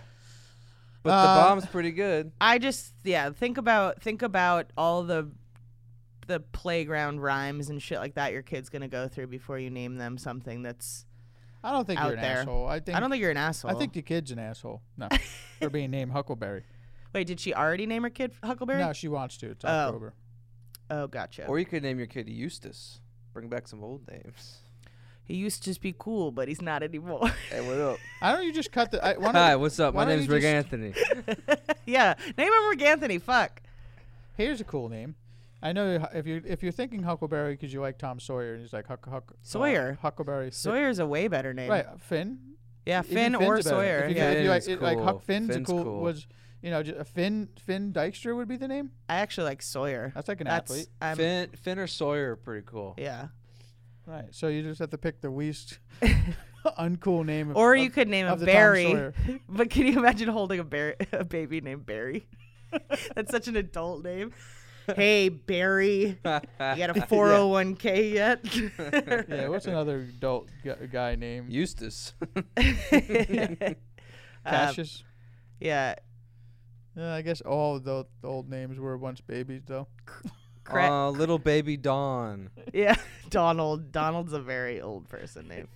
Speaker 1: But
Speaker 3: Uh,
Speaker 1: the bomb's pretty good.
Speaker 5: I just yeah, think about think about all the the playground rhymes and shit like that your kid's gonna go through before you name them something that's
Speaker 3: I don't think you're
Speaker 5: out
Speaker 3: an
Speaker 5: there.
Speaker 3: asshole. I think.
Speaker 5: I don't think you're an asshole.
Speaker 3: I think the kid's an asshole. No, for being named Huckleberry.
Speaker 5: Wait, did she already name her kid Huckleberry?
Speaker 3: No, she wants to. It's
Speaker 5: Oh.
Speaker 3: October.
Speaker 5: Oh, gotcha.
Speaker 1: Or you could name your kid Eustace. Bring back some old names.
Speaker 5: he used to just be cool, but he's not anymore.
Speaker 1: Hey, what up?
Speaker 3: I don't you just cut the. I, why don't-
Speaker 1: Hi, what's up?
Speaker 3: why
Speaker 1: My
Speaker 3: don't
Speaker 1: name's
Speaker 3: you
Speaker 1: Rick
Speaker 3: just-
Speaker 1: Anthony.
Speaker 5: yeah, name him Rick Anthony. Fuck.
Speaker 3: Here's a cool name. I know you- if you if you're thinking Huckleberry because you like Tom Sawyer and he's like Huck Huck uh,
Speaker 5: Sawyer.
Speaker 3: Huckleberry Fi-
Speaker 5: Sawyer's a way better name.
Speaker 3: right uh, Finn
Speaker 5: Yeah,
Speaker 3: Even
Speaker 5: Finn
Speaker 3: Finn's a
Speaker 5: or
Speaker 3: better-
Speaker 5: Sawyer.
Speaker 3: if you,
Speaker 5: Yeah.
Speaker 3: if you like,
Speaker 1: Finn's
Speaker 3: it- like
Speaker 1: cool.
Speaker 3: Huck Finn's, a
Speaker 1: Finn's
Speaker 3: cool,
Speaker 1: cool.
Speaker 3: was you know just, Finn Finn Dykstra would be the name
Speaker 5: I actually like Sawyer.
Speaker 3: that's like an
Speaker 5: That's
Speaker 3: athlete
Speaker 5: I'm,
Speaker 1: Finn, Finn or Sawyer are pretty cool.
Speaker 5: Yeah.
Speaker 3: right so you just have to pick the least uncool name of,
Speaker 5: Or
Speaker 3: of-
Speaker 5: you could name
Speaker 3: of
Speaker 5: him
Speaker 3: the Tom
Speaker 5: Barry.
Speaker 3: Sawyer.
Speaker 5: but can you imagine holding a, bear, a baby named Barry? That's such an adult name. Hey Barry, you got a 401k yet?
Speaker 3: yeah what's another adult gu- guy name
Speaker 1: Eustace.
Speaker 3: Cassius
Speaker 5: yeah,
Speaker 3: yeah I guess all of the the old names were once babies though
Speaker 5: Cra-
Speaker 1: uh, little baby Dawn.
Speaker 5: yeah. Donald. Donald's a very old person name.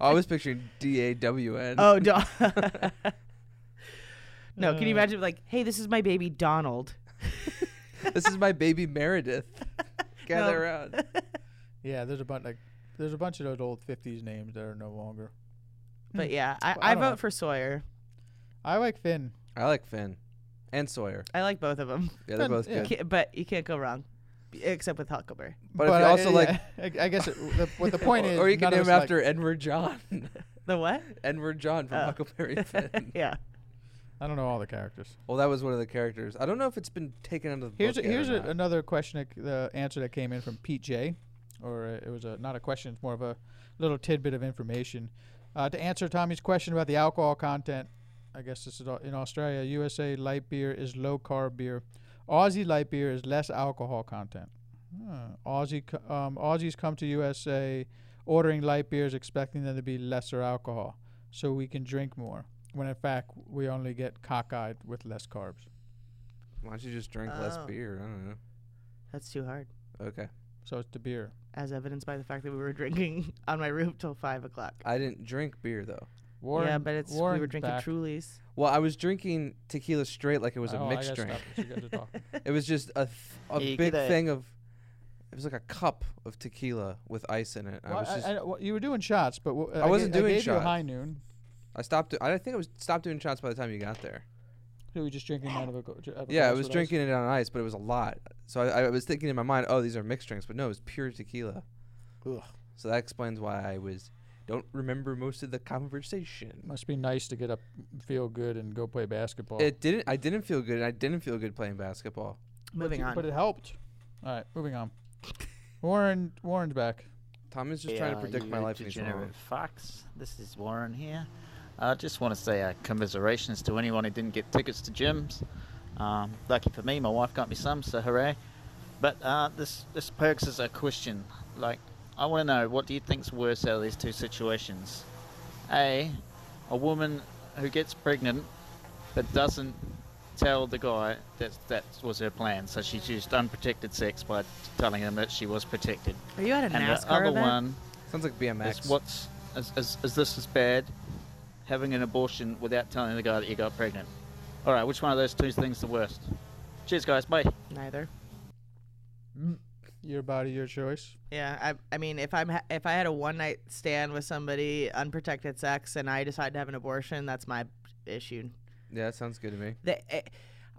Speaker 1: I was picturing D A W N.
Speaker 5: Oh, Don. no, can you
Speaker 3: Uh.
Speaker 5: imagine? Like, hey, this is my baby Donald.
Speaker 1: This is my baby Meredith. Gather
Speaker 5: No.
Speaker 1: around.
Speaker 3: yeah there's a bunch like there's a bunch of those old 50s names that are no longer Mm.
Speaker 5: But yeah, I,
Speaker 3: Well, I
Speaker 5: I,
Speaker 3: don't know.
Speaker 5: vote for Sawyer.
Speaker 3: I like Finn
Speaker 1: I like Finn and Sawyer.
Speaker 5: I like both of them,
Speaker 1: Yeah, they're
Speaker 3: Finn,
Speaker 1: both
Speaker 3: yeah.
Speaker 1: good.
Speaker 5: but you can't go wrong. except with Huckleberry.
Speaker 1: But, if you also
Speaker 3: I,
Speaker 1: like,
Speaker 3: yeah, I, I guess it, the, what the point
Speaker 1: or,
Speaker 3: is,
Speaker 1: or you can
Speaker 3: none
Speaker 1: name
Speaker 3: of
Speaker 1: him
Speaker 3: us like-
Speaker 1: after Edward John,
Speaker 5: The what?
Speaker 1: Edward John from
Speaker 5: Oh.
Speaker 1: Huckleberry Finn.
Speaker 5: yeah.
Speaker 3: I don't know all the characters.
Speaker 1: Well, that was one of the characters. I don't know if it's been taken out of the
Speaker 3: Here's a,
Speaker 1: book.
Speaker 3: here's a,
Speaker 1: yet or not.
Speaker 3: another question. that c- The answer that came in from Pete J, or uh, it was a, not a question. It's more of a little tidbit of information uh, to answer Tommy's question about the alcohol content. I guess this is au- in Australia. USA light beer is low carb beer. Aussie light beer is less alcohol content. Huh. Aussie co- um, Aussies come to USA ordering light beers expecting them to be lesser alcohol, so we can drink more. When in fact we only get cockeyed with less carbs.
Speaker 1: Why don't you just drink less
Speaker 5: Oh.
Speaker 1: beer? I don't know.
Speaker 5: That's too hard,
Speaker 1: Okay,
Speaker 3: So it's the beer.
Speaker 5: as evidenced by the fact that we were drinking on my roof till five o'clock.
Speaker 1: I didn't drink beer though.
Speaker 3: Warren,
Speaker 5: yeah, but it's we were
Speaker 3: Warren's
Speaker 5: drinking
Speaker 3: back.
Speaker 5: Trulies.
Speaker 1: Well, I was drinking tequila straight, like it was
Speaker 3: Oh,
Speaker 1: a
Speaker 3: I
Speaker 1: mixed
Speaker 3: gotta
Speaker 1: drink.
Speaker 3: stop this. You gotta talk.
Speaker 1: It was just a th- a
Speaker 2: You
Speaker 1: big
Speaker 2: get it.
Speaker 1: thing of. It was like a cup of tequila with ice in it. I
Speaker 3: Well,
Speaker 1: was just.
Speaker 3: I,
Speaker 1: I,
Speaker 3: I- well, you were doing shots, but w- I,
Speaker 1: wasn't
Speaker 3: ga- I
Speaker 1: doing
Speaker 3: gave you a
Speaker 1: shots.
Speaker 3: high noon.
Speaker 1: stopped. do- I think I was stopped doing shots by the time you got there.
Speaker 3: So we were just drinking out of a. go- dr- out of a
Speaker 1: Yeah, I
Speaker 3: glass
Speaker 1: was
Speaker 3: with ice.
Speaker 1: drinking it on ice, but it was a lot. So I, I was thinking in my mind, oh, these are mixed drinks, but no, it was pure tequila.
Speaker 3: Ugh.
Speaker 1: So that explains why I was don't remember most of the conversation.
Speaker 3: Must be nice to get up, feel good, and go play basketball.
Speaker 1: It didn't. I didn't feel good, and I didn't feel good playing basketball.
Speaker 5: Moving
Speaker 3: but,
Speaker 5: on.
Speaker 3: but it helped. All right, moving on. Warren, Warren's back.
Speaker 1: Tommy's just trying to
Speaker 11: Yeah,
Speaker 1: predict my
Speaker 11: you
Speaker 1: life. And he's wrong.
Speaker 11: degenerate Fox, this is Warren here. I just want to say uh, commiserations to anyone who didn't get tickets to gyms. Um, lucky for me, my wife got me some, so hooray. But uh, this this perks as a question. Like, I want to know what do you think's worse out of these two situations? A, a woman who gets pregnant but doesn't tell the guy that that was her plan, so she's used unprotected sex by telling him that she was protected.
Speaker 5: Are you at a
Speaker 11: And
Speaker 5: NASCAR
Speaker 11: the other
Speaker 5: event?
Speaker 11: one
Speaker 1: Sounds like BMX.
Speaker 11: is what's is, is, is this as bad having an abortion without telling the guy that you got pregnant all right which one of those two things the worst cheers guys bye
Speaker 5: Neither.
Speaker 3: Your body, your choice.
Speaker 5: Yeah, I, I mean, if I'm ha- if I had a one night stand with somebody, unprotected sex, and I decide to have an abortion, that's my issue.
Speaker 1: Yeah, that sounds good to me.
Speaker 5: The, eh,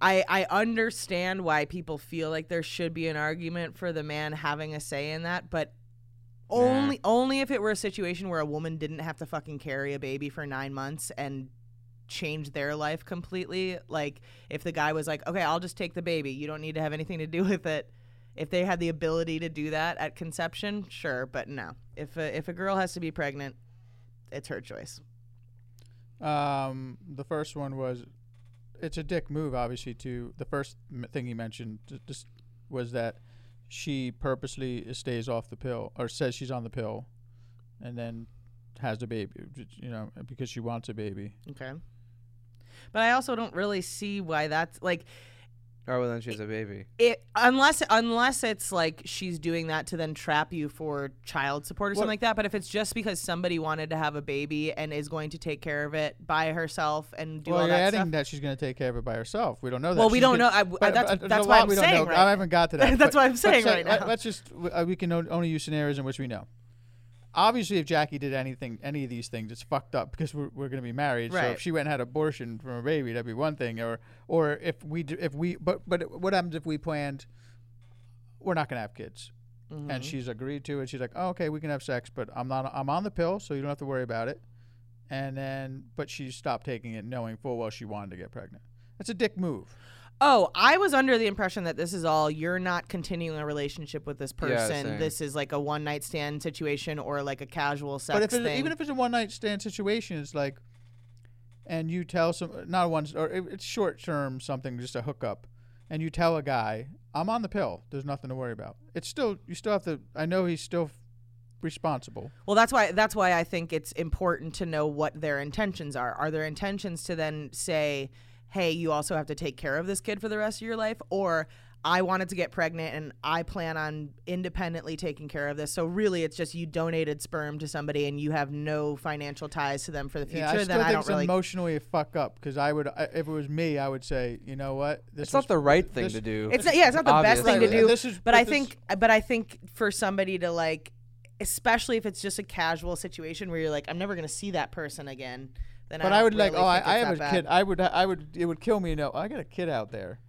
Speaker 5: I I understand why people feel like there should be an argument for the man having a say in that, but only only if it were a situation where a woman didn't have to fucking carry a baby for nine months and change their life completely. Like if the guy was like, okay, I'll just take the baby. You don't need to have anything to do with it. If they had the ability to do that at conception, sure, but no. If a, if a girl has to be pregnant, it's her choice.
Speaker 3: Um, the first one was, it's a dick move, obviously. To the first m- thing he mentioned, j- just was that she purposely stays off the pill or says she's on the pill, and then has the baby, j- you know, because she wants a baby.
Speaker 5: Okay. But I also don't really see why that's like
Speaker 1: Oh well, then she has a baby.
Speaker 5: it unless unless it's like she's doing that to then trap you for child support or something
Speaker 3: What-
Speaker 5: like that but if it's just because somebody wanted to have a baby and is going to take care of it by herself and do
Speaker 3: well,
Speaker 5: all
Speaker 3: you're
Speaker 5: that
Speaker 3: adding
Speaker 5: stuff
Speaker 3: that she's going to take care of it by herself. We don't know that.
Speaker 5: Well, we
Speaker 3: She's
Speaker 5: don't
Speaker 3: gonna-
Speaker 5: know. I- I- uh, that's-
Speaker 3: there's
Speaker 5: that's
Speaker 3: uh, a
Speaker 5: why
Speaker 3: lot
Speaker 5: I'm
Speaker 3: we don't
Speaker 5: saying
Speaker 3: know.
Speaker 5: right
Speaker 3: I haven't got to that.
Speaker 5: That's
Speaker 3: but-
Speaker 5: what I'm
Speaker 3: but
Speaker 5: saying
Speaker 3: say-
Speaker 5: right
Speaker 3: let-
Speaker 5: now.
Speaker 3: Let's just uh, we can on- only use scenarios in which we know. Obviously, if Jackie did anything, any of these things, it's fucked up because we're, we're going to be married. So
Speaker 5: Right.
Speaker 3: if she went and had abortion from a baby, that'd be one thing. Or or if we d- if we but but what happens if we planned? We're not going to have kids,
Speaker 5: Mm-hmm.
Speaker 3: and she's agreed to it. She's like, oh, okay, we can have sex, but I'm not. I'm on the pill, so you don't have to worry about it and then but she stopped taking it knowing full well she wanted to get pregnant that's a dick move
Speaker 5: oh i was under the impression that this is all you're not continuing a relationship with this person
Speaker 1: same.
Speaker 5: this is like a one night stand situation or like a casual sex
Speaker 3: but if it,
Speaker 5: thing
Speaker 3: even if it's a one night stand situation it's like and you tell some not a one or it- it's short term something just a hookup and you tell a guy i'm on the pill there's nothing to worry about it's still you still have to i know he's still responsible
Speaker 5: Well, that's why that's why I think it's important to know what their intentions are. Are their intentions to then say, "Hey, you also have to take care of this kid for the rest of your life," or "I wanted to get pregnant and I plan on independently taking care of this." So really, it's just you donated sperm to somebody and you have no financial ties to them for the future.
Speaker 3: yeah, I still
Speaker 5: then
Speaker 3: think
Speaker 5: I don't
Speaker 3: it's
Speaker 5: really.
Speaker 3: emotionally a fuck up because I would, I, if it was me, I would say, you know what, this
Speaker 1: It's
Speaker 3: was-
Speaker 1: not the right thing
Speaker 3: this-
Speaker 1: to do.
Speaker 5: it's not, yeah, it's not the best thing to
Speaker 3: Obviously.
Speaker 5: do.
Speaker 3: This is-
Speaker 5: but I
Speaker 3: this-
Speaker 5: think, but I think for somebody to like, especially if it's just a casual situation where you're like, I'm never gonna see that person again. Then
Speaker 3: But
Speaker 5: I,
Speaker 3: I,
Speaker 5: don't
Speaker 3: would like,
Speaker 5: really
Speaker 3: oh,
Speaker 5: think
Speaker 3: I, I
Speaker 5: it's
Speaker 3: have a
Speaker 5: that
Speaker 3: kid.
Speaker 5: bad.
Speaker 3: I would, I would, it would kill me. No, I got a kid out there,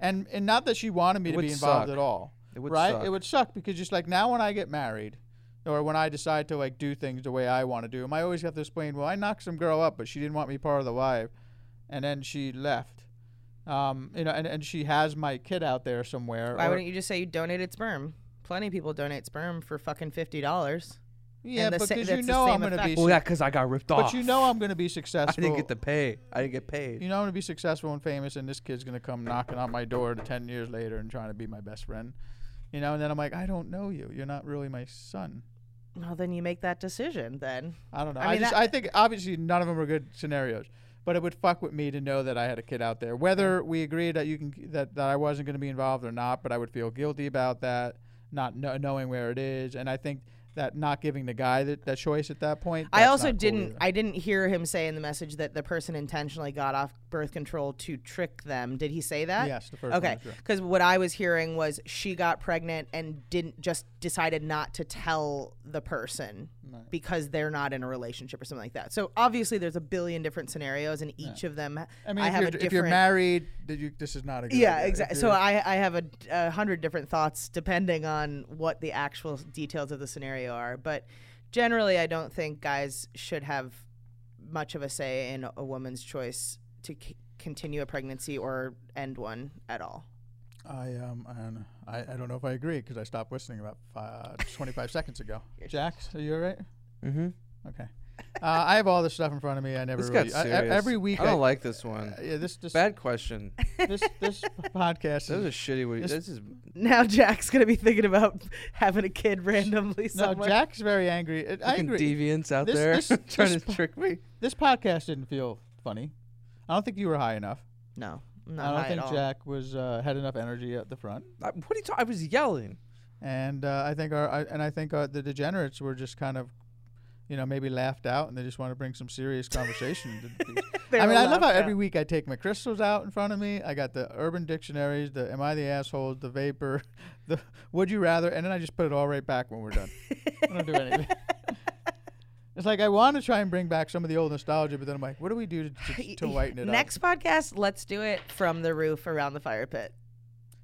Speaker 3: and and not that she wanted me to
Speaker 1: would
Speaker 3: be involved
Speaker 1: suck.
Speaker 3: at all,
Speaker 1: It would
Speaker 3: right?
Speaker 1: suck.
Speaker 3: It would suck because just like now when I get married or when I decide to like do things the way I want to do 'em, I always have to explain, well, I knocked some girl up, but she didn't want me part of the wife. And then she left. Um, you know, and, and she has my kid out there somewhere.
Speaker 5: Why
Speaker 3: or-
Speaker 5: wouldn't you just say you donated sperm? Plenty of people donate sperm for fucking fifty dollars.
Speaker 3: Yeah, because you know I'm going to be.
Speaker 1: Well, yeah, 'cause I got ripped
Speaker 3: but
Speaker 1: off.
Speaker 3: you know I'm going to be successful.
Speaker 1: I didn't get the pay. I didn't get paid.
Speaker 3: You know I'm going to be successful and famous, and this kid's going to come knocking on my door ten years later and trying to be my best friend. You know, and then I'm like, I don't know you. You're not really my son.
Speaker 5: Well, then you make that decision. Then
Speaker 3: I don't know. I,
Speaker 5: mean,
Speaker 3: just
Speaker 5: that-
Speaker 3: I think obviously none of them are good scenarios, but it would fuck with me to know that I had a kid out there. Whether we agreed that you can that, that I wasn't going to be involved or not, but I would feel guilty about that, not kno- knowing where it is, and I think that not giving the guy that, that choice at that point.
Speaker 5: I
Speaker 3: that's
Speaker 5: also
Speaker 3: not cool
Speaker 5: didn't.
Speaker 3: either.
Speaker 5: I didn't hear him say in the message that the person intentionally got off birth control to trick them. Did he say that?
Speaker 3: Yes, the first one
Speaker 5: Okay,
Speaker 3: was, yeah.
Speaker 5: because what I was hearing was she got pregnant and didn't just decided not to tell the person because they're not in a relationship or something like that. So obviously, there's a billion different scenarios, and each of them.
Speaker 3: I mean, if,
Speaker 5: have
Speaker 3: you're,
Speaker 5: a different.
Speaker 3: if you're married, that you, this is not a good
Speaker 5: Yeah,
Speaker 3: idea. If
Speaker 5: exactly. So
Speaker 3: you're-
Speaker 5: I, I have a, a hundred different thoughts depending on what the actual details of the scenario are. But generally, I don't think guys should have much of a say in a woman's choice to c- continue a pregnancy or end one at all.
Speaker 3: I um I don't know. I, I don't know if I agree because I stopped listening about uh, 25 seconds ago. Jax, are you all right?
Speaker 1: Mhm.
Speaker 3: Okay. Uh, I have all this stuff in front of me. I never
Speaker 1: This got
Speaker 3: really. I- I-
Speaker 1: serious.
Speaker 3: every week
Speaker 1: I don't like this
Speaker 5: Um,
Speaker 1: one.
Speaker 3: Uh, yeah, this- this-
Speaker 1: bad question.
Speaker 3: this this podcast.
Speaker 1: That was a
Speaker 3: is-
Speaker 1: shitty. Way, this is
Speaker 5: Now Jack's gonna be thinking about having a kid randomly.
Speaker 3: no,
Speaker 5: Somewhere.
Speaker 3: Jack's very angry. It- I
Speaker 1: fucking
Speaker 3: agree.
Speaker 1: deviants out
Speaker 3: This-
Speaker 1: there
Speaker 3: this-
Speaker 1: trying
Speaker 3: this
Speaker 1: to trick me.
Speaker 3: This podcast didn't feel funny. I don't think you were high enough.
Speaker 5: No, I'm
Speaker 3: I
Speaker 5: not
Speaker 3: don't
Speaker 5: high
Speaker 3: think
Speaker 5: at all.
Speaker 3: Jack was uh, had enough energy at the front.
Speaker 1: I, what are you talking? I was yelling.
Speaker 3: and uh, I think our I, and I think uh the degenerates were just kind of, you know, maybe laughed out, and they just want to bring some serious conversation. to these-
Speaker 5: They
Speaker 3: I
Speaker 5: were
Speaker 3: mean, I love how
Speaker 5: laughed
Speaker 3: every
Speaker 5: out.
Speaker 3: week I take my crystals out in front of me. I got the Urban Dictionaries, the Am I the Asshole, the Vapor, the Would You Rather, and then I just put it all right back when we're done. I don't do anything. It's like I want to try and bring back some of the old nostalgia, but then I'm like, what do we do to, to, to lighten it up?
Speaker 5: Next podcast, let's do it from the roof around the fire pit.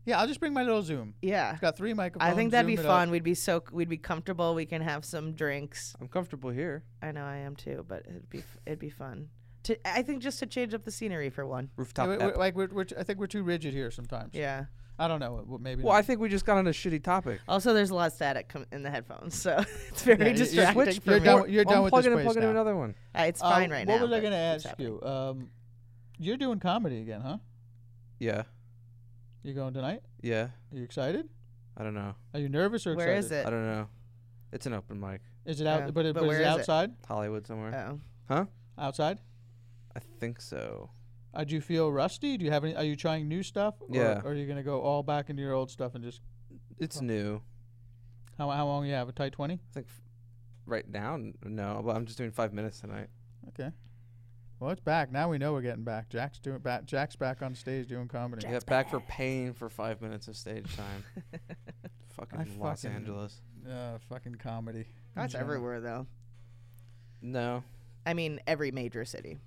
Speaker 3: Yeah, I'll just bring my little Zoom.
Speaker 5: Yeah.
Speaker 3: It's got three microphones.
Speaker 5: I think that'd be
Speaker 3: Zoom it up.
Speaker 5: fun. We'd be so we'd be comfortable. We can have some drinks.
Speaker 1: I'm comfortable here.
Speaker 5: I know I am too, but it'd be it'd be fun. To I think just to change up the scenery for one.
Speaker 1: Rooftop.
Speaker 3: Yeah, we-
Speaker 1: app.
Speaker 3: we- like we're, we're, t- I think we're too rigid here sometimes.
Speaker 5: Yeah.
Speaker 3: I don't know. w- Maybe.
Speaker 1: well,
Speaker 3: not.
Speaker 1: I think we just got on a shitty topic.
Speaker 5: Also, there's a lot of static com- in the headphones, so it's very
Speaker 3: you- you
Speaker 5: distracting
Speaker 3: switched-
Speaker 5: for
Speaker 3: you're
Speaker 5: me.
Speaker 3: done with- you're
Speaker 1: Well,
Speaker 3: done
Speaker 1: I'm
Speaker 3: with this
Speaker 1: plugging in,
Speaker 3: place
Speaker 1: plugging in
Speaker 3: now.
Speaker 1: another one.
Speaker 5: Uh, it's
Speaker 3: Uh,
Speaker 5: fine right now.
Speaker 3: What was I
Speaker 5: but
Speaker 3: going to
Speaker 5: it's
Speaker 3: ask
Speaker 5: happening.
Speaker 3: you? Um, you're doing comedy again, huh?
Speaker 1: Yeah,
Speaker 3: You going tonight?
Speaker 1: yeah.
Speaker 3: Are you excited?
Speaker 1: I don't know.
Speaker 3: Are you nervous or
Speaker 5: Where
Speaker 3: excited?
Speaker 5: is it?
Speaker 1: I don't know. It's an open mic,
Speaker 3: Is it out?
Speaker 5: Yeah,
Speaker 3: But, it,
Speaker 5: but
Speaker 3: but, is
Speaker 5: where
Speaker 3: it
Speaker 5: is it?
Speaker 3: outside?
Speaker 1: Hollywood
Speaker 3: uh,
Speaker 1: somewhere.
Speaker 5: Oh.
Speaker 1: Huh?
Speaker 3: Outside?
Speaker 1: I think so.
Speaker 3: Uh, do you feel rusty? Do you have any? Are you trying new stuff? Or,
Speaker 1: Yeah.
Speaker 3: Or are you going to go all back into your old stuff and just
Speaker 1: It's new.
Speaker 3: how how long you have a tight twenty?
Speaker 1: I think f- right now, n- no. But I'm just doing five minutes tonight.
Speaker 3: Okay. Well, it's back now. We know we're getting back. Jack's doing back. Jack's back on stage doing comedy.
Speaker 1: Yeah, back for paying for five minutes of stage
Speaker 5: Oh.
Speaker 1: time. fucking
Speaker 3: I
Speaker 1: Los
Speaker 3: fucking-
Speaker 1: Angeles.
Speaker 3: Uh, fucking comedy.
Speaker 5: That's everywhere though.
Speaker 1: No.
Speaker 5: I mean, every major city.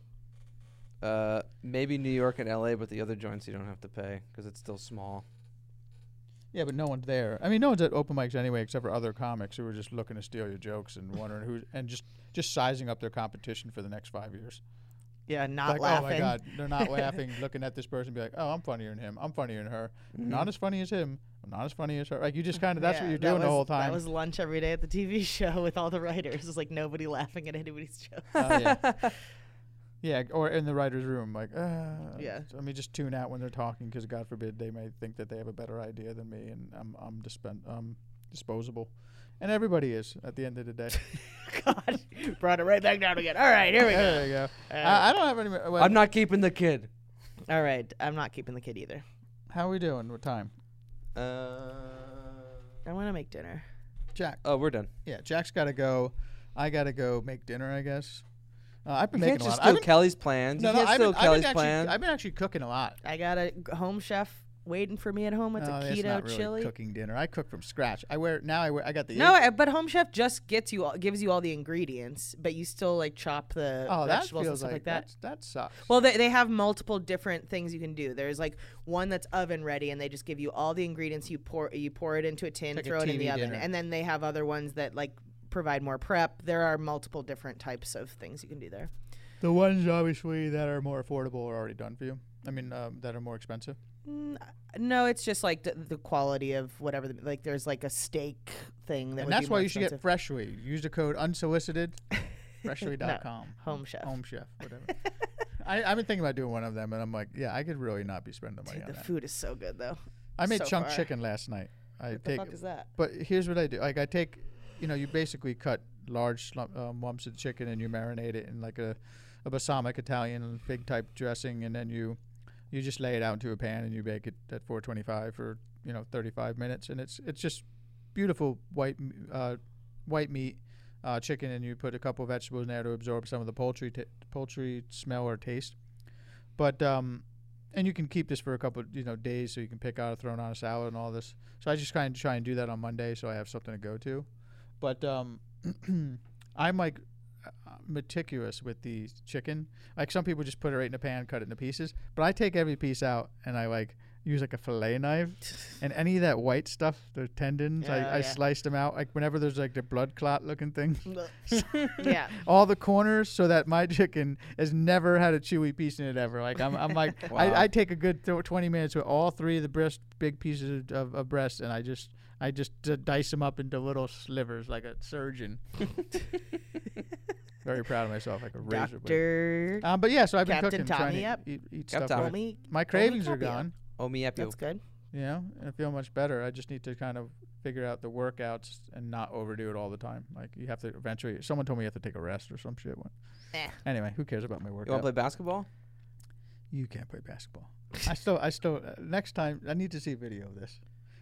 Speaker 1: Uh, maybe New York and LA, but the other joints you don't have to pay because it's still small.
Speaker 3: Yeah, but no one's there. I mean, no one's at open mics anyway, except for other comics who are just looking to steal your jokes and wondering who, and just just sizing up their competition for the next five years.
Speaker 5: Yeah, not
Speaker 3: like,
Speaker 5: laughing.
Speaker 3: oh my god, they're not laughing. Looking at this person, and be like, oh, I'm funnier than him. I'm funnier than her. I'm not as funny as him. I'm not as funny as her. Like you just kind of that's
Speaker 5: Mm-hmm. Yeah,
Speaker 3: what you're
Speaker 5: that
Speaker 3: doing the
Speaker 5: was-
Speaker 3: whole time.
Speaker 5: That was lunch every day at the TV show with all the writers. It's like nobody laughing at anybody's joke.
Speaker 3: Oh, yeah. Yeah, or in the writer's room, like, uh,
Speaker 5: Yeah.
Speaker 3: Let me just tune out when they're talking, because God forbid they may think that they have a better idea than me, and I'm I'm dispen- um, disposable, and everybody is at the end of the day.
Speaker 5: God, brought it right back down again. All right, here we go.
Speaker 3: There you go. I, I don't have any. mo- Well,
Speaker 1: I'm not keeping the kid.
Speaker 5: All right, I'm not keeping the kid either.
Speaker 3: How we doing? What time?
Speaker 1: Uh,
Speaker 5: I want to make dinner.
Speaker 3: Jack.
Speaker 1: oh, we're done.
Speaker 3: Yeah, Jack's got to go. I got to go make dinner. I guess. Uh, I've been
Speaker 1: You
Speaker 3: making
Speaker 1: can't just
Speaker 3: a lot.
Speaker 1: steal Kelly's plans.
Speaker 3: I've
Speaker 1: you
Speaker 3: been, no, no,
Speaker 1: can't
Speaker 3: I've
Speaker 1: steal
Speaker 3: been, I've
Speaker 1: Kelly's
Speaker 3: been actually,
Speaker 1: plans.
Speaker 3: I've been actually cooking a lot.
Speaker 5: I got a g- home chef waiting for me at home. It's
Speaker 3: no,
Speaker 5: a
Speaker 3: Oh, that's
Speaker 5: keto
Speaker 3: Uh, not really
Speaker 5: chili.
Speaker 3: cooking dinner. I cook from scratch. I wear now. I wear. I got the
Speaker 5: No,
Speaker 3: egg-
Speaker 5: I- but Home Chef just gets you all, gives you all the ingredients, but you still like chop the
Speaker 3: Oh, that
Speaker 5: vegetables and
Speaker 3: feels
Speaker 5: stuff
Speaker 3: like,
Speaker 5: like, that.
Speaker 3: that's- that sucks.
Speaker 5: Well, they, they have multiple different things you can do. There's like one that's oven ready, and they just give you all the ingredients. You pour you pour it into a tin,
Speaker 3: like a
Speaker 5: throw it in the
Speaker 3: TV
Speaker 5: oven,
Speaker 3: dinner.
Speaker 5: and then they have other ones that like provide more prep. There are multiple different types of things you can do there.
Speaker 3: The ones obviously that are more affordable are already done for you. I mean, um, that are more expensive.
Speaker 5: Mm, No, it's just like the, the quality of whatever. The, like there's like a steak thing that.
Speaker 3: and
Speaker 5: would
Speaker 3: that's
Speaker 5: be
Speaker 3: why
Speaker 5: more
Speaker 3: you should get
Speaker 5: expensive.
Speaker 3: Freshly. Use the code unsolicited.
Speaker 5: No,
Speaker 3: Freshly.com.
Speaker 5: Home Chef.
Speaker 3: Home chef, whatever. I, I've been thinking about doing one of them, and I'm like, yeah, I could really not be spending money
Speaker 5: Dude,
Speaker 3: on
Speaker 5: the
Speaker 3: that.
Speaker 5: food is so good though.
Speaker 3: I made
Speaker 5: So
Speaker 3: chunk
Speaker 5: far.
Speaker 3: chicken last night. I
Speaker 5: What the
Speaker 3: take,
Speaker 5: fuck is that?
Speaker 3: But here's what I do. Like I take, you know, you basically cut large lump, um, lumps of chicken and you marinate it in like a, a balsamic Italian fig type dressing, and then you, you just lay it out into a pan and you bake it at 425 for you know 35 minutes, and it's it's just beautiful white m- uh, white meat. Uh, chicken and you put a couple vegetables in there to absorb some of the poultry t- poultry smell or taste, but um, and you can keep this for a couple you know days so you can pick out throw it on a salad and all this so i just kind of try and do that on monday so i have something to go to but um i'm like uh, meticulous with the chicken like some people just put it right in a pan cut it into pieces but i take every piece out and i like use like a fillet knife and any of that white stuff the tendons
Speaker 5: Oh,
Speaker 3: i, I
Speaker 5: yeah.
Speaker 3: sliced them out like whenever there's like the blood clot looking thing
Speaker 5: yeah.
Speaker 3: all the corners so that my chicken has never had a chewy piece in it ever. Like I'm, I'm like
Speaker 1: Wow.
Speaker 3: I, I take a good th- 20 minutes with all three of the breast, big pieces of, of, of breast, and I just I just d- dice them up into little slivers like a surgeon. Very proud of myself, like a razor. blade.
Speaker 5: Doctor.
Speaker 3: Um, but yeah, so I've been
Speaker 5: Captain
Speaker 3: cooking, trying
Speaker 5: Tommy
Speaker 3: to
Speaker 5: up.
Speaker 3: eat,
Speaker 1: Captain
Speaker 3: eat stuff. with-
Speaker 5: Tommy-
Speaker 3: My
Speaker 5: Tommy
Speaker 3: cravings are
Speaker 5: Caprio.
Speaker 3: gone.
Speaker 1: Oh, me up you.
Speaker 5: That's good.
Speaker 3: You know, and I feel much better. I just need to kind of figure out the workouts and not overdo it all the time. Like you have to eventually. Someone told me you have to take a rest or some shit. What?
Speaker 5: Eh.
Speaker 3: Anyway, who cares about my
Speaker 1: You want
Speaker 3: workout?
Speaker 1: to play basketball?
Speaker 3: you can't play basketball. I still, I still. Uh, next time, I need to see video of this.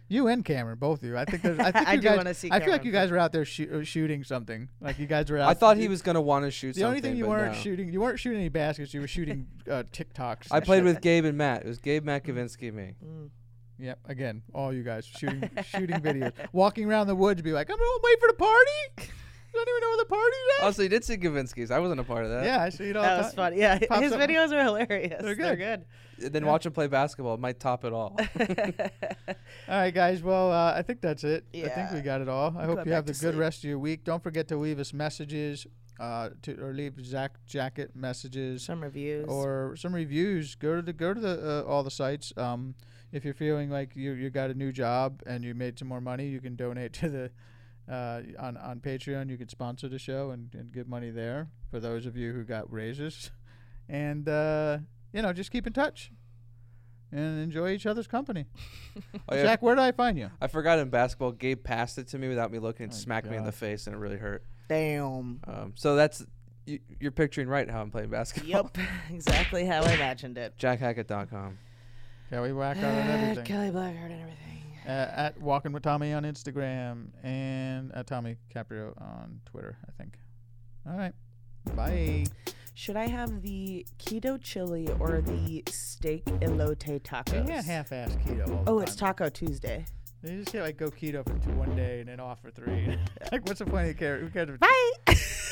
Speaker 3: You and Cameron, both of you. I think there's. I think
Speaker 5: I
Speaker 3: you
Speaker 5: do
Speaker 3: guys-
Speaker 5: wanna see
Speaker 3: I feel like
Speaker 5: Cameron
Speaker 3: you guys were out there shoo- uh, shooting something. Like you guys were out.
Speaker 1: I thought he was gonna want to shoot.
Speaker 3: The only
Speaker 1: something,
Speaker 3: thing you
Speaker 1: but
Speaker 3: weren't
Speaker 1: no.
Speaker 3: shooting, you weren't shooting any baskets. You were shooting uh, TikToks.
Speaker 1: I
Speaker 3: and
Speaker 1: played
Speaker 3: shit.
Speaker 1: with Gabe and Matt. It was Gabe, Matt Kavinsky, and me.
Speaker 3: Mm. Yep. Again, all you guys shooting shooting videos, walking around the woods, be like, I'm gonna wait for the party. I don't even know where the party's at.
Speaker 1: Also, you did see Kavinsky's. I wasn't a part of that.
Speaker 3: yeah, I see it all.
Speaker 5: That
Speaker 3: the
Speaker 5: was
Speaker 3: time.
Speaker 5: fun. Yeah,
Speaker 3: Pops
Speaker 5: his
Speaker 3: up-
Speaker 5: videos are hilarious. They're good.
Speaker 1: Then watch him play basketball. It might top it all. Oh,
Speaker 3: All right, guys. Well, uh, I think that's it. I think
Speaker 5: Yeah.
Speaker 3: we got it all. I hope
Speaker 5: Going
Speaker 3: you have
Speaker 5: back
Speaker 3: the
Speaker 5: to
Speaker 3: good
Speaker 5: sleep.
Speaker 3: rest of your week. Don't forget to leave us messages, uh, to or leave Zach Jacket messages
Speaker 5: Some reviews.
Speaker 3: or some reviews. Go to the go to the uh, all the sites. Um, if you're feeling like you you got a new job and you made some more money, you can donate to the uh, on on Patreon. You can sponsor the show and, and give money there for those of you who got raises, and uh, you know just keep in touch and enjoy each other's company.
Speaker 1: Oh, yeah,
Speaker 3: Zach, where do I find you?
Speaker 1: I forgot in basketball, Gabe passed it to me without me looking and smacked me in the
Speaker 3: God.
Speaker 1: face, and it really hurt.
Speaker 5: Damn.
Speaker 1: Um, so that's you, you're picturing right how I'm playing basketball.
Speaker 5: Yep. Exactly how I imagined it.
Speaker 1: JackHackett.com.
Speaker 3: Kelly Whack on
Speaker 5: At
Speaker 3: everything.
Speaker 5: Kelly Blackheart and everything.
Speaker 3: Uh, at Walking with Tommy on Instagram and at Tommy Caprio on Twitter, I think. All right. Bye.
Speaker 5: Should I have the keto chili or the steak elote
Speaker 3: They
Speaker 5: tacos?
Speaker 3: can't half-ass keto. All the
Speaker 5: Oh, it's
Speaker 3: time.
Speaker 5: Taco Tuesday.
Speaker 3: They just can't like go keto for two, one day and then off for three. like, what's the point of care? Who cares? if-
Speaker 5: Bye.